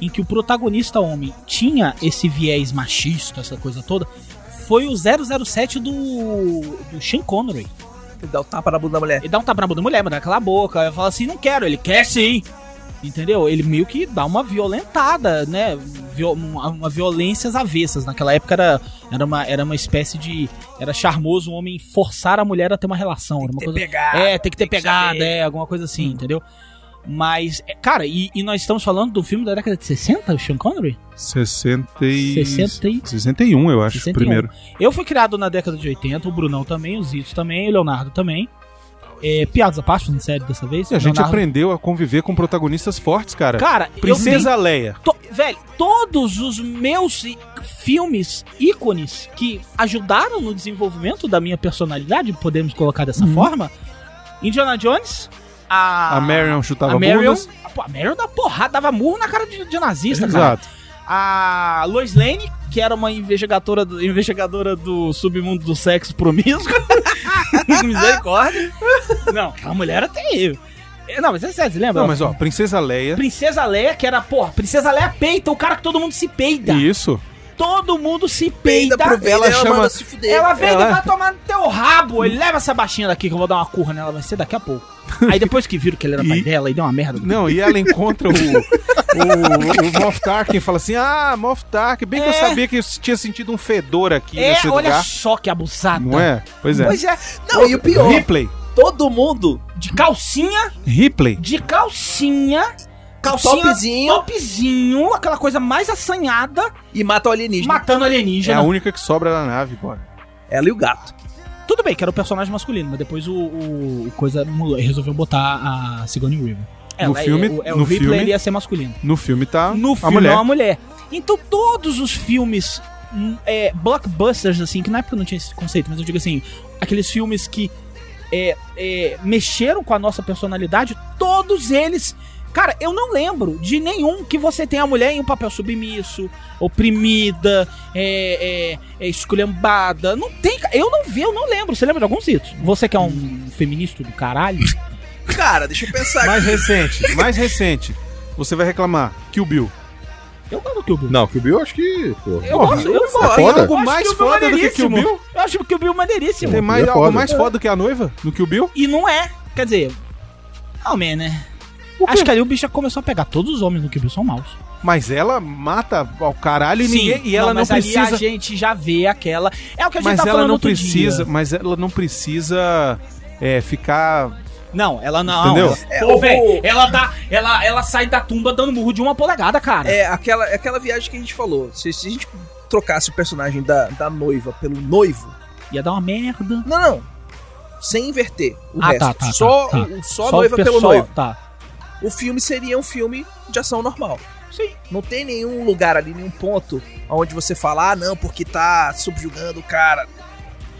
G: em que o protagonista homem tinha esse viés machista, essa coisa toda, foi o 007 do, do Sean Connery.
B: Ele dá o tapa na bunda da mulher.
G: Ele dá um tapa na bunda da mulher, mas dá aquela boca, ela fala assim, não quero, ele quer sim. Entendeu? Ele meio que dá uma violentada, né? Viol- uma, uma violência às avessas. Naquela época era, era, uma, era uma espécie de. Era charmoso o homem forçar a mulher a ter uma relação. Era uma coisa,
B: pegar.
G: é, tem que ter pegada,
B: saber.
G: é, alguma coisa assim, entendeu? Mas, é, cara, e, e nós estamos falando do filme da década de 60, o Sean Connery?
A: 60 e...
G: 60 e-
A: 61, eu acho,
G: 61.
A: primeiro.
G: Eu fui criado na década de 80, o Brunão também, o Zito também, o Leonardo também. É, piadas à parte, falando sério dessa vez.
A: E a gente
G: Leonardo-
A: aprendeu a conviver com protagonistas fortes, cara.
G: Cara, eu
A: É. Princesa Leia.
G: To- velho, todos os meus i- filmes ícones que ajudaram no desenvolvimento da minha personalidade, podemos colocar dessa forma, Indiana Jones, a,
A: Uhum. A Marion chutava
G: Ah. a Marion,
A: bundas.
G: a, pô, a Marion da porrada, dava murro na cara de, de nazista, cara.
A: Exato.
G: A Lois Lane, que era uma investigadora do, investigadora do submundo do sexo promíscuo. Misericórdia. Não, a mulher era terrível. É, Não, mas é sério, você lembra?
A: Não, mas ó, Princesa Leia.
G: Princesa Leia, que era, porra, Princesa Leia peita, o cara que todo mundo se peida.
A: Isso.
G: Todo mundo se
B: Peida
G: peida.
B: pro É velho, ela,
A: chama-
B: manda se fuder.
G: Ela vem
A: Ela-
G: e vai tomar no teu rabo. Ele leva essa baixinha daqui que eu vou dar uma curra nela, vai ser daqui a pouco. Aí depois que viram que ele era pai dela e deu uma merda.
A: Não, e ela encontra o, o, o Moff Tarkin e fala assim: Ah, Moff Tarkin, bem que eu
G: É.
A: sabia que eu tinha sentido um fedor aqui
G: É,
A: nesse
G: olha
A: lugar.
G: só que abusada.
A: Não é? Pois é.
B: Pois é. Não, e o pior,
A: Ripley.
B: todo mundo,
G: De calcinha,
A: Ripley.
G: de calcinha, calcinha,
B: topzinho,
G: topzinho, aquela coisa mais assanhada,
B: e mata o alienígena.
G: matando
A: É a
G: alienígena.
A: única que sobra na nave, bora.
B: Ela e o gato.
G: Tudo bem que era o personagem masculino, mas depois o, o- o coisa mu- resolveu botar a Sigourney Weaver.
A: No filme-
G: o, é, o
A: no
G: Ripley
A: filme-
G: ele ia ser masculino.
A: No filme tá
G: no
A: a
G: filme é
A: mulher.
G: uma mulher. Então todos os filmes hum, é, blockbusters, assim, que na época não tinha esse conceito, mas eu digo assim, aqueles filmes que é, é, mexeram com a nossa personalidade, todos eles. Cara, eu não lembro de nenhum que você tenha a mulher em um papel submisso, oprimida, é, é, é, esculhambada. Não tem. ca- Eu não vi, eu não lembro. Você lembra de alguns itens? Você que é
A: Hum.
G: um feminista do caralho.
B: Cara, deixa eu pensar
A: Mais
B: aqui.
A: recente, mais recente. Você vai reclamar. Kill Bill.
G: Eu gosto do Kill Bill.
C: Não, que o Bill, eu acho que. Pô,
G: Eu
A: Porra,
G: gosto, eu gosto.
C: foda.
G: Eu
C: Tem
A: algo
G: acho
A: mais
G: Kill Bill é
A: foda do que Kill
G: maneiríssimo.
A: Bill?
G: Eu acho que o Kill Bill maneiríssimo.
A: Tem
C: Kill
A: mais,
C: Bill é
A: algo
C: foda.
A: mais foda do que a noiva no Kill Bill?
G: E não é. Quer dizer, ao menos, né? Acho que ali o bicho já começou a pegar todos os homens no Kill Bill são maus.
A: Mas ela mata ao caralho e ninguém. E ela não,
G: mas ali
A: precisa.
G: a gente já vê aquela. É o que a gente
A: mas
G: tá
A: ela
G: falando
A: não
G: outro
A: precisa,
G: dia.
A: mas ela não precisa é, ficar
H: Não, ela não.
C: Entendeu?
H: Ela,
B: É,
H: Pô,
B: o-
H: véi, ela dá. Ela, ela sai da tumba dando murro de uma polegada, cara.
B: É aquela, é aquela viagem que a gente falou. Se, se a gente trocasse o personagem da, da noiva pelo noivo.
H: Ia dar uma merda.
B: Não, não. Sem inverter o
G: Ah,
B: resto.
G: tá, tá,
B: só,
G: tá, tá.
B: o- só, noiva pelo
G: pessoal-
B: noivo.
G: Tá.
B: O filme seria um filme de ação normal. Sim. Não tem nenhum lugar ali, nenhum ponto onde você fala, ah, não, porque tá subjugando o cara.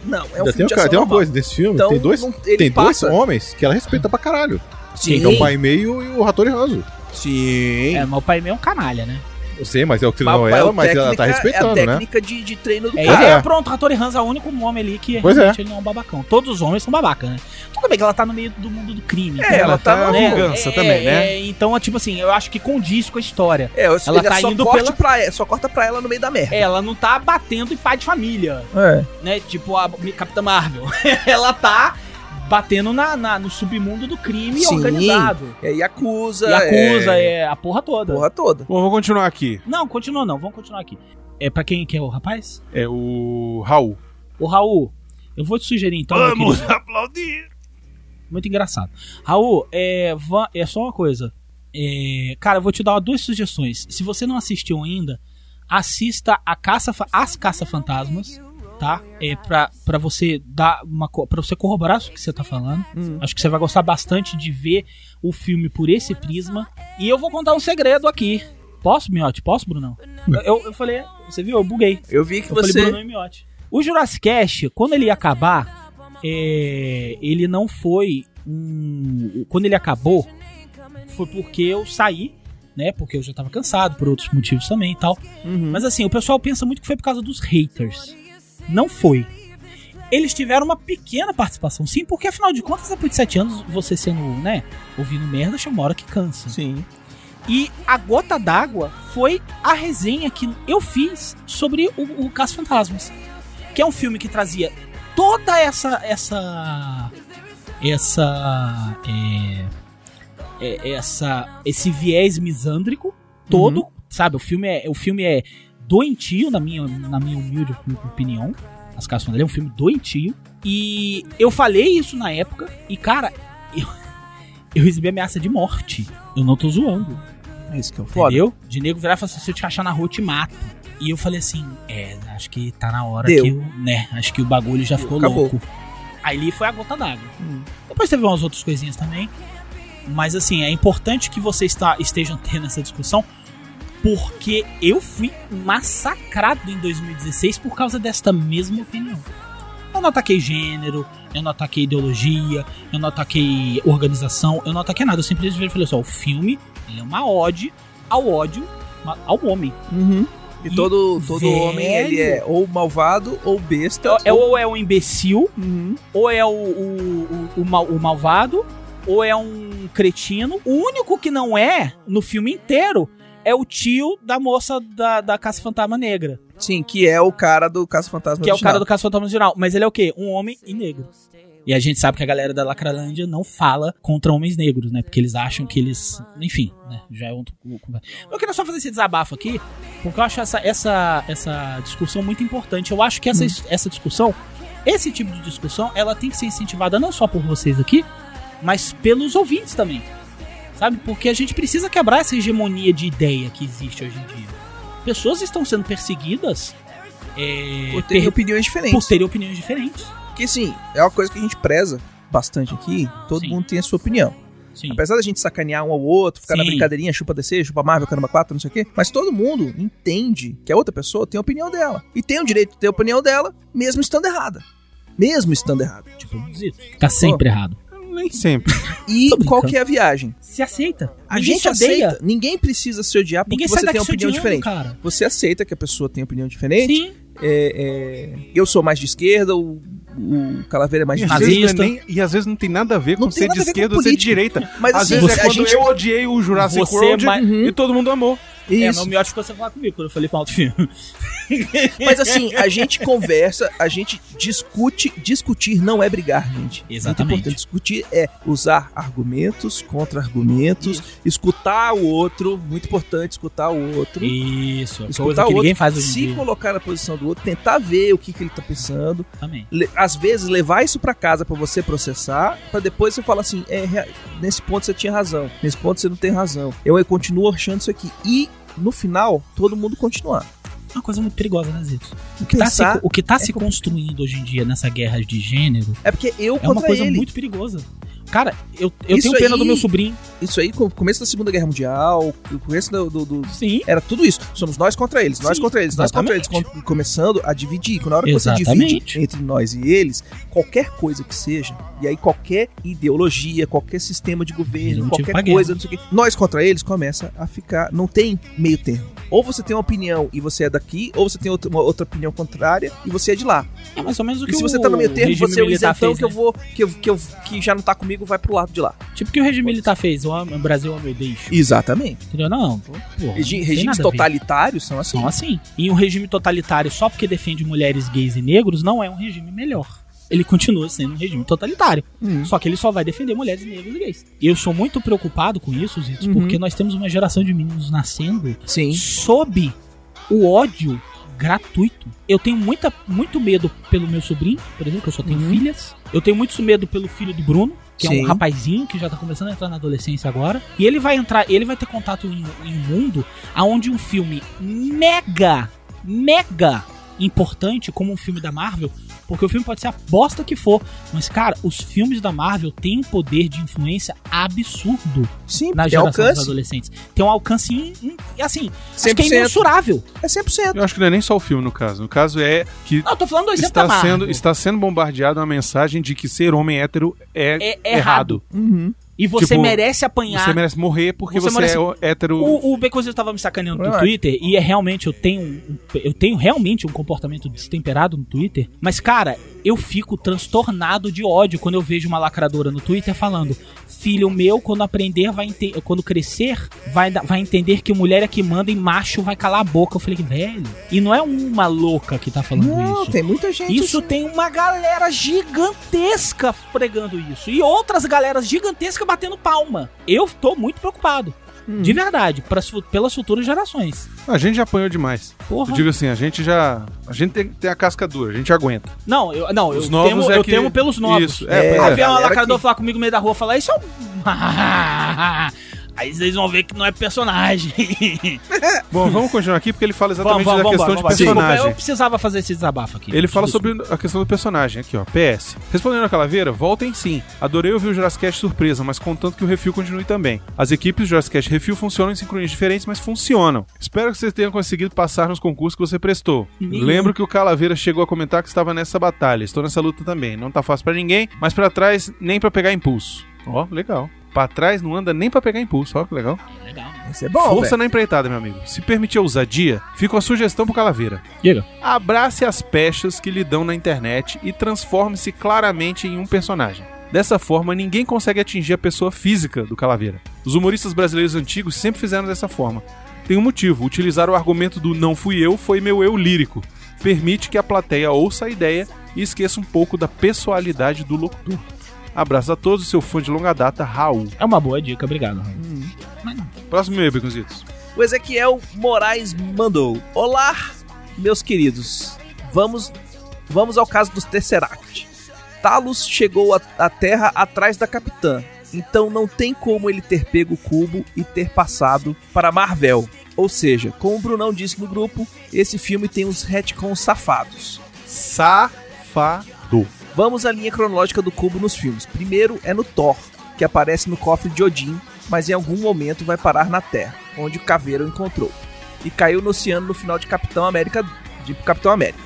B: Não, é um filme
C: Ainda tem,
B: de
C: cara,
B: ação
C: tem uma
B: normal.
C: coisa nesse filme,
B: Então,
C: tem dois,
B: não- ele
C: tem dois
B: passa.
C: homens que ela respeita pra caralho.
B: Sim,
C: Que é o Pai Meio e o Hattori Hanzo.
B: sim.
G: É, mas o pai meio é um canalha, né?
C: Eu sei, mas é o que
B: Mas,
C: treinou
B: pá,
C: ela,
B: o
C: mas ela
B: técnica- É
C: tá
B: a
C: respeitando, né?
B: técnica de, de treino do
G: É,
B: cara.
G: ele
C: é.
G: é pronto, Hattori Hanzo é o único homem ali que
C: Pois é.
G: realmente ele não é um babacão. Todos os homens são babaca, né? Tudo bem que ela tá no meio do mundo do crime.
B: É, ela tá na
G: na
A: vingança também, né?
G: então, tipo assim, eu acho que condiz com a história.
B: É, ela
G: Ela tá
B: só,
G: indo
B: corte
G: pela-
B: pra ela- só corta pra ela no meio da merda.
G: Ela não tá batendo em pai de família,
B: É.
G: né? Tipo a Capitã Marvel. ela tá batendo na, na- no submundo do crime
B: Sim.
G: organizado.
B: É Yakuza.
G: E acusa,
B: é...
G: é... a porra toda.
B: Porra toda.
A: Bom, vou continuar aqui.
G: Não, continua não, vamos continuar aqui. É pra quem que é o rapaz?
A: É o Raul.
G: O Raul, eu vou te sugerir então. meu querido.
A: aplaudir!
G: Muito engraçado. Raul, é, va- é só uma coisa. É, cara, eu vou te dar duas sugestões. Se você não assistiu ainda, assista a Caça, Fa- As Caça-Fantasmas, tá? É pra, pra você dar uma para você corroborar o que você tá falando. Acho que você vai gostar bastante de ver o filme por esse prisma. E eu vou contar um segredo aqui. Posso, Miote? Posso, Brunão? Eu, eu falei, você viu? Eu buguei.
B: Eu vi que
G: Eu
B: você.
G: falei Bruno e Miotti. O Jurassic Cast, quando ele ia acabar, é, ele não foi um. Quando ele acabou, foi porque eu saí, né? Porque eu já tava cansado, por outros motivos também e tal.
B: Uhum.
G: Mas assim, o pessoal pensa muito que foi por causa dos haters. Não foi. Eles tiveram uma pequena participação, sim, porque afinal de contas, depois de sete anos, você sendo, né, ouvindo merda, chega uma hora que cansa.
B: Sim.
G: E a gota d'água foi a resenha que eu fiz sobre o, o Caso Fantasmas. Que é um filme que trazia toda essa. essa. essa. é, é, essa esse viés misândrico todo.
B: Uhum.
G: Sabe, o filme é, o filme é doentio, na minha, na minha humilde opinião. As Casas Fantasmas é um filme doentio. E eu falei isso na época, e cara, eu, eu recebi ameaça de morte. Eu não tô zoando.
B: É isso que eu foda.
G: Entendeu? De nego virar e falar assim, se eu te achar na rua, eu te mato. E eu falei assim, é, acho que tá na hora
B: Deu.
G: que eu, né, acho que o bagulho já ficou
B: Acabou.
G: louco. Aí ali foi a gota d'água. Depois teve umas outras coisinhas também. Mas assim, é importante que vocês está- estejam tendo essa discussão, porque eu fui massacrado em 2016 por causa desta mesma opinião. Eu não ataquei gênero, eu não ataquei ideologia, eu não ataquei organização, eu não ataquei nada. Eu simplesmente virei e falei só, o filme ele é uma ode ao ódio ma- ao homem.
B: E todo, todo
G: Velho.
B: homem, ele é ou malvado, ou besta.
G: Então, é,
B: ou...
G: ou é um imbecil,
B: Uhum.
G: ou é o, o, o, o mal- o malvado, ou é um cretino. O único que não é, no filme inteiro, é o tio da moça da, da Caça Fantasma Negra.
B: Sim, que é o cara do Caça Fantasma
G: Que é o cara do Caça Fantasma Geral. Mas ele é o quê? Um homem e negro. E a gente sabe que a galera da Lacralândia não fala contra homens negros, né? Porque eles acham que eles. Enfim, né? Já é outro. Eu queria só fazer esse desabafo aqui, porque eu acho essa, essa, essa discussão muito importante. Eu acho que essa, essa discussão, esse tipo de discussão, ela tem que ser incentivada não só por vocês aqui, mas pelos ouvintes também. Sabe? Porque a gente precisa quebrar essa hegemonia de ideia que existe hoje em dia. Pessoas estão sendo perseguidas. É,
B: Por ter
G: per-
B: opiniões diferentes.
G: por terem opiniões diferentes.
B: Porque, sim, é uma coisa que a gente preza bastante aqui. Todo
G: Sim.
B: mundo tem a sua opinião.
G: Sim.
B: Apesar da gente sacanear um ao outro, ficar na
G: Sim.
B: brincadeirinha, chupa DC, chupa Marvel, caramba 4, não sei o quê. Mas todo mundo entende que a outra pessoa tem a opinião dela. E tem o direito de ter a opinião dela, mesmo estando errada. Mesmo estando errada.
G: Tipo, tá sempre errado.
A: Nem sempre.
B: E
G: Tô brincando.
B: qual que é a viagem?
G: Se aceita.
B: A gente aceita. Ninguém precisa se odiar porque
G: Ninguém sai
B: você tem
G: daqui
B: uma
G: se
B: opinião
G: odiando,
B: diferente.
G: cara.
B: Você aceita que a pessoa tem opinião diferente.
G: Sim.
B: É, é, eu sou mais de esquerda, o, o Calaveira é mais
A: E
B: de
A: às,
B: direita.
A: vezes
G: Nazista.
A: não é nem- e às vezes não tem nada a ver
B: Não
A: com
B: tem
A: ser
B: nada
A: de
B: a ver com
A: esquerda ou ser de
B: política.
A: direita.
B: Mas
A: Às
B: assim,
A: vezes é
B: a
A: quando
B: gente.
A: eu odiei o Jurassic
G: Você é
A: World
G: mais-
A: e todo mundo amou.
G: É,
B: Isso.
G: mas o Miotti ficou sem falar comigo quando eu falei mal do filme.
B: Mas assim, a gente conversa, a gente discute. Discutir não é brigar, gente.
G: Exatamente.
B: Muito importante. Discutir é usar argumentos, contra-argumentos, escutar o outro. Muito importante escutar o outro.
G: Isso, é coisa
B: Escutar
G: que
B: o
G: ninguém
B: outro,
G: faz hoje
B: se
G: em dia.
B: colocar na posição do outro, tentar ver o que, que ele tá pensando.
G: Também.
B: Le- às vezes levar isso pra casa pra você processar, pra depois você falar assim, é, rea- nesse ponto você tinha razão, nesse ponto você não tem razão. Eu, eu continuo achando isso aqui e no final todo mundo continuar.
G: É uma coisa muito perigosa, né, Zito?
B: O
G: O que tá se,
B: pensar é
G: o que tá se
B: complicado.
G: construindo hoje em dia nessa guerra de gênero
B: é porque eu
G: é uma
B: contra
G: coisa
B: ele.
G: muito perigosa. Cara, eu, eu
B: Isso
G: tenho pena
B: aí-
G: do meu sobrinho.
B: Isso aí com o começo da Segunda Guerra Mundial, o começo do, do- do-
G: Sim.
B: era tudo isso. Somos nós contra eles, nós
G: Sim,
B: contra eles, nós contra eles,
G: exatamente.
B: Com- começando a dividir. Quando a hora que você
G: Exatamente.
B: divide entre nós e eles, qualquer coisa que seja, e aí qualquer ideologia, qualquer sistema de
G: Vira
B: governo,
G: motivo
B: qualquer
G: pra
B: coisa, não sei o quê, nós contra eles começa a ficar, não tem meio termo. Ou você tem uma opinião e você é daqui, ou você tem outra, uma outra opinião contrária e você é de lá.
G: É mais ou menos o que
B: E se
G: o
B: você tá no meio termo,
G: regime
B: você é o
G: militar
B: isentão
G: fez,
B: que eu
G: né?
B: vou, que eu, que eu que já não tá comigo, vai pro lado de lá.
G: Tipo o que o regime militar fez, o am- o Brasil é ama e deixa.
B: Exatamente.
G: Entendeu? Não, pô, não tem
B: regimes
G: nada a ver.
B: totalitários são assim.
G: São assim. E um regime totalitário só porque defende mulheres gays e negros não é um regime melhor. Ele continua sendo um regime totalitário.
B: Hum.
G: Só que ele só vai defender mulheres negras e gays. Eu sou muito preocupado com isso, Zito,
B: Uhum.
G: porque nós temos uma geração de meninos nascendo
B: Sim.
G: sob o ódio gratuito. Eu tenho muita, muito medo pelo meu sobrinho, por exemplo, que eu só tenho
B: Uhum.
G: filhas. Eu tenho muito medo pelo filho do Bruno, que é
B: Sim.
G: um rapazinho que já tá começando a entrar na adolescência agora. E ele vai entrar, ele vai ter contato em, em um mundo aonde um filme mega, mega importante como um filme da Marvel, porque o filme pode ser a bosta que for, mas cara, os filmes da Marvel têm um poder de influência absurdo
B: Sim,
G: na
B: tem
G: geração dos
B: alcance.
G: adolescentes. Tem um alcance in, in- e assim, acho que é
B: 100%.
G: imensurável.
B: É 100%.
A: Eu acho que não é nem só o filme, no caso. No caso é que
G: Não, tá eu tô falando do exemplo da
A: está
G: Marvel.
A: sendo, está sendo bombardeada uma mensagem de que ser homem hétero é,
G: É é
A: errado.
G: errado.
B: Uhum.
G: E você
A: Tipo,
G: merece apanhar.
A: Você merece morrer porque
G: Você
A: você,
G: merece-
A: é o- hétero.
G: O, o Becozinho tava me sacaneando no
B: Vai lá.
G: Twitter e é realmente eu tenho um- eu tenho realmente um comportamento destemperado no Twitter, mas cara, eu fico transtornado de ódio quando eu vejo uma lacradora no Twitter falando: "Filho meu, quando aprender vai ente- quando crescer, vai da- vai entender que mulher é que manda e macho vai calar a boca". Eu falei: "Velho, e não é uma louca que tá falando
B: Não,
G: isso".
B: tem muita gente. assim.
G: Isso tem uma galera gigantesca pregando isso. E outras galeras gigantescas batendo palma. Eu tô muito preocupado.
B: Hum.
G: De verdade. pras fu- pelas futuras gerações.
A: A gente já apanhou demais.
G: Porra.
A: Eu digo assim, a gente já. A gente tem, tem a casca dura, a gente aguenta.
G: Não, eu, não, eu,
A: Os novos
G: temo,
A: é
G: eu
A: que-
G: temo pelos novos.
A: Isso, é,
B: É,
A: pois
G: Aí
A: é.
G: vier uma
B: galera
G: lacrador
B: que-
G: falar comigo no meio da rua falar, isso é um. Aí vocês vão ver que não é personagem.
A: Bom, vamos continuar aqui porque ele fala
G: Vamos,
A: exatamente
G: vamos,
A: da
G: vamos.
A: questão
G: vamos,
A: de personagem.
G: Eu precisava fazer esse desabafo aqui.
A: Ele fala sobre a questão do personagem, aqui ó, PS. Respondendo a Calaveira, voltem sim. Adorei ouvir o Jurassic Cast surpresa, mas contanto que o Refil continue também. As equipes do Jurassic Cast Refil funcionam em sincronias diferentes, mas funcionam. Espero que vocês tenham conseguido passar nos concursos que você prestou.
G: Nenhum.
A: Lembro que o Calaveira chegou a comentar que estava nessa batalha. Estou nessa luta também. Não tá fácil pra ninguém, mas pra trás nem pra pegar impulso. Ó, legal. Pra trás não anda nem pra pegar impulso, ó que legal.
G: Legal.
B: Isso é bom.
A: Força na empreitada, meu amigo. Se permitir a ousadia, fica a sugestão pro Calaveira.
G: Diga.
A: Abrace as pechas que lhe dão na internet e transforme-se claramente em um personagem. Dessa forma, ninguém consegue atingir a pessoa física do Calaveira. Os humoristas brasileiros antigos sempre fizeram dessa forma. Tem um motivo: utilizar o argumento do não fui eu foi meu eu lírico. Permite que a plateia ouça a ideia e esqueça um pouco da pessoalidade do locutor. Abraço a todos, seu fã de longa data, Raul.
G: É uma boa dica, obrigado.
A: Próximo e-mail, Beconzitos.
B: O Ezequiel Moraes mandou. Olá, meus queridos. Vamos, vamos ao caso dos Tesseract. Talos chegou à à Terra atrás da Capitã. Então não tem como ele ter pego o cubo e ter passado para Marvel. Ou seja, como o Brunão disse no grupo, esse filme tem uns retcons safados.
A: Safado.
B: Vamos à linha cronológica do cubo nos filmes. Primeiro é no Thor, que aparece no cofre de Odin, mas em algum momento vai parar na Terra, onde o Caveira o encontrou. E caiu no oceano no final de Capitão América. De Capitão América.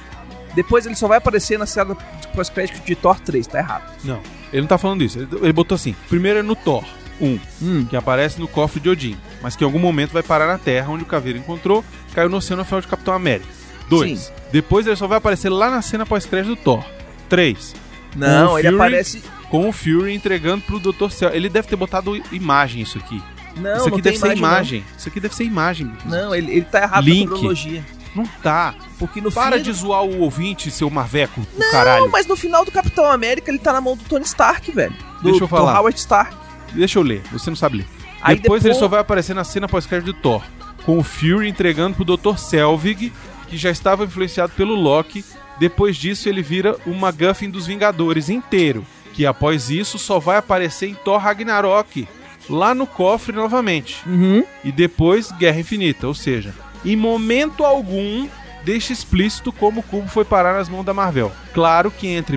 B: Depois ele só vai aparecer na cena de pós-crédito de Thor 3, tá errado.
A: Não, ele não tá falando isso. Ele ele botou assim: primeiro é no Thor 1,
B: Hum.
A: que aparece no cofre de Odin, mas que em algum momento vai parar na Terra, onde o Caveira encontrou, caiu no oceano ao final de Capitão América. 2.
B: Sim.
A: Depois ele só vai aparecer lá na cena pós-crédito do Thor. 3.
B: Não,
A: o
B: ele
A: Fury-
B: aparece.
A: Com o Fury entregando pro Dr. Cell. Ele deve ter botado i- imagem isso aqui.
B: Não,
A: isso aqui
B: não
A: deve
B: tem
A: ser imagem. Isso aqui deve ser imagem.
B: Não, não ele, ele tá errado
A: Link.
B: na cronologia.
A: Não tá.
B: Porque no
A: Para
B: fim-
A: de zoar o ouvinte, seu marveco do caralho.
B: Não, mas no final do Capitão América ele tá na mão do Tony Stark, velho. Do,
A: Deixa eu
B: do
A: falar.
B: Howard Stark.
A: Deixa eu ler, você não sabe ler.
B: Aí
A: depois,
B: depois-
A: ele só vai aparecer na cena pós-crédito do Thor, com o Fury entregando pro Dr. Selvig, que já estava influenciado pelo Loki. Depois disso, ele vira o MacGuffin dos Vingadores inteiro, que após isso só vai aparecer em Thor Ragnarok, lá no cofre novamente.
B: Uhum.
A: E depois, Guerra Infinita, ou seja, em momento algum deixa explícito como o cubo foi parar nas mãos da Marvel. Claro que entre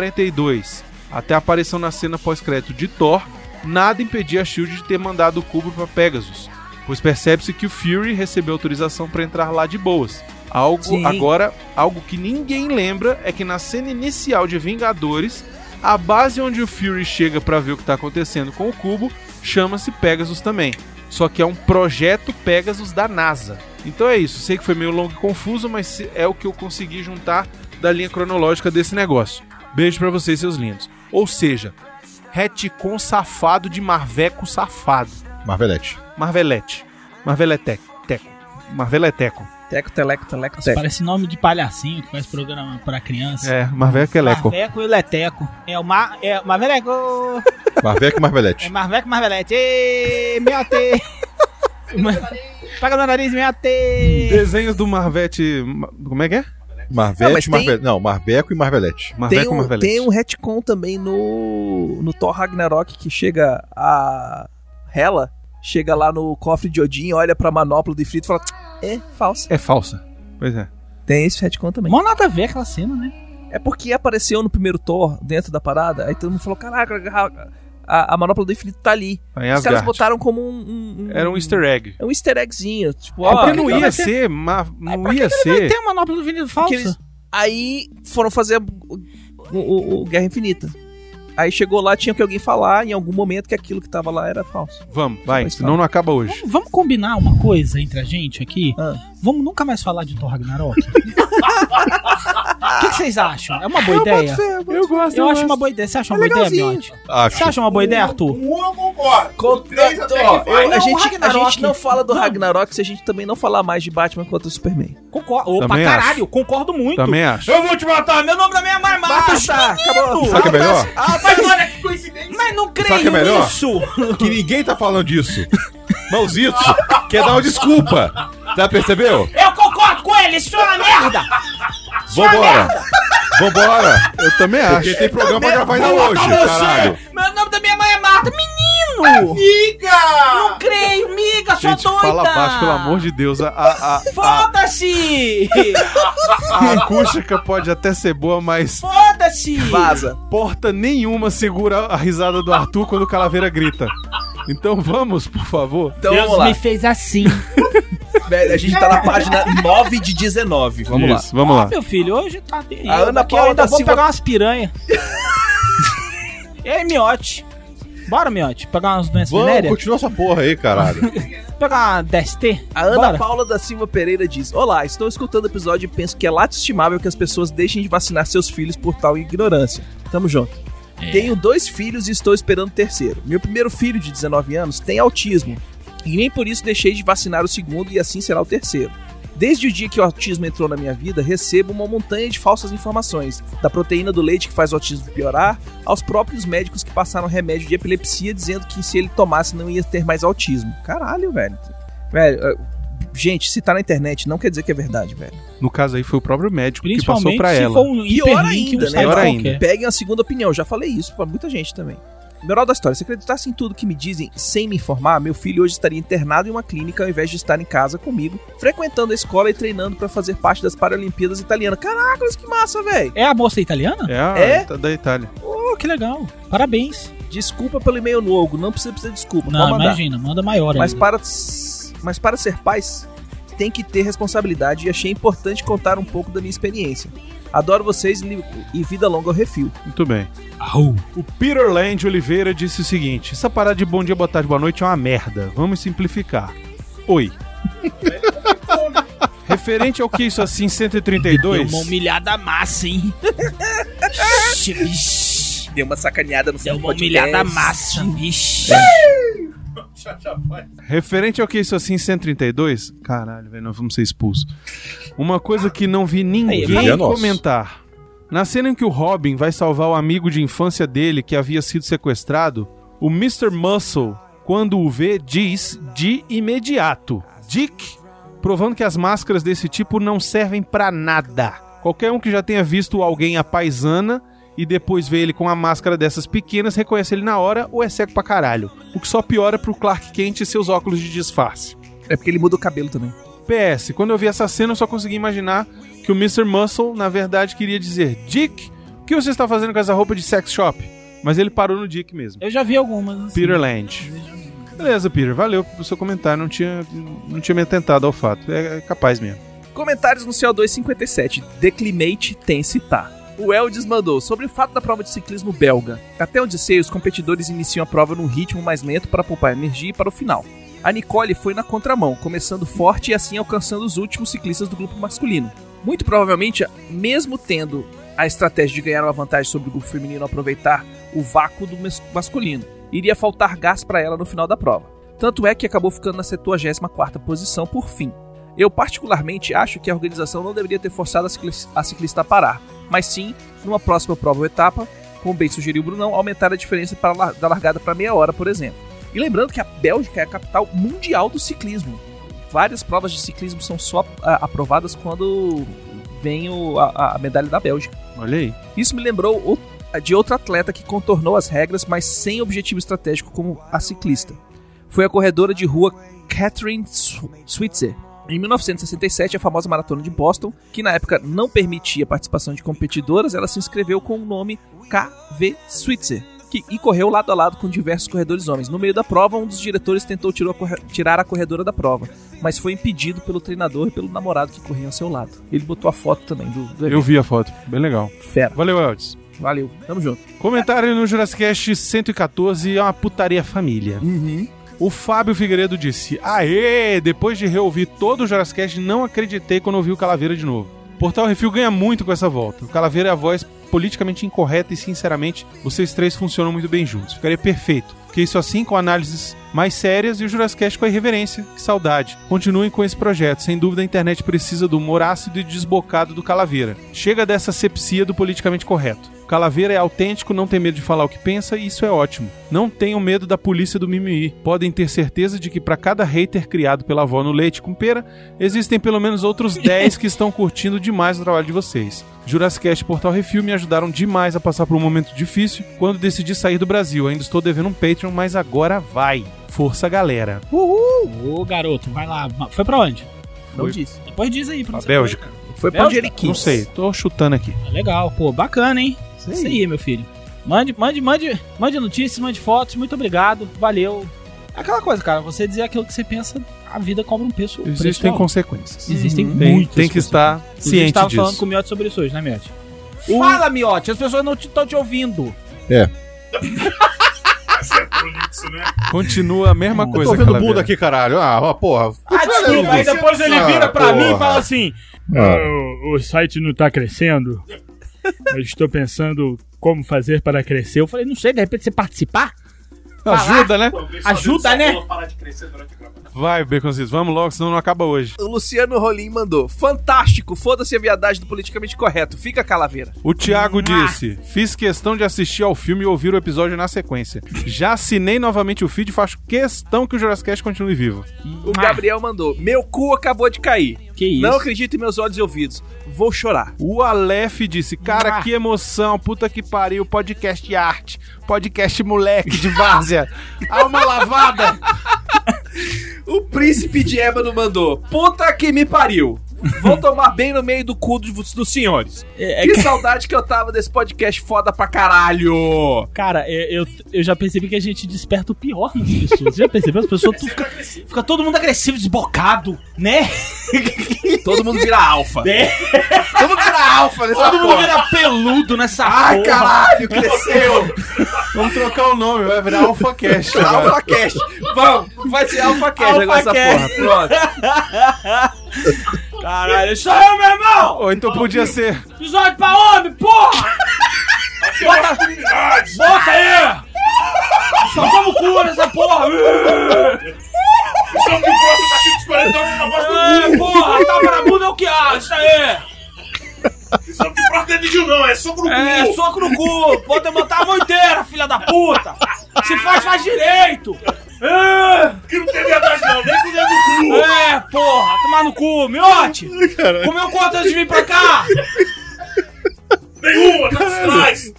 A: 1942 até a aparição na cena pós-crédito de Thor, nada impedia a SHIELD de ter mandado o cubo para Pegasus, pois percebe-se que o Fury recebeu autorização para entrar lá de boas. Algo
B: Sim.
A: agora, algo que ninguém lembra é que na cena inicial de Vingadores, a base onde o Fury chega para ver o que está acontecendo com o cubo chama-se Pegasus também. Só que é um projeto Pegasus da NASA. Então é isso. Sei que foi meio longo e confuso, mas se- é o que eu consegui juntar da linha cronológica desse negócio. Beijo pra vocês, seus lindos. Ou seja, retcon safado de Marveco safado.
C: Marvelete.
A: Marvelete. Marveleteco. Teco. Marveleteco.
B: Teco, teleco, teleco,
G: Nossa,
B: teco.
G: parece nome de palhacinho que faz programa pra criança.
A: É, Marveleteco.
G: Marveco e Leteco. É o Mar... É o Marveleco...
C: Marveco e
G: É
C: Marvelete.
G: Marveco e Marvelete. Ê, Meu te... Paga meu nariz, meu te...
A: Desenhos do Marvete. Ma- Como é que é?
C: Marvete,
B: Não,
C: não,
B: mas tem-
C: Não, Marveco e Marvelete.
B: Tem
A: Marveco
B: um,
A: Marvelete.
B: tem um retcon também no, no Thor Ragnarok que chega a Hela, chega lá no cofre de Odin, olha pra manopla do Ifrit e fala, é falsa.
A: É falsa. Pois é.
B: Tem esse retcon também.
G: Mó nada a ver aquela cena, né?
B: É porque apareceu no primeiro Thor, dentro da parada, aí todo mundo falou, caraca, a- a, a manopla do Ifrit tá ali.
A: Aí
B: Os caras
A: É Asgard.
B: botaram como um... um- um-
A: Era um easter egg.
B: É um easter eggzinho, tipo,
A: É
B: ó...
A: porque não
B: legal.
A: ia ser. ma- Não ia
G: Tem
A: ser.
G: uma manopla do Vinícius falsa.
B: Porque eles- Aí foram fazer a- o, o- o Guerra Infinita. Aí chegou lá, tinha que alguém falar em algum momento que aquilo que tava lá era falso.
A: Vamos, um vai.
B: Pois
A: Senão não acaba hoje.
G: Vamos combinar uma coisa entre a gente aqui?
B: Ah.
G: Vamos nunca mais falar de Thor Ragnarok? O que, que vocês acham? É uma boa ideia?
A: Eu gosto.
G: Eu acho uma boa ideia. Você acha uma
B: É
G: boa ideia,
B: legalzinho.
G: Miotti?
C: Acho.
G: Você acha uma boa ideia, Arthur?
B: Eu-
G: Não,
B: a,
G: o
B: gente, a
G: Ragnarok-
B: gente não fala do
G: Não.
B: Ragnarok se a gente também não falar mais de Batman contra o Superman.
H: Concordo. Opa,
A: Também acho.
H: caralho, concordo muito.
A: Também acho.
H: Eu vou te matar, meu nome também é Marmata.
B: acabou.
C: Sabe o que é melhor?
B: Ah,
H: Mas olha que coincidência. Mas não
C: Sabe o que é
H: creio
C: melhor?
H: nisso.
C: Que ninguém tá falando disso. Mauzito quer dar uma desculpa. Já percebeu?
H: Eu concordo com ele, isso é uma merda. é
C: Vambora. Vambora.
A: Eu também acho.
C: Porque tem programa pra gravar ainda hoje, caralho.
H: Meu nome da minha mãe é Marta. Menino! Amiga! Não creio, miga, sua
A: Gente,
H: doida!
A: fala baixo, pelo amor de Deus. A, a, a, a,
H: Foda-se!
A: a acústica pode até ser boa, mas
H: Foda-se!
B: Vaza.
A: porta nenhuma segura a risada do Arthur quando o Calaveira grita. Então vamos, por favor.
B: Então vamos lá.
G: fez assim.
B: Velho, a gente tá na página 9 de 19. Vamos lá.
A: lá. Vamos lá.
G: Meu filho, hoje tá terrível.
B: A Ana
G: Daqui
B: Paula
G: eu ainda
B: da
G: vou
B: Silva-
G: pegar umas piranha. Ei, Miote. Bora, Miote. Pegar umas doenças
C: Vamos,
G: venéreas.
C: continua essa porra aí, caralho.
G: Pegar uma DST.
B: A Ana
G: Bora.
B: Paula da Silva Pereira diz: Olá, estou escutando o episódio e penso que é lastimável que as pessoas deixem de vacinar seus filhos por tal ignorância. Tamo junto. Tenho dois filhos e estou esperando o terceiro. Meu primeiro filho, de 19 anos, tem autismo. E nem por isso deixei de vacinar o segundo e assim será o terceiro. Desde o dia que o autismo entrou na minha vida, recebo uma montanha de falsas informações. Da proteína do leite que faz o autismo piorar, aos próprios médicos que passaram remédio de epilepsia dizendo que se ele tomasse não ia ter mais autismo. Caralho, velho. Velho, eh, gente, se tá na internet não quer dizer que é verdade, velho.
A: No caso aí foi o próprio médico que passou
G: Principalmente
A: pra
G: se
A: ela.
G: for um hiperlink, um
B: ainda, né?
G: site
A: Pior
G: qualquer.
A: ainda.
B: Peguem a segunda opinião, já falei isso pra muita gente também. Moral da história, se acreditasse em tudo que me dizem sem me informar, meu filho hoje estaria internado em uma clínica ao invés de estar em casa comigo, frequentando a escola e treinando pra fazer parte das Paralimpíadas italianas. Caraca, isso que massa, velho!
G: É a moça italiana?
A: É, a,
B: É?
A: da Itália.
G: Pô, que legal. Parabéns.
B: Desculpa pelo e-mail novo, não precisa precisar de desculpa,
G: Não,
B: pode mandar.
G: imagina. Manda maior.
B: Mas
G: aí.
B: para, mas para ser pais, tem que ter responsabilidade e achei importante contar um pouco da minha experiência. Adoro vocês e li- e vida longa ao refil.
A: Muito bem. O Peter Land Oliveira disse o seguinte: essa parada de bom dia, boa tarde, boa noite é uma merda. Vamos simplificar. Oi. Referente ao que isso assim
G: Deu uma
A: 132?
G: humilhada massa, hein? Ixi, vixe.
B: Deu uma sacaneada no
G: Deu uma
B: podcast.
G: humilhada massa, vixe.
A: Referente ao que isso assim, 132? Caralho, velho, nós vamos ser expulsos. Uma coisa que não vi ninguém
C: Aí, é nosso.
A: comentar. Na cena em que o Robin vai salvar o amigo de infância dele que havia sido sequestrado, o Mr. Muscle, quando o vê, diz de imediato: Dick, provando que as máscaras desse tipo não servem pra nada. Qualquer um que já tenha visto alguém à paisana e depois vê ele com uma máscara dessas pequenas reconhece ele na hora ou é cego pra caralho. O que só piora pro Clark Kent e seus óculos de disfarce.
B: É porque ele muda o cabelo também.
A: PS, quando eu vi essa cena eu só consegui imaginar que o Mr. Muscle na verdade queria dizer: Dick, o que você está fazendo com essa roupa de sex shop? Mas ele parou no Dick mesmo.
G: Eu já vi algumas. assim.
A: Peter Land. Beleza, Peter, valeu pelo seu comentário, não tinha, não tinha me atentado ao fato. É, é capaz mesmo.
B: Comentários no CO257. Declimate tem citar. O Eldis mandou sobre o fato da prova de ciclismo belga. Até onde sei, os competidores iniciam a prova num ritmo mais lento para poupar energia e para o final. A Nicole foi na contramão, começando forte e assim alcançando os últimos ciclistas do grupo masculino. Muito provavelmente, mesmo tendo a estratégia de ganhar uma vantagem sobre o grupo feminino ao aproveitar o vácuo do mes- masculino, iria faltar gás para ela no final da prova. Tanto é que acabou ficando na 74ª posição por fim. Eu particularmente acho que a organização não deveria ter forçado a ciclis- a ciclista a parar, mas sim, numa próxima prova ou etapa, como bem sugeriu o Brunão, aumentar a diferença para lar- da largada para meia hora, por exemplo. E lembrando que a Bélgica é a capital mundial do ciclismo. Várias provas de ciclismo são só a- aprovadas quando vem o- a- a medalha da Bélgica.
A: Olha aí.
B: Isso me lembrou o- de outro atleta que contornou as regras, mas sem objetivo estratégico como a ciclista. Foi a corredora de rua Catherine Sw- Switzer. Em 1967, a famosa maratona de Boston, que na época não permitia a participação de competidoras, ela se inscreveu com o nome KV Switzer. Que, e correu lado a lado com diversos corredores homens. No meio da prova, um dos diretores tentou tirou a corre- tirar a corredora da prova, mas foi impedido pelo treinador e pelo namorado que corria ao seu lado. Ele botou a foto também do, do
A: Eu vi a foto, bem legal.
B: Fera.
A: Valeu, Eldis.
B: Valeu, tamo junto.
A: Comentário no Jurassic Cast 114 é uma putaria família. O Fábio Figueiredo disse: Aê! Depois de reouvir todo o Jurassic Cast, não acreditei quando ouvi o Calaveira de novo. Portal Refil ganha muito com essa volta. O Calaveira é a voz politicamente incorreta e, sinceramente, vocês três funcionam muito bem juntos. Ficaria perfeito. Porque isso assim com análises mais sérias e o Jurassic Cast com a irreverência. Que saudade. Continuem com esse projeto. Sem dúvida, a internet precisa do humor ácido e desbocado do Calaveira. Chega dessa sepsia do politicamente correto. O Calaveira é autêntico, não tem medo de falar o que pensa e isso é ótimo. Não tenham medo da polícia do mimimi. Podem ter certeza de que para cada hater criado pela avó no leite com pera, existem pelo menos outros 10 que estão curtindo demais o trabalho de vocês. Jurassicast e Portal Refil me ajudaram demais a passar por um momento difícil quando decidi sair do Brasil. Ainda estou devendo um Patreon, mas agora vai. Força, galera.
G: Ô, garoto, vai lá. Foi pra onde?
B: Não
A: Foi.
B: disse.
G: Depois diz aí. Pra
A: A
G: onde você
A: Bélgica.
B: Foi pra é onde ele
G: Bélgica?
B: quis.
A: Não sei, tô chutando aqui.
G: foi. Legal, pô, bacana, hein?
B: Isso aí.
G: Isso aí, meu filho. Mande, mande, mande, mande notícias, mande fotos. Muito obrigado, valeu. É Aquela coisa, cara, você dizer aquilo que você pensa, a vida cobra um preço. preço
A: Existem
G: alto.
A: consequências.
G: Existem
A: Tem,
G: muitas.
A: tem que
G: consequências.
A: estar
G: Inclusive,
A: ciente
G: tava falando
A: disso.
G: com o Miotti sobre isso hoje, né, Miotti? Fala, Miotti, as pessoas não estão te, ouvindo.
A: Continua a mesma
C: Eu
A: coisa,
C: tô vendo
A: Calaveira.
C: Buda aqui, caralho. Ah, ó, porra.
H: Ah, desculpa, aí depois ele
C: Ah,
H: vira pra
C: porra.
H: mim e fala assim:
C: Ah,
K: o, o site não tá crescendo. Eu estou pensando como fazer para crescer. Eu falei, não sei, de repente você participar?
A: Ajuda, né?
H: ajuda, né?
A: Vai, Baconzitos, vamos logo, senão não acaba hoje.
B: O Luciano Rolim mandou. Fantástico, foda-se a viadagem do politicamente correto. Fica calaveira.
A: O Thiago disse: Fiz questão de assistir ao filme e ouvir o episódio na sequência. Já assinei novamente o feed e faço questão que o Jurassic continue vivo.
B: O Gabriel mandou. Meu cu acabou de cair.
G: Que Ah. isso?
B: Não acredito em meus olhos e ouvidos. Vou chorar.
A: O Aleph disse: Cara, que emoção, puta que pariu, podcast arte, podcast moleque de várzea, alma lavada.
B: O príncipe de Ébano mandou. Puta que me pariu. Vou tomar bem no meio do cu dos, dos senhores.
G: É, é,
B: Que saudade que eu tava desse podcast foda pra caralho.
G: cara, é, eu, eu já percebi que a gente desperta o pior nas pessoas. Você já percebeu? As pessoas tu fica, fica todo mundo agressivo, desbocado, né?
B: Todo mundo vira alfa. Todo mundo vira alfa
C: Ah.
B: nessa
G: Todo mundo
B: porra.
G: vira peludo nessa
B: Ai,
G: porra.
B: caralho, cresceu.
A: Vamos trocar o nome, vai virar AlphaCast. agora.
B: AlphaCast. Vamos, vai ser AlphaCast agora essa porra.
G: AlphaCast.
B: Pronto.
G: Caralho, isso aí, meu irmão!
A: Ou então podia ser.
G: Episódio
L: é
G: pra homem, porra! Bota, bota aí!
H: Só como cura essa porra!
L: é São Nicócio tá cheio de 40 anos na bosta do
H: É, porra, tapa na bunda é o que é. há, isso aí!
L: cu. São Nicócio não é dedinho, não, é soco no cu.
H: É, soco no cu! Pode botar a mão inteira, filha da puta! Se faz, faz direito! É,
L: Que não tem verdade, não, nem com o dedo no cu.
H: é, porra, tomar no cu, miote! Comeu quanto antes de vir pra cá?
L: Nenhuma, tá atrás.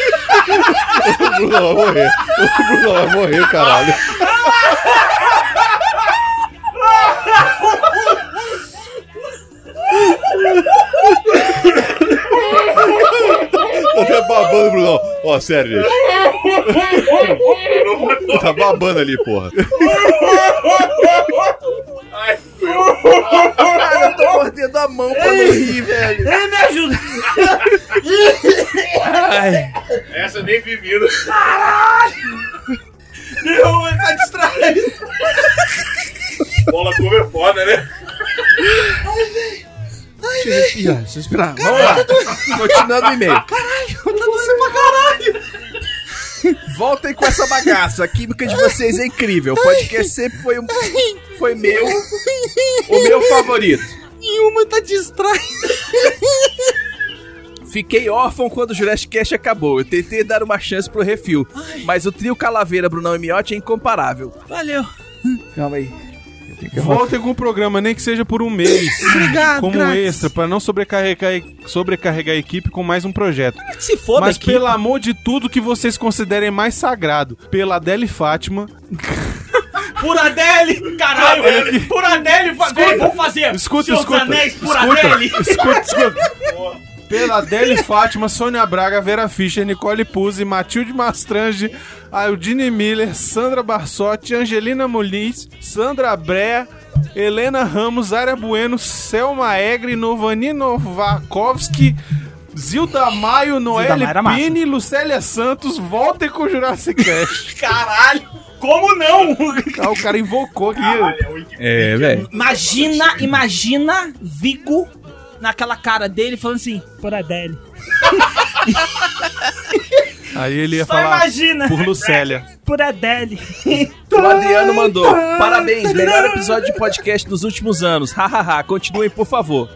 C: O Bruno vai morrer. O Bruno vai morrer, caralho. Tá até babando, Bruno. Ó, sério, gente. Tá babando ali, porra.
B: Cara, eu tô mordendo a mão pra não rir, velho.
H: Ele me ajuda!
L: Essa nem vivida.
H: Derruba, tá distraído!
L: Bola como é foda, né?
B: Deixa eu respirar, deixa eu respirar. Vamos lá. Continuando o e-mail.
H: Tá doendo pra caralho!
B: Voltem com essa bagaça. A química de vocês é incrível. O podcast sempre foi, um- foi meu. O meu favorito.
G: Nenhuma tá distraída.
B: Fiquei órfão quando o Jurassic Cast acabou. Eu tentei dar uma chance pro refil. Mas o trio Calaveira, Brunão e Miotti é incomparável.
G: Valeu.
B: Calma aí.
A: Voltem com o programa, nem que seja por um mês.
G: Obrigado,
A: como
G: grátis.
A: extra, pra não sobrecarregar, sobrecarregar a equipe com mais um projeto.
G: Se foda
A: Mas
G: aqui.
A: pelo amor de tudo que vocês considerem mais sagrado, pela Adele Fátima,
H: Puradelli! Caralho! Puradelli! fa- Vem, vamos fazer!
A: é Escuta,
H: Seus
A: escuta.
H: Anéis,
A: escuta,
H: Puradelli!
A: escuta, escuta. Pela Adele Fátima, Sônia Braga, Vera Fischer, Nicole Puzzi, Matilde Mastrange, Aldine Miller, Sandra Barsotti, Angelina Muniz, Sandra Brea, Helena Ramos, Área Bueno, Selma Egre, Novani Novakovski, Zilda Maio, Noelle
H: Maio era massa.
A: Pini, Lucélia Santos, voltem com o Jurassic Cast.
H: Caralho! Como não?
A: ah, o cara invocou aqui.
B: É, velho.
H: Imagina, imagina Vigo naquela cara dele falando assim.
K: Por Adele.
A: Aí ele ia
H: Só
A: falar
H: imagina!
A: por Lucélia.
K: Por Adele.
B: O Adriano mandou. Parabéns, melhor episódio de podcast dos últimos anos. Hahaha, continuem, por favor.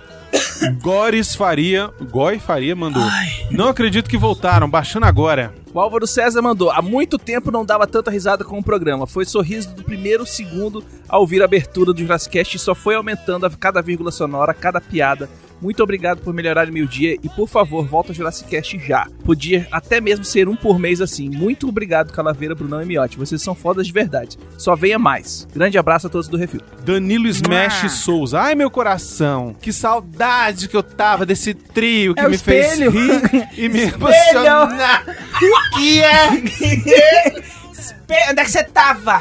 A: Gores Faria, Goi Faria mandou. Não acredito que voltaram, baixando agora.
B: O Álvaro César mandou. Há muito tempo não dava tanta risada com o programa. Foi sorriso do primeiro segundo ao ouvir a abertura do Jurassicast e só foi aumentando a cada vírgula sonora, cada piada. Muito obrigado por melhorar meu dia e, por favor, volta ao Jurassicast já. Podia até mesmo ser um por mês assim. Muito obrigado, Calaveira, Brunão e Miotti. Vocês são fodas de verdade. Só venha mais. Grande abraço a todos do Refil.
A: Danilo Smash
B: Ah.
A: Souza. Ai, meu coração. Que saudade que eu tava desse trio que
B: É o
A: me fez
B: espelho.
A: rir e me emocionar. que é?
H: "Pe- Onde é que você tava?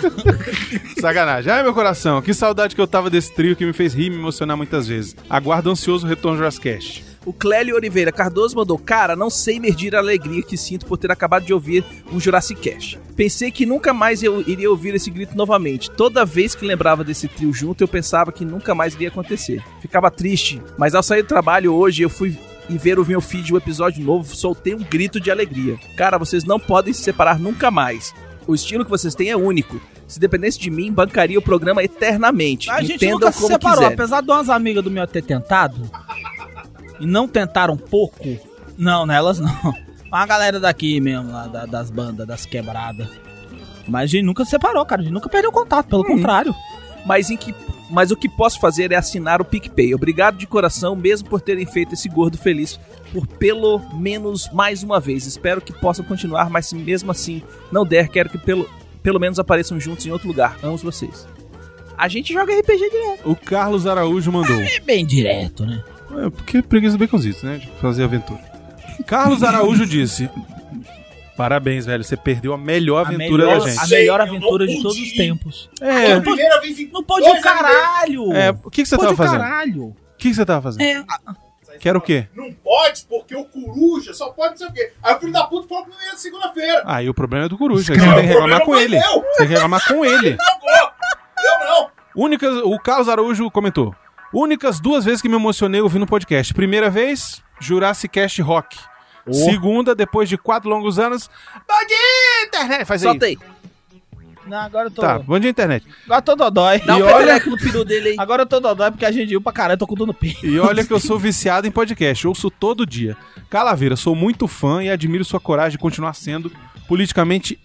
A: Sacanagem. Ai, meu coração. Que saudade que eu tava desse trio que me fez rir e me emocionar muitas vezes. Aguardo ansioso o retorno do Jurassic
B: O Clélio Oliveira Cardoso mandou: Cara, não sei medir a alegria que sinto por ter acabado de ouvir um Jurassic Cast. Pensei que nunca mais eu iria ouvir esse grito novamente. Toda vez que lembrava desse trio junto, eu pensava que nunca mais iria acontecer. Ficava triste, mas ao sair do trabalho hoje, eu fui e ver o meu feed o episódio novo, soltei um grito de alegria. Cara, vocês não podem se separar nunca mais. O estilo que vocês têm é único. Se dependesse de mim, bancaria o programa eternamente.
G: A gente
B: Entendam
G: nunca se
B: como
G: separou,
B: quiserem.
G: apesar de umas amigas do meu ter tentado e não tentaram pouco. Não, nelas não. A galera daqui mesmo, lá da- das bandas, das quebradas. Mas a gente nunca se separou, cara. A gente nunca perdeu contato, pelo contrário.
B: mas em que mas o que posso fazer é assinar o PicPay. Obrigado de coração, mesmo por terem feito esse gordo feliz por pelo menos mais uma vez. Espero que possam continuar, mas se mesmo assim não der, quero que pelo, pelo menos apareçam juntos em outro lugar. Amo vocês. A gente joga RPG direto.
A: O Carlos Araújo mandou.
G: É bem direto, né?
A: É, porque preguiça bem com isso, né? De fazer aventura. Carlos Araújo disse. Parabéns, velho. Você perdeu a melhor
G: A
A: aventura
G: melhor,
A: da gente.
G: a melhor
L: Sei, eu
G: aventura de
L: não
G: todos
L: pude.
G: os tempos.
A: É.
L: Pela primeira vez em
G: Não pode o
L: Dois amigos.
G: caralho!
A: É, o que, que você
G: Pode
A: tava
G: o
A: fazendo?
G: caralho!
A: O que, que você tava fazendo?
G: É,
A: Quero o quê?
L: Não pode, porque o coruja só pode ser o quê? Aí o filho da puta falou pra mim na segunda-feira.
A: Aí o problema é do coruja. aí Você tem que
L: O
A: reclamar
L: problema
A: com
L: foi
A: ele.
L: meu.
A: Você tem que reclamar com ele.
L: Eu não.
A: Únicas, o Carlos Araújo comentou. Únicas duas vezes que me emocionei ouvindo o podcast. Primeira vez, Jurassic Cast Rock. Segunda, depois de quatro longos anos. Bom dia, internet! Faz
B: Solta
A: aí.
B: aí.
G: Não, agora eu tô.
A: Tá, bom dia, internet.
G: Agora eu tô dodói.
B: Dá
G: E
B: um
G: olha-
B: peteleco no peru dele aí.
G: Agora eu tô dodói porque a gente viu pra caralho, eu tô com dor no peito.
A: E olha que eu sou viciado em podcast, ouço todo dia. Calaveira, sou muito fã e admiro sua coragem de continuar sendo politicamente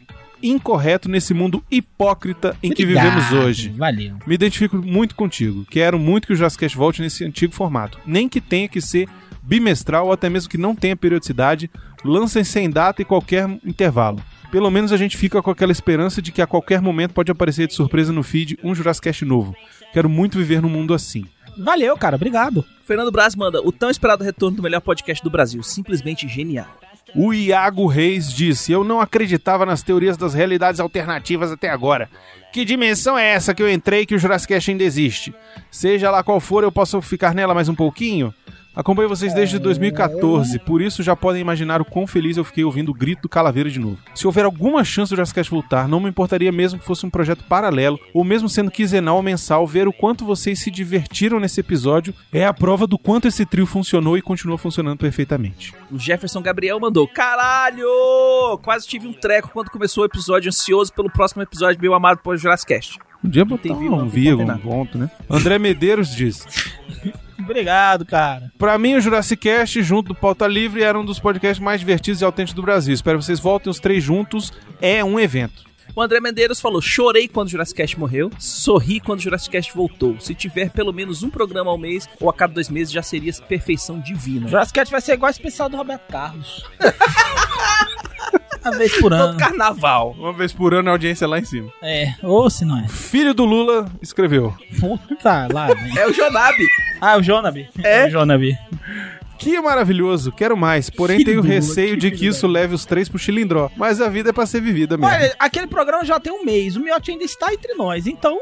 A: incorreto nesse mundo hipócrita em que vivemos hoje.
M: Valeu.
A: Me identifico muito contigo. Quero muito que o Jazzcast volte nesse antigo formato. Nem que tenha que ser bimestral ou até mesmo que não tenha periodicidade, lancem sem data e qualquer intervalo. Pelo menos a gente fica com aquela esperança de que a qualquer momento pode aparecer de surpresa no feed um Jurassicast novo. Quero muito viver num mundo assim.
G: Valeu, cara, obrigado.
B: Fernando Braz manda o tão esperado retorno do melhor podcast do Brasil. Simplesmente genial.
A: O Iago Reis disse: Eu não acreditava nas teorias das realidades alternativas até agora. Que dimensão é essa que eu entrei que o Jurassic Cast ainda existe? Seja lá qual for, eu posso ficar nela mais um pouquinho? Acompanho vocês desde 2014, por isso já podem imaginar o quão feliz eu fiquei ouvindo o grito do Calaveira de novo. Se houver alguma chance do Jurassic Cast voltar, não me importaria mesmo que fosse um projeto paralelo, ou mesmo sendo quinzenal ou mensal, ver o quanto vocês se divertiram nesse episódio é a prova do quanto esse trio funcionou e continua funcionando perfeitamente.
B: O Jefferson Gabriel mandou: Caralho! Quase tive um treco quando começou o episódio, ansioso pelo próximo episódio, meu amado pós Jurassicast.
A: Um dia botar
B: Tem vírgula,
A: um
B: tem
A: vírgula, um
B: condenado.
A: ponto, né? André Medeiros diz:
G: Obrigado, cara.
A: Pra mim, o Jurassic Cast, junto do Pauta Livre, era um dos podcasts mais divertidos e autênticos do Brasil. Espero que vocês voltem os três juntos. É um evento.
B: O André Mendeiros falou: Chorei quando o Jurassicast morreu, sorri quando o Jurassicast voltou. Se tiver pelo menos um programa ao mês ou a cada dois meses, já seria perfeição divina.
G: Jurassic Cast vai ser igual a especial do Roberto Carlos. Uma vez por ano.
B: Todo carnaval.
A: Uma vez por ano a audiência é lá em cima.
M: É, ou se não é.
A: Filho do Lula escreveu:
M: Puta lá, velho.
B: É o Jonabe.
M: Ah, o Jonabi. É? O Jonabi.
A: Que maravilhoso, quero mais. Porém, tenho receio de que isso leve os três pro chilindró. Mas a vida é pra ser vivida mesmo.
G: Olha, aquele programa já tem um mês, o Miotti ainda está entre nós, então.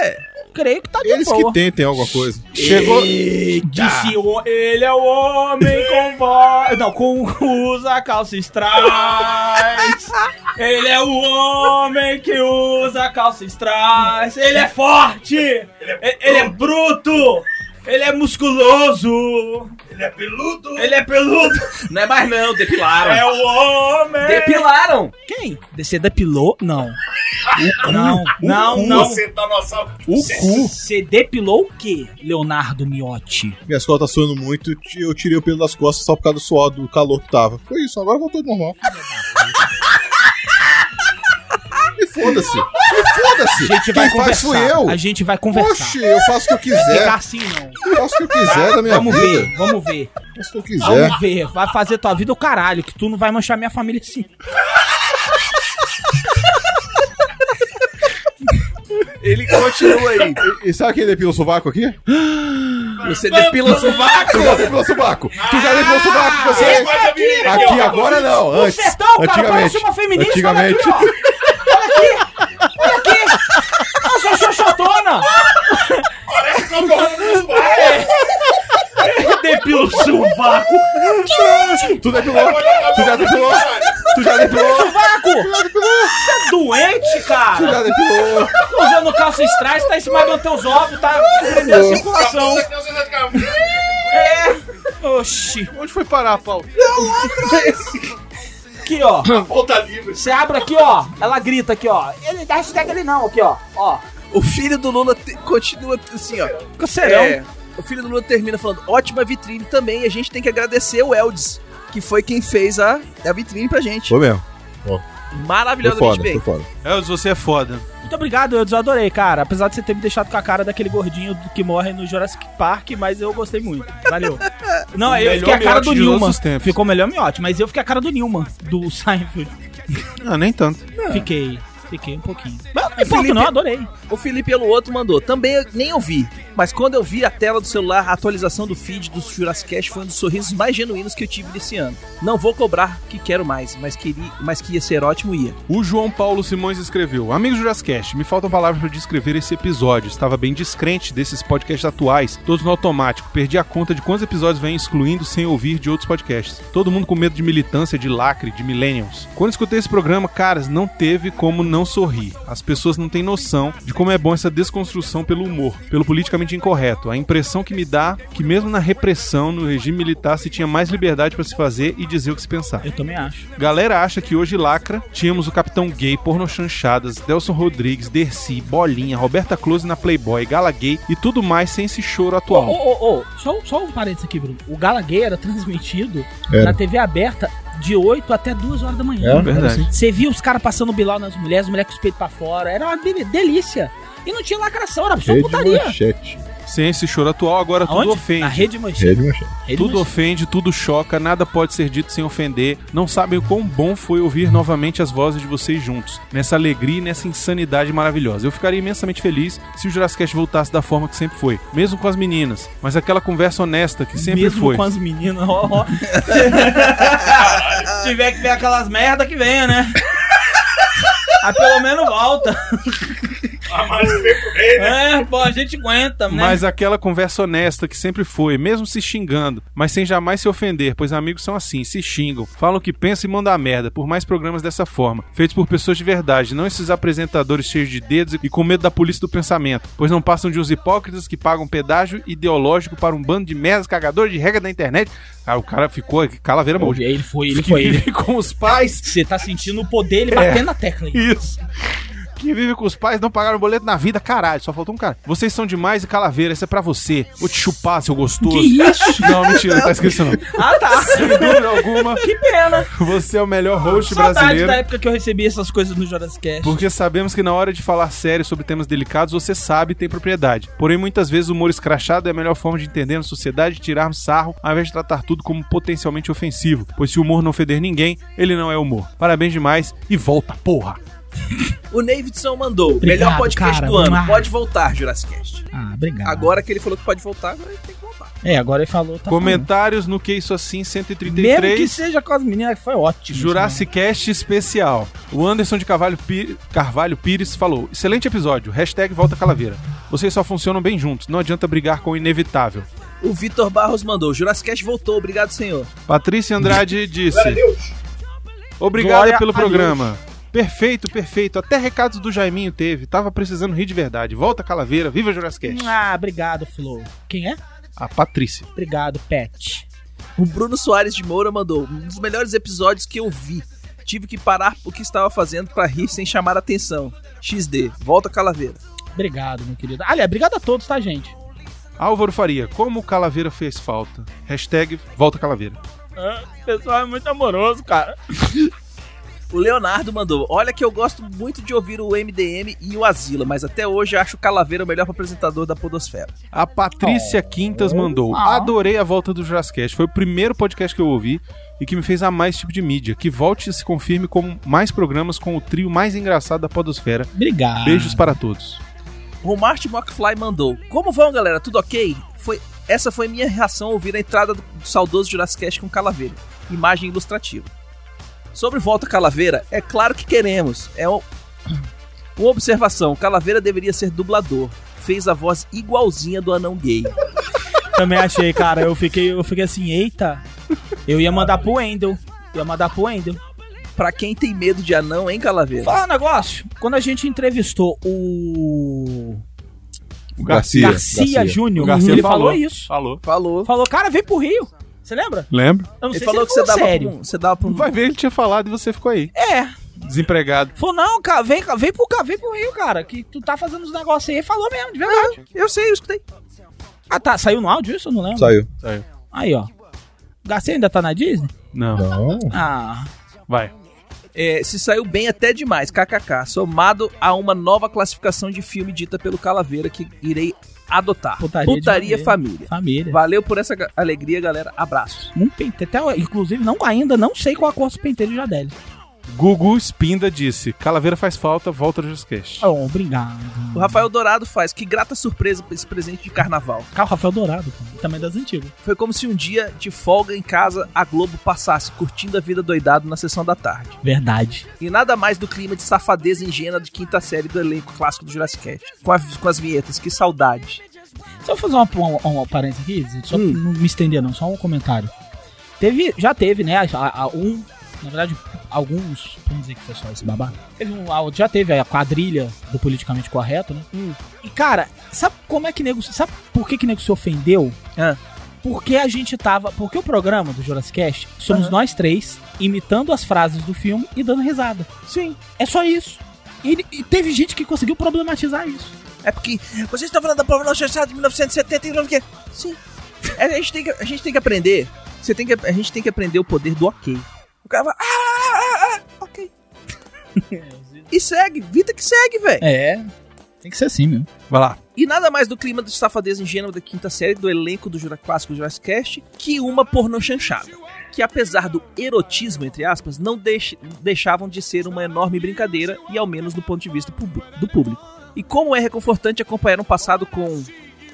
G: É. Creio que tá de
C: Eles
G: boa.
C: que tentem alguma coisa.
A: Chegou.
G: Disse o, ele é o homem com voz. Não, com usa calça strass. ele é o homem que usa calça strass. Ele é forte. Ele é, ele é bruto. Ele é musculoso. Ele é peludo. Ele é peludo.
B: Não é mais, não, depilaram.
G: É o homem.
B: Depilaram!
G: Quem? Você depilou? Não. Não, não, não.
N: Você tá nossa.
G: O cu. Você depilou o quê, Leonardo Miotti?
C: Minhas costas tá suando muito, eu ti- eu tirei o pelo das costas só por causa do suor, do calor que tava. Foi isso, agora voltou ao normal. E foda-se. E foda-se. Quem faz sou eu.
G: A gente vai conversar.
C: Oxe, eu faço o que eu
G: Ficar
C: quiser.
G: assim não.
C: Eu faço o que eu quiser da minha
G: Vamos
C: vida.
G: ver, vamos ver.
C: Eu faço o que eu quiser.
G: Vamos ver. Vai fazer tua vida o caralho, que tu não vai manchar minha família assim.
B: Ele continua aí.
C: E, e sabe quem depila o sovaco aqui?
B: Você depila o sovaco?
C: Tu já depilou o sovaco. Tu já depilou o sovaco, que você... Aqui agora não,
G: é O
C: antes.
G: sertão, cara,
C: Antigamente.
G: parece uma feminista. Olha
C: Antigamente.
G: aqui, ó. Olha aqui. Olha aqui. Eu sou xoxotona.
N: Parece que eu tô falando vai.
G: Depilo sovaco.
C: Tu depilou. Tu já depilou. Tu já depilou.
G: Sovaco. Você é doente,
C: Tu
G: cara. Tá
C: já depilou.
G: Usando calça strass, tá em cima dos teus ovos, tá prendendo a circulação. É. Oxi.
A: Onde foi parar, Paulo?
G: Aqui, ó.
N: Volta livre.
G: Você abre aqui, ó. Ela grita aqui, ó. Ele dá hashtag ele não, aqui, ó. Ó.
B: O filho do Lula te- continua assim, ó.
G: Serão?
B: É, o filho do Lula termina falando: ótima vitrine também. A gente tem que agradecer o Eldes, que foi quem fez a, a vitrine pra gente.
C: Foi mesmo. Foi
B: Maravilhosamente
C: foda,
B: bem.
C: foi foda.
A: Elvis, você é foda.
G: Muito obrigado, eu adorei, cara. Apesar de você ter me deixado com a cara daquele gordinho do- que morre no Jurassic Park, mas eu gostei muito. Valeu. Não, eu
A: melhor
G: fiquei a cara
A: miote
G: do
A: de todos
G: Newman.
A: os tempos.
G: Ficou melhor miote, mas eu fiquei a cara do Newman, do Seinfeld.
A: Ah, nem tanto.
G: Fiquei. Fiquei um pouquinho. Mas não importa, não, adorei.
B: O Felipe pelo outro mandou. Também eu nem ouvi. Mas quando eu vi a tela do celular, a atualização do feed do Jurassic Cast foi um dos sorrisos mais genuínos que eu tive nesse ano. Não vou cobrar que quero mais, mas, queria, mas que ia ser ótimo, ia.
A: O João Paulo Simões escreveu: Amigos do Jazzcast, me faltam palavras para descrever esse episódio. Estava bem descrente desses podcasts atuais, todos no automático. Perdi a conta de quantos episódios venho excluindo sem ouvir de outros podcasts. Todo mundo com medo de militância, de lacre, de millennials. Quando escutei esse programa, caras, não teve como não não sorri. As pessoas não têm noção de como é bom essa desconstrução pelo humor, pelo politicamente incorreto. A impressão que me dá que mesmo na repressão, no regime militar, se tinha mais liberdade pra se fazer e dizer o que se pensar.
G: Eu também acho.
A: Galera acha que hoje lacra. Tínhamos o Capitão Gay, Porno Chanchadas, Delson Rodrigues, Dercy, Bolinha, Roberta Close na Playboy, Gala Gay e tudo mais sem esse choro
G: Ô,
A: atual.
G: ô, ô, ô, só, só um parênteses aqui, Bruno. O Gala Gay era transmitido
C: Era.
G: na TV aberta de 8 até 2 horas da manhã.
C: É,
A: verdade.
G: Assim, Você via os caras passando bilau nas mulheres, as mulheres com os peitos pra fora. Era uma deli- delícia. E não tinha lacração, era só
C: Rede
G: putaria.
C: manchete.
A: Sem esse choro atual, agora
G: oh. Aonde?
A: tudo ofende.
G: Na Rede né? Manchete.
C: Rede manchete.
G: Rede
A: Tudo
G: Manchete.
A: ofende, tudo choca, nada pode ser dito sem ofender. Não sabem o quão bom foi ouvir novamente as vozes de vocês juntos, nessa alegria e nessa insanidade maravilhosa. Eu ficaria imensamente feliz se o Jurassic voltasse da forma que sempre foi, mesmo com as meninas, mas aquela conversa honesta que sempre
G: Mesmo
A: foi.
G: com as meninas, ó, ó.
H: Se tiver que ver aquelas merda que venha, né?
G: Ah,
H: Aí pelo menos volta.
L: Ah, mas vem por aí, né?
H: É, pô, a gente aguenta, né?
A: Mas aquela conversa honesta que sempre foi, mesmo se xingando, mas sem jamais se ofender, pois amigos são assim, se xingam, falam o que pensam e mandam a merda, por mais programas dessa forma, feitos por pessoas de verdade, não esses apresentadores cheios de dedos e com medo da polícia do pensamento, pois não passam de uns hipócritas que pagam pedágio ideológico para um bando de merdas cagadores de regra da internet. Ah, o cara ficou calaveira
G: Pô,
A: mouja.
G: ele foi, ele
A: Que
G: foi. Ele.
A: vive com os pais
G: Você tá sentindo o poder, ele batendo na tecla aí.
A: isso. Que vive com os pais, não pagaram boleto na vida, caralho. Só faltou um cara. Vocês são demais e calaveira, isso é pra você. Vou te chupar, seu gostoso.
G: Que isso?
A: Não, mentira, não tá escrito isso não.
H: Ah, tá.
A: Sem dúvida alguma,
H: Que pena.
A: você é o melhor host
H: Saudade da
A: brasileiro.
H: época que eu recebi essas coisas no Jurassic Cast.
A: Porque sabemos que na hora de falar sério sobre temas delicados, você sabe e tem propriedade. Porém, muitas vezes o humor escrachado é a melhor forma de entender a sociedade e tirarmos sarro, ao invés de tratar tudo como potencialmente ofensivo. Pois se o humor não feder ninguém, ele não é humor. Parabéns demais e volta, porra!
B: O Davidson mandou.
G: Obrigado,
B: melhor podcast
G: cara,
B: do ano.
G: vamos lá.
B: Pode voltar, Jurassic Cast.
G: Ah, obrigado.
B: Agora que ele falou que pode voltar, agora ele tem que voltar.
G: É, agora ele falou. Tá
A: Comentários no que isso assim
G: falando. Mesmo
A: 133.
G: que seja com as meninas, foi ótimo.
A: Jurassicast especial. O Anderson de Carvalho, Pi- Carvalho Pires falou: excelente episódio, hashtag volta calaveira. Vocês só funcionam bem juntos, não adianta brigar com o inevitável.
B: O Vitor Barros mandou. Jurassic Cast voltou. Obrigado, senhor.
A: Patrícia Andrade
L: Glória a
A: disse:
L: Deus.
A: Obrigado
G: Glória
A: pelo
G: a Deus."
A: programa. Perfeito, perfeito. Até recados do Jaiminho teve. Tava precisando rir de verdade. Volta calaveira, viva Jurassic.
G: mesmo. Ah, obrigado, Flo. Quem é?
A: A Patrícia.
G: Obrigado, Pet.
B: O Bruno Soares de Moura mandou. Um dos melhores episódios que eu vi. Tive que parar o que estava fazendo pra rir sem chamar atenção. XD. Volta calaveira.
G: Obrigado, meu querido. Aliás, obrigado a todos, tá, gente?
A: Álvaro Faria, como o calaveira fez falta? Hashtag volta calaveira.
H: Ah,
G: O pessoal é muito amoroso, cara.
B: O Leonardo mandou. Olha que eu gosto muito de ouvir o MDM e o Asila, mas até hoje acho o Calaveira o melhor apresentador da podosfera.
A: A Patrícia Quintas mandou.
G: Ah.
A: Adorei a volta do Jurassicast. Foi o primeiro podcast que eu ouvi e que me fez amar esse tipo de mídia. Que volte e se confirme com mais programas com o trio mais engraçado da podosfera.
G: Obrigado.
A: Beijos para todos.
B: Romart Mockfly mandou. Como vão, galera? Tudo ok? Foi essa foi minha reação ao ouvir a entrada do saudoso Jurassic Cast com Calaveira. Imagem ilustrativa. Sobre Volta Calaveira, é claro que queremos. É um- uma observação. Calaveira deveria ser dublador. Fez a voz igualzinha do anão gay.
G: Também achei, cara. Eu fiquei, eu fiquei assim, eita. Eu ia mandar pro Wendel. Ia mandar pro Wendel.
B: Pra quem tem medo de anão, hein, Calaveira?
G: Fala um negócio. Quando a gente entrevistou o
C: O Garcia.
G: Garcia, Júnior,
A: O Garcia
G: ele
A: falou.
G: falou. isso.
A: Falou.
B: Falou.
G: Falou, cara, vem pro Rio. Você lembra?
A: Lembra?
G: Eu não
B: Ele
G: sei
B: falou que
G: se
B: você dava,
G: sério.
B: pra um- você dava pra um
A: Vai ver, ele tinha falado e você ficou aí.
G: É.
A: Desempregado.
G: Falou, não, cara, vem, cá, vem pro, cá, vem pro Rio, cara. Que tu tá fazendo os negócios aí. Falou mesmo, de verdade.
B: É, Eu sei, eu escutei.
G: Ah, tá. Saiu no áudio isso? Eu não lembro.
C: Saiu.
G: Aí, ó. Garcia ainda tá na Disney?
A: Não.
C: Não.
B: Hum.
G: Ah.
A: Vai.
B: É, se saiu bem até demais, kkk, somado a uma nova classificação de filme dita pelo Calaveira que irei adotar.
G: Putaria de
B: Família.
G: Família.
B: Valeu por essa ga- alegria, galera. Abraço.
G: Um pente, até, inclusive, não, ainda não sei qual a cor dos penteiros já dele.
A: Gugu Spinda disse: Calaveira faz falta, volta ao Jurassicast.
G: Oh, obrigado.
B: O Rafael Dourado faz que grata surpresa pra esse presente de carnaval.
G: Carro Rafael Dourado, cara, também das antigas.
B: Foi como se um dia de folga em casa a Globo passasse curtindo a vida doidado na sessão da tarde.
G: Verdade.
B: E nada mais do clima de safadeza ingênua de quinta série do elenco clássico do Jurassic Cast. Com, a- com as vinhetas, que saudade.
G: Só fazer uma, uma, uma parênteses Hum. aqui, Zito, só pra não me estender não, só um comentário. Teve, já teve, né, a- a- um Na verdade, alguns, vamos dizer que foi só esse babado. Teve um, ah, já teve a quadrilha do politicamente correto, né? E cara, sabe como é que nego, sabe por que que nego se ofendeu? Porque a gente tava, porque o programa do Jurassic Cast somos nós três imitando as frases do filme e dando risada. Sim, é só isso. E, e teve gente que conseguiu problematizar isso.
B: É porque vocês estão falando da prova nacional de 1970 e não sei o quê. Sim. É, a, gente tem que, a gente tem que aprender. Você tem que, a gente tem que aprender o poder do ok. O cara vai. Ah, ah, ah, ah, ok. e segue, vida que segue, velho.
G: É. Tem que ser assim mesmo.
A: Vai lá.
B: E nada mais do clima de safadeza ingênua da quinta série do elenco do Jura Clássico Jurassic Cast que uma pornô chanchada. Que apesar do erotismo, entre aspas, não deixe- deixavam de ser uma enorme brincadeira, e ao menos do ponto de vista pub- do público. E como é reconfortante acompanhar um passado com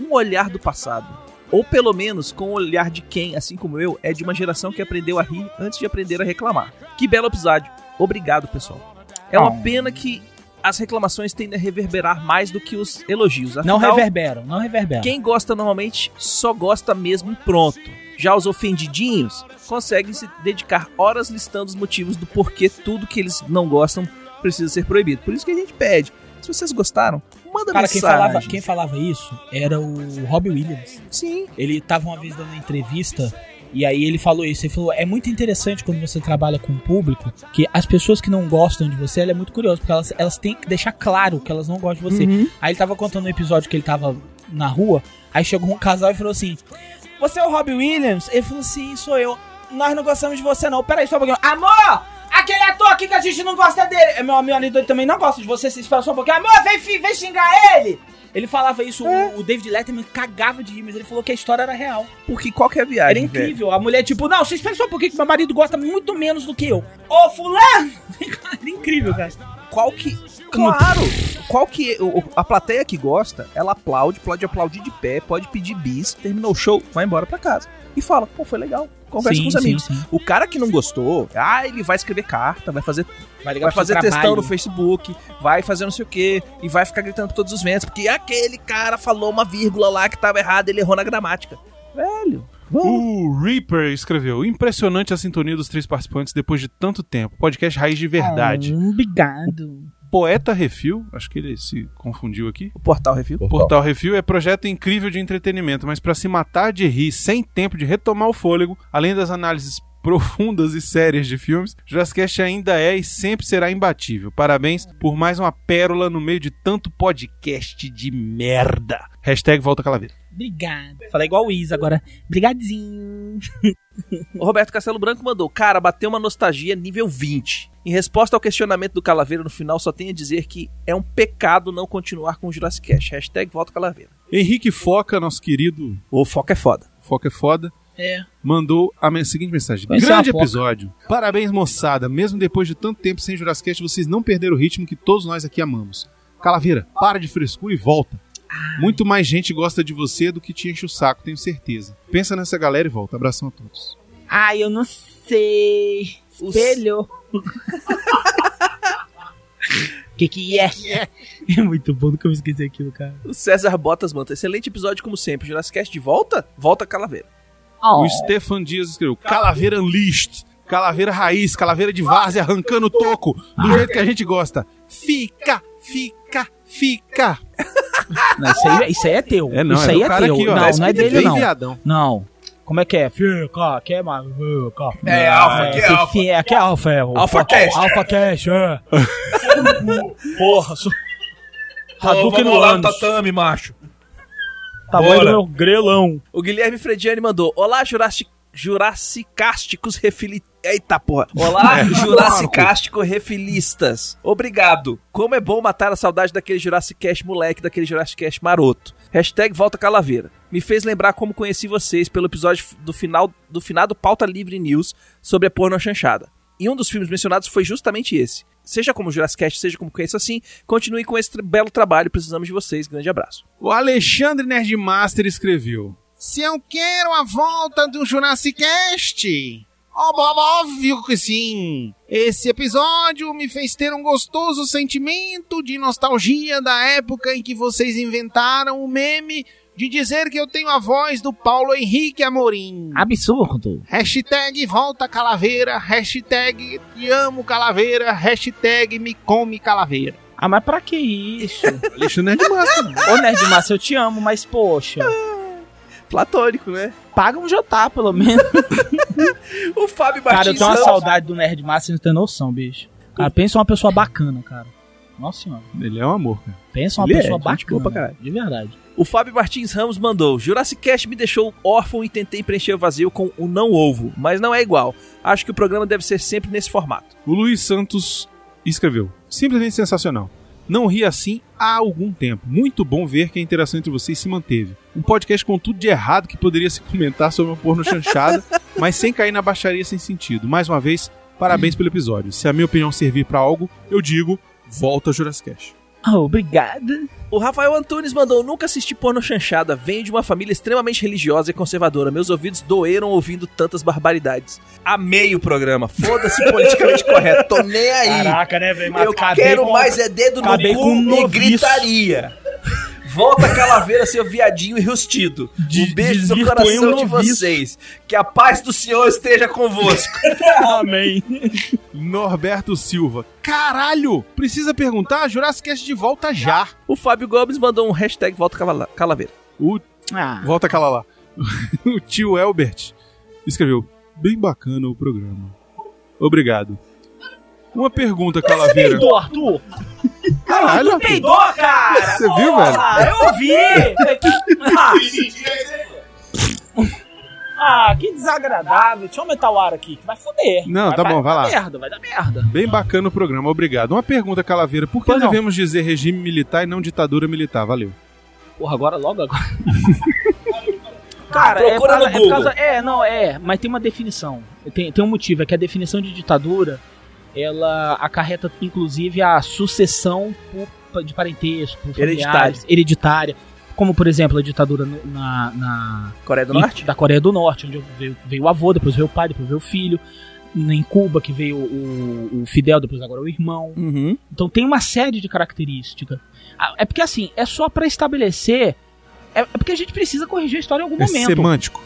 B: um olhar do passado. Ou pelo menos com o olhar de quem, assim como eu, é de uma geração que aprendeu a rir antes de aprender a reclamar. Que belo episódio. Obrigado, pessoal. É uma
G: Oh.
B: pena que as reclamações tendem a reverberar mais do que os elogios.
G: Não
B: Afinal,
G: reverberam, não reverberam.
B: quem gosta normalmente só gosta mesmo e pronto. Já os ofendidinhos conseguem se dedicar horas listando os motivos do porquê tudo que eles não gostam precisa ser proibido. Por isso que a gente pede. Se vocês gostaram, manda
G: Cara, quem
B: mensagem.
G: falava, quem falava isso era o Robbie Williams.
B: Sim.
G: Ele tava uma vez dando uma entrevista e aí ele falou isso. Ele falou: é muito interessante quando você trabalha com o público que as pessoas que não gostam de você, ela é muito curiosa, porque elas, elas têm que deixar claro que elas não gostam de você. Aí ele tava contando um episódio que ele tava na rua, aí chegou um casal e falou assim: Você é o Robbie Williams? Ele falou assim: sou eu. Nós não gostamos de você, não. Peraí, só um pouquinho. Amor! Aquele ator aqui que a gente não gosta dele. É, Meu amigo Anidori também não gosta de você. Se espera só um pouquinho. Amor, vem, fi- vem xingar ele! Ele falava isso, o-
B: É.
G: o David Letterman cagava de rir, mas ele falou que a história era real.
B: Porque qual que é a viagem?
G: Era incrível. A mulher, tipo, não, você espera só um pouquinho que meu marido gosta muito menos do que eu. Ô, fulano! Era incrível, cara.
B: velho? Qual que. Claro! Qual que. é o- o- a plateia que gosta, ela aplaude, pode aplaudir de pé, pode pedir bis, terminou o show, vai embora pra casa. E fala, pô, foi legal. Conversa
G: Sim,
B: com os
G: sim,
B: amigos.
G: sim.
B: O cara que não gostou, ah, ele vai escrever carta, vai fazer
G: Vai ligar
B: vai
G: pro
B: fazer
G: seu
B: textão
G: trabalho.
B: no Facebook, vai fazer não sei o que, e vai ficar gritando por todos os ventos, porque aquele cara falou uma vírgula lá que tava errada, ele errou na gramática. Velho,
A: Uh.
B: vamos.
A: O Reaper escreveu: Impressionante a sintonia dos três participantes depois de tanto tempo. Podcast Raiz de Verdade.
G: Ah, Obrigado.
A: Poeta Refil, acho que ele se confundiu aqui.
B: O portal review.
A: Portal. Refil é projeto incrível de entretenimento, mas pra se matar de rir sem tempo de retomar o fôlego, além das análises profundas e sérias de filmes, Jurassicast ainda é e sempre será imbatível. Parabéns por mais uma pérola no meio de tanto podcast de merda. Hashtag Volta Calaveira.
G: Obrigado. Falei igual o Isa agora. Brigadinho.
B: O Roberto Castelo Branco mandou, cara, bateu uma nostalgia nível 20. Em resposta ao questionamento do Calaveira no final, só tenho a dizer que é um pecado não continuar com o Jurassic Cash. Hashtag volta Calaveira.
A: Henrique Foca, nosso querido
B: O foco é foda.
A: Foca é foda,
G: É.
A: mandou a me- seguinte mensagem.
G: Vai ser
A: Grande
G: uma foca.
A: episódio. Parabéns, moçada. Mesmo depois de tanto tempo sem Jurassicast, vocês não perderam o ritmo que todos nós aqui amamos. Calaveira, para de frescura e volta. Muito mais gente gosta de você do que te enche o saco, tenho certeza. Pensa nessa galera e volta. Abração a todos.
G: Ai, eu não sei. Espelho. que que é? É muito bom que eu me esqueci aquilo, cara.
B: O César Botas manda, excelente episódio como sempre. Jurassic Cash de volta? Volta Calaveira.
A: O Stefan Dias escreveu: Calaveira Unleashed. Calaveira raiz, calaveira de várzea arrancando o toco, do jeito que a gente gosta. Fica, fica, fica.
G: Não, isso, aí, isso aí é teu. isso aí é, teu. não, não é dele, não. Não. Como é que é? Fica, que é maluco.
B: É, Alpha, que é
G: esse
B: Alpha.
G: fi- é, que é Alpha, é. o-
B: Alpha Cast.
G: Alpha Cash, é. Porra, su... Hadouken no ânus.
B: tatame, macho.
G: Tamanho do meu grelão.
B: O Guilherme Frediani mandou: Olá, Jurassic. Jurassicásticos refili... Eita porra!
G: É,
B: Olá, Jurassicástico refilistas! Obrigado! Como é bom matar a saudade daquele Jurassic Cast moleque, daquele Jurassic Cast maroto. Hashtag volta calaveira. Me fez lembrar como conheci vocês pelo episódio do final do finado Pauta Livre News sobre a porno chanchada. E um dos filmes mencionados foi justamente esse. Seja como Jurassic Cast, seja como conheço assim, continue com esse tra- belo trabalho, precisamos de vocês. Grande abraço.
A: O Alexandre Nerdmaster escreveu: Se eu quero a volta do Jurassic Cast. ó- ó- Óbvio que sim! Esse episódio me fez ter um gostoso sentimento de nostalgia da época em que vocês inventaram o meme
O: de dizer que eu tenho a voz do Paulo Henrique Amorim.
G: Absurdo.
O: Hashtag volta calaveira, hashtag te amo calaveira, hashtag me come calaveira.
G: Ah, mas pra que isso?
A: Alexandre é Nerd Massa.
G: Ô, Nerd Massa, eu te amo, mas poxa.
B: Platônico, né?
G: Paga um jantar, pelo menos.
B: o Fábio
G: Cara, eu
B: Batista.
G: tenho uma saudade do Nerd Massa, você não tem noção, bicho. Cara, pensa uma pessoa bacana, cara. Nossa senhora.
A: Ele é um amor, cara.
G: Pensa uma
B: Ele é,
G: pessoa
B: gente
G: bacana.
B: boa pra caralho.
G: De verdade.
B: O Fábio Martins Ramos mandou: Jurassic Cast me deixou órfão e tentei preencher o vazio com o não ovo, mas não é igual. Acho que o programa deve ser sempre nesse formato.
A: O Luiz Santos escreveu: simplesmente sensacional. Não ri assim há algum tempo. Muito bom ver que a interação entre vocês se manteve. Um podcast com tudo de errado que poderia se comentar sobre uma porno chanchada, mas sem cair na baixaria sem sentido. Mais uma vez, parabéns pelo episódio. Se a minha opinião servir pra algo, eu digo: volta Jurassic Cast.
G: Ah, obrigado.
B: O Rafael Antunes mandou: Nunca assisti porno chanchada. Venho de uma família extremamente religiosa e conservadora. Meus ouvidos doeram ouvindo tantas barbaridades. Amei o programa. Foda-se politicamente correto. Tô nem aí.
G: Caraca, né, velho? Mas
B: Eu
G: acabei
B: quero
G: com-
B: mais é dedo no
G: acabei
B: cu
G: com um
B: e
G: noviço.
B: gritaria. Volta calaveira, seu viadinho e rustido. um beijo no
K: desvirtuei
B: coração
K: um
B: de
K: noviço.
B: vocês. Que a paz do Senhor esteja convosco.
K: Amém.
A: Norberto Silva. Caralho! Precisa perguntar? Jurassic Cast de volta já.
B: O Fábio Gomes mandou um hashtag Volta Cavala- Calaveira.
A: O
G: Ah,
A: Volta cala lá. o tio Elbert escreveu: Bem bacana o programa. Obrigado. Uma pergunta, Calaveira.
G: peidou, Arthur.
A: Caralho, Arthur.
H: Peidou, cara!
A: Você viu, velho?
H: Ah, eu ouvi! Ah,
G: Ah, que desagradável. Deixa eu aumentar o ar aqui, que vai foder.
A: Não, tá bom, vai
G: dar
A: lá.
G: merda, vai dar merda.
A: Bem bacana o programa, obrigado. Uma pergunta, Calaveira. Por que
G: Pois não.
A: devemos dizer regime militar e não ditadura militar? Valeu.
G: Porra, agora logo agora. Cara,
B: Ah, Procura
G: é,
B: no
G: é por
B: Google.
G: causa- é, não, é, mas tem uma definição. Tem, tem um motivo, é que a definição de ditadura, ela acarreta inclusive a sucessão por- de parentesco, por familiares,
B: Hereditária.
G: hereditária. Como, por exemplo, a ditadura no- na- na
B: Coreia do Norte?
G: da Coreia do Norte, onde veio, veio o avô, depois veio o pai, depois veio o filho. Em Cuba, que veio o, o Fidel, depois agora o irmão.
B: Uhum.
G: Então tem uma série de características. Ah, É porque assim, é só pra estabelecer. É é porque a gente precisa corrigir a história em algum
A: É
G: Um momento. É,
A: semântico.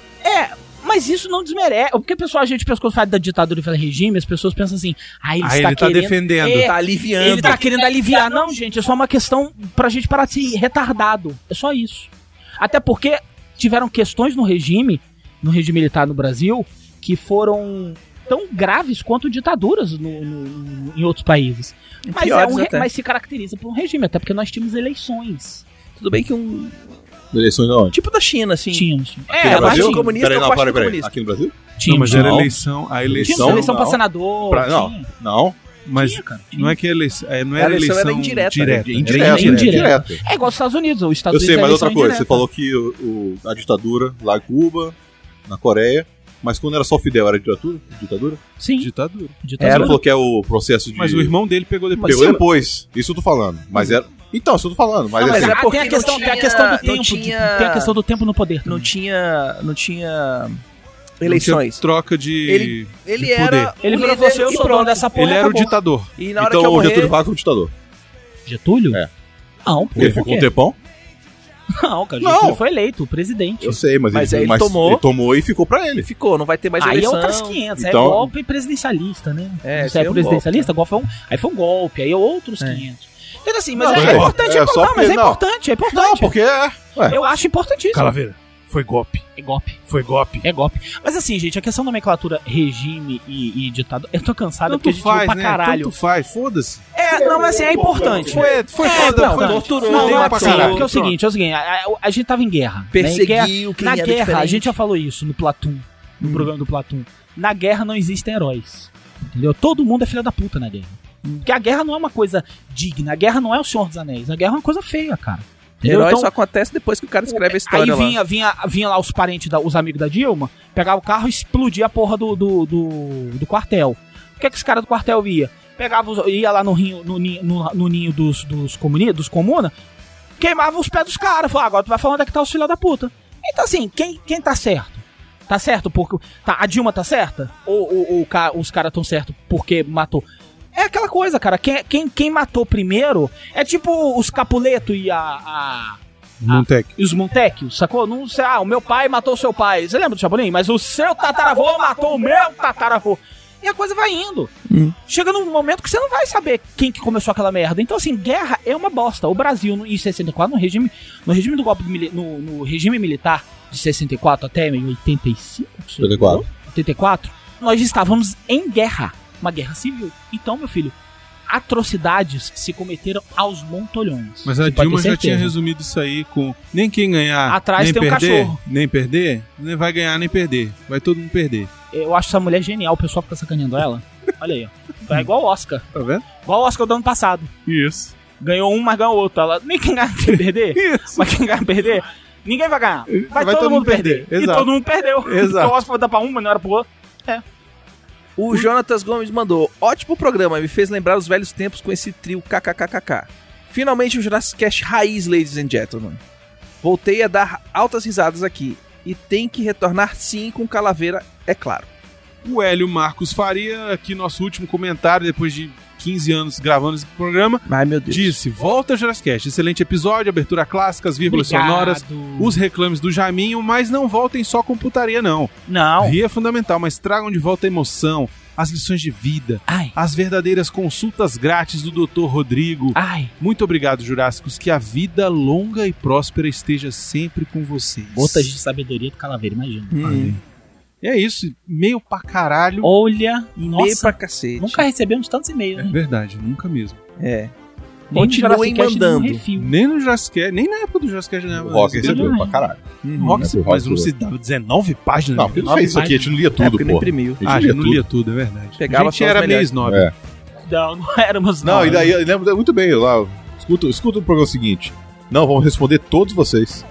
G: Mas isso não desmerece. é, Porque a pessoa, a gente pensa quando fala da ditadura e fala regime, as pessoas pensam assim, ah, ele
A: Aí
G: está
A: ele tá
G: querendo.
A: defendendo.
G: É,
B: Tá aliviando.
G: ele tá querendo aliviar. Não, gente, é só uma questão pra gente parar de ser retardado. É só isso. Até porque tiveram questões no regime, no regime militar no Brasil, que foram tão graves quanto ditaduras no- no- no- em outros países. Mas, é
B: Piores
G: um re-
B: até.
G: mas se caracteriza por um regime, até porque nós tínhamos eleições.
B: Tudo bem que um.
C: Eleições aonde?
B: Tipo da China, assim.
G: Tínhamos.
B: Aqui
G: É,
B: no
G: mas
B: Brasil?
G: tínhamos.
B: comunista
C: Peraí,
B: ou
C: não,
B: Partido
C: peraí, peraí.
B: Comunista?
C: Aqui no Brasil?
A: Não, mas era
C: Não.
A: eleição. A
G: Tínhamos
A: eleição.
C: Não,
G: eleição pra
C: não.
G: senador.
C: Pra- não.
G: tinha.
C: Não.
A: Mas
G: Tinha, cara, tinha.
A: não é que eleição. é, não
B: A
A: era
B: eleição
A: eleição,
B: era indireta.
A: direta.
C: É
A: Era
C: Indireta,
G: né? indireta.
C: indireta.
G: É igual aos Estados Unidos. Os Estados
C: Eu sei, mas
G: Unidos é
C: outra
G: eleição
C: coisa, você
G: indireta.
C: falou que o- o- a ditadura lá em Cuba, na Coreia, mas quando era só o Fidel, era ditadura? ditadura?
G: Sim,
A: Ditadura.
C: Você não
G: ditadura.
C: falou que é o processo de.
A: Mas o irmão dele pegou depois.
C: Pegou depois. Isso eu tô falando. Mas era. Então, isso eu tô falando. Mas,
B: Não, mas
C: assim,
B: é
G: Ah,
B: porque
G: tem a questão,
B: não
G: tem a
B: tinha-
G: questão do
B: não
G: tempo. de-
B: tinha-
G: Tem a questão do tempo no poder.
B: Não
G: também.
B: tinha. Não tinha.
A: Não
B: Eleições.
A: tinha Troca de.
B: Ele- Ele
A: de poder.
B: era.
G: Ele
B: o líder
G: virou e falou assim, eu
B: e
G: sou
B: pronto.
G: dono dessa porra.
A: Ele era o
G: acabou.
A: ditador.
B: E na hora
C: então
B: que eu
C: o
B: morrer,
C: Getúlio Vargas foi o ditador.
G: Getúlio?
C: É.
G: Não, pô.
C: Porque ele
G: por
C: ficou um
G: quê?
C: tempão.
G: Não, cara.
C: Não.
G: Getúlio foi eleito, o presidente.
C: Eu sei, mas,
B: Mas aí
C: ele,
B: ele tomou.
C: ele tomou e ficou pra ele.
B: ficou, não vai ter mais
G: Aí
B: eleição.
G: é outras 500,
C: Então-
G: é golpe presidencialista, né?
B: É,
G: Não
B: esse
G: sei,
B: é
G: é
B: um
G: presidencialista, golpe. é um, aí foi um golpe, aí é outros
B: É.
G: 500. Então assim, mas
C: Não,
G: é,
C: mas é-
G: importante,
C: é
G: é,
C: só
G: importante, não, mas é
C: porque- não.
G: importante, é importante.
C: Não, porque é. é.
G: Eu acho importantíssimo.
A: Calaveira. Foi golpe.
G: É golpe,
A: Foi golpe.
G: é golpe. Mas assim, gente, a questão da nomenclatura regime e, e ditado, eu tô cansado porque a
A: Tanto
G: gente
A: faz,
G: viu pra
A: né?
G: caralho.
A: Tanto faz. Foda-se.
G: É, não, mas assim, é importante.
A: Foi, foi
G: É,
A: foda.
G: não,
A: foi-
B: torturou,
A: Não,
G: Não,
A: não,
G: é
A: pra
G: porque
A: caralho.
G: é o seguinte, é o seguinte, a, a- a gente tava em guerra. né? Em guerra-
B: Perseguiu quem
G: Na
B: era
G: guerra,
B: diferente.
G: a gente já falou isso no Platum, no programa do Platum. Na guerra não existem heróis. Entendeu? Todo mundo é filha da puta na guerra. Porque a guerra não é uma coisa digna, a guerra não é o Senhor dos Anéis, a guerra é uma coisa feia, cara. Entendeu?
B: Herói
G: Então,
B: só acontece depois que o cara escreve a
G: aí
B: história lá.
G: vinha, vinha, vinha lá os parentes, da- os amigos da Dilma, pegava o carro e explodia a porra do, do, do, do quartel. O que é que os caras do quartel ia? Pegava os- ia lá no, rinho, no, ninho- no, no ninho dos, dos, comuni, dos comuna, queimava os pés dos caras. Falava, "Ah, agora tu vai falar onde é que tá os filha da puta. Então assim, quem, quem tá certo? Tá certo porque... Tá, a Dilma tá certa? Ou, ou- ou o ca- os caras tão certo porque matou? É aquela coisa, cara. Quem, quem, quem matou primeiro é tipo os Capuleto e a... a
A: Montec.
H: E os Montec, sacou? Não sei, ah, o meu pai matou o seu pai. Você lembra do Chapolin? Mas o seu tataravô matou o meu tataravô. E a coisa vai indo. Chega num momento que você não vai saber quem que começou aquela merda. Então, assim, guerra é uma bosta. O Brasil, no- em 64, no regime, no regime do golpe, mili- no, no regime militar, de 64 até 85,
C: 84.
H: 84, nós estávamos em guerra. Uma guerra civil. Então, meu filho, atrocidades se cometeram aos montolhões.
A: Mas a
H: Você pode
A: Dilma
H: ter
A: já tinha
H: Tipo, certeza.
A: resumido isso aí com nem quem ganhar,
H: Atrás
A: nem
H: tem um
A: perder,
H: cachorro.
A: nem perder, nem vai ganhar nem perder, vai todo mundo perder.
H: Eu acho essa mulher genial, o pessoal fica sacaneando ela. Olha aí, ó. É igual o Oscar.
A: Tá vendo?
H: Igual o Oscar do ano passado.
A: Isso.
H: Ganhou um, mas ganhou outro. Ela, nem quem ganhar quem perder. Mas quem ganhar perder, ninguém vai ganhar. Vai, todo, mundo perder. E
B: Exato.
H: todo mundo perdeu.
B: Exato.
H: Então o Oscar foi dar pra um, mas não era pro outro. É.
B: O Jonatas Gomes mandou: Ótimo programa, me fez lembrar os velhos tempos com esse trio kkkk. Finalmente o Jurassic Cast raiz, ladies and gentlemen. Voltei a dar altas risadas aqui. E tem que retornar sim com Calaveira, é claro.
A: O Hélio Marcos Faria, aqui nosso último comentário depois de 15 anos gravando esse programa.
B: Ai, meu Deus.
A: Disse: Volta Jurassic Cast, excelente episódio, abertura clássica, as vírgulas
H: Obrigado.
A: sonoras, os reclames do Jaminho, mas não voltem só com putaria, não.
H: Não.
A: Ria é fundamental, mas tragam de volta a emoção, as lições de vida, as verdadeiras consultas grátis do Dr. Rodrigo. Muito obrigado, Jurássicos, que a vida longa e próspera esteja sempre com vocês.
G: Botas de sabedoria do Calaveira, imagina.
A: Hum. E é isso, e-mail pra caralho.
G: Olha,
A: E-mail
G: nossa,
A: pra cacete.
G: nunca recebemos tantos e-mails,
A: É
G: né?
A: verdade, nunca mesmo.
B: É.
G: Nem no Jurassic Cast, nem no refil.
A: Nem no Jurassic Cast, nem na época do Jurassic Cast, né?
C: O Rock recebeu pra caralho.
A: Uhum. Rock,
C: Recebeu,
A: mas
C: Rock
A: não se
C: recebeu.
A: dava 19 páginas.
C: Não, porque ele
A: 19
C: fez isso aqui, a gente não lia tudo,
B: É, porque não
C: pô.
B: imprimiu.
A: Ah, já não lia tudo, é verdade.
C: Pegava
A: a gente
C: só os
A: era meio
C: melhores.
A: snob.
C: É.
G: Não, não éramos
C: Não,
G: nós.
C: e daí eu lembro muito bem lá. Escuta, escuta o programa seguinte. Não, vamos responder todos vocês.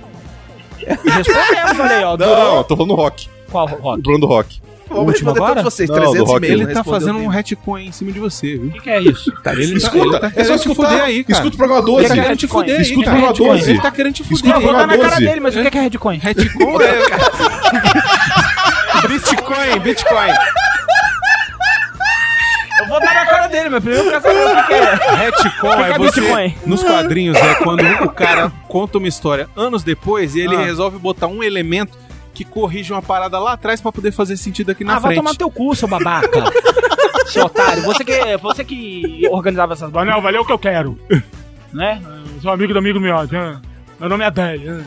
H: Respondemos, olha aí, ó.
C: Não, eu tô falando do rock.
H: Qual rock?
C: O programa do rock.
A: O último agora?
C: Não, do rock.
A: Ele
B: né?
A: tá fazendo um retcon aí em cima de você, viu? O
G: que, que é isso?
A: ele
C: Escuta,
A: tá, ele tá
C: é só
A: querendo te
C: escutar.
A: fuder aí, cara.
C: Escuta o programa 12,
A: Ele tá querendo te
C: cara.
A: fuder aí,
C: Escuta o
A: cara.
C: programa 12.
A: Ele tá querendo te fuder.
C: Escuta o programa 12.
H: mas o que é Redcoin?
A: Redcoin é... Bitcoin, Bitcoin.
H: Eu vou dar na cara dele, mas primeiro eu quero saber o que que é.
A: Retcon
H: Que que
A: é
H: é
A: você.
H: Bitcoin?
A: Nos quadrinhos é quando o cara conta uma história anos depois e ele
H: Ah.
A: resolve botar um elemento que corrige uma parada lá atrás pra poder fazer sentido aqui na
H: Ah, vai
A: frente.
H: tomar no teu cu, seu babaca. seu otário. Você que, você que organizava essas
K: Mas
H: bandas.
K: não, valeu o que eu quero.
H: Né?
K: Eu sou amigo do amigo meu. né? Meu nome é Dani. né?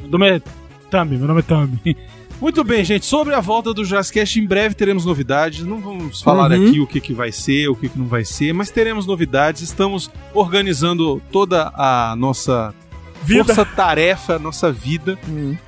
K: Meu nome é Tami, meu nome é Tami.
A: Muito bem, gente. Sobre a volta do Jazzcast, em breve teremos novidades. Não vamos falar
K: Uhum.
A: aqui o que, que vai ser, o que, que não vai ser, mas teremos novidades. Estamos organizando toda a nossa
K: Vida. Hum.
A: força-tarefa, nossa vida,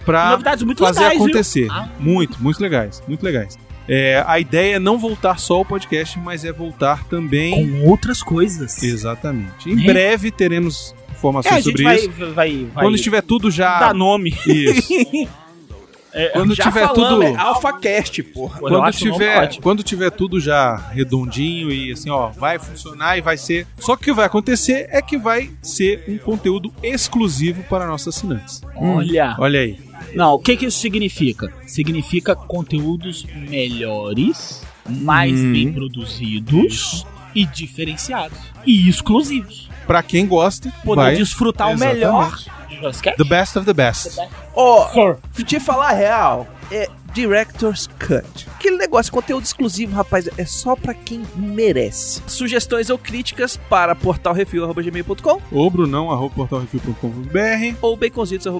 A: pra
H: Novidades muito
A: fazer
H: legais, viu?
A: acontecer.
H: Ah.
A: Muito, muito legais, muito legais. É, a ideia é não voltar só ao podcast, mas é voltar também...
G: Com outras coisas.
A: Exatamente. Em
G: Né?
A: breve teremos informações
H: É, a gente
A: sobre
H: vai-
A: isso.
H: vai- vai-
A: Quando estiver tudo já...
H: Dá nome.
A: Isso.
H: É,
A: Quando
H: já
A: tiver
H: falamos,
A: tudo-
H: é
B: AlphaCast, porra.
A: Quando
H: Eu acho o nome
A: tiver,
H: ótimo.
A: quando tiver tudo já redondinho e assim, ó, vai funcionar e vai ser. Só que o que vai acontecer é que vai ser um conteúdo exclusivo para nossos assinantes.
G: Tá. Olha.
A: Olha aí.
G: Não, o que, que isso significa? Significa conteúdos melhores, mais
K: Uhum.
A: Hum.
G: bem produzidos e diferenciados. E exclusivos.
A: Pra quem gosta,
G: Poder
A: vai-
G: desfrutar o
A: Exatamente.
G: melhor. de Jurassic
A: The best of the best.
B: Ó, te falar a real, é Director's Cut. Aquele negócio, conteúdo exclusivo, rapaz, é só pra quem merece. Sugestões ou críticas para portalrefil.gmail.com
A: Ou Brunão, arroba portalrefil.com.br.
B: ou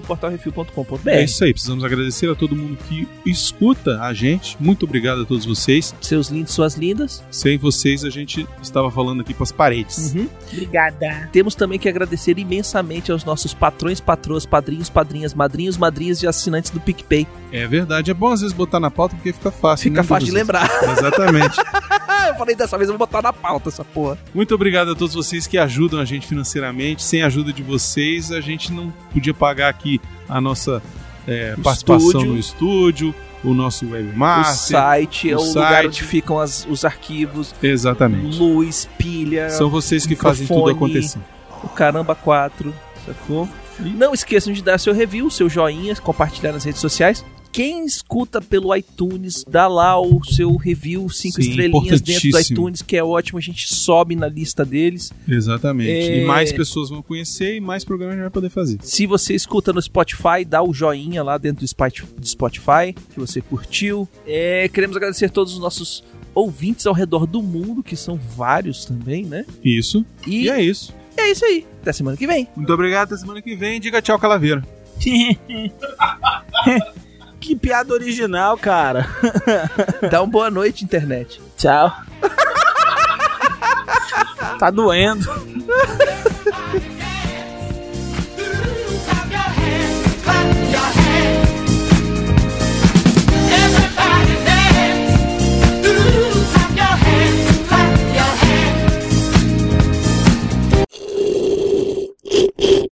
B: baconzitos.portalrefil.com.br.
A: É isso aí, precisamos agradecer a todo mundo que escuta a gente. Muito obrigado a todos vocês.
B: Seus lindos, suas lindas.
A: Sem vocês, a gente estava falando aqui pras paredes.
B: Uhum.
G: Obrigada.
B: Temos também que agradecer imensamente aos nossos patrões, patroas, padrinhos, padrinhas, madrinhos, madrinhas e assinantes do PicPay.
A: É verdade, é bom às vezes botar na pauta porque fica fácil.
B: Fica
A: né,
B: fácil de
A: todos
B: lembrar.
A: nós. Exatamente.
B: eu falei dessa vez, eu vou botar na pauta essa porra.
A: Muito obrigado a todos vocês que ajudam a gente financeiramente. Sem a ajuda de vocês, a gente não podia pagar aqui a nossa é,
B: O
A: participação
B: estúdio.
A: no estúdio, o nosso webmaster,
B: o site é o lugar
A: Ah, site.
B: onde ficam as- os arquivos,
A: Exatamente.
B: luz, pilha.
A: São vocês que fazem tudo
B: microfone,
A: acontecer.
B: O Caramba 4, sacou? Não esqueçam de dar seu review, seu joinha, compartilhar nas redes sociais.
G: Quem escuta pelo iTunes, dá lá o seu review, cinco
A: Sim,
G: estrelinhas dentro do
A: importantíssimo.
G: iTunes, que é ótimo, a gente sobe na lista deles.
A: Exatamente. E
G: É.
A: mais pessoas vão conhecer e mais programa a gente vai poder fazer.
G: Se você escuta no Spotify, dá o joinha lá dentro do Spot- do Spotify, que você curtiu. É, queremos agradecer todos os nossos ouvintes ao redor do mundo, que são vários também, né?
A: Isso.
G: E,
A: é isso.
G: É isso aí. Até semana que vem.
A: Muito obrigado, até semana que vem. Diga tchau, Calaveira.
P: que piada original, cara.
G: Dá uma boa noite, internet.
P: Tchau. tá doendo.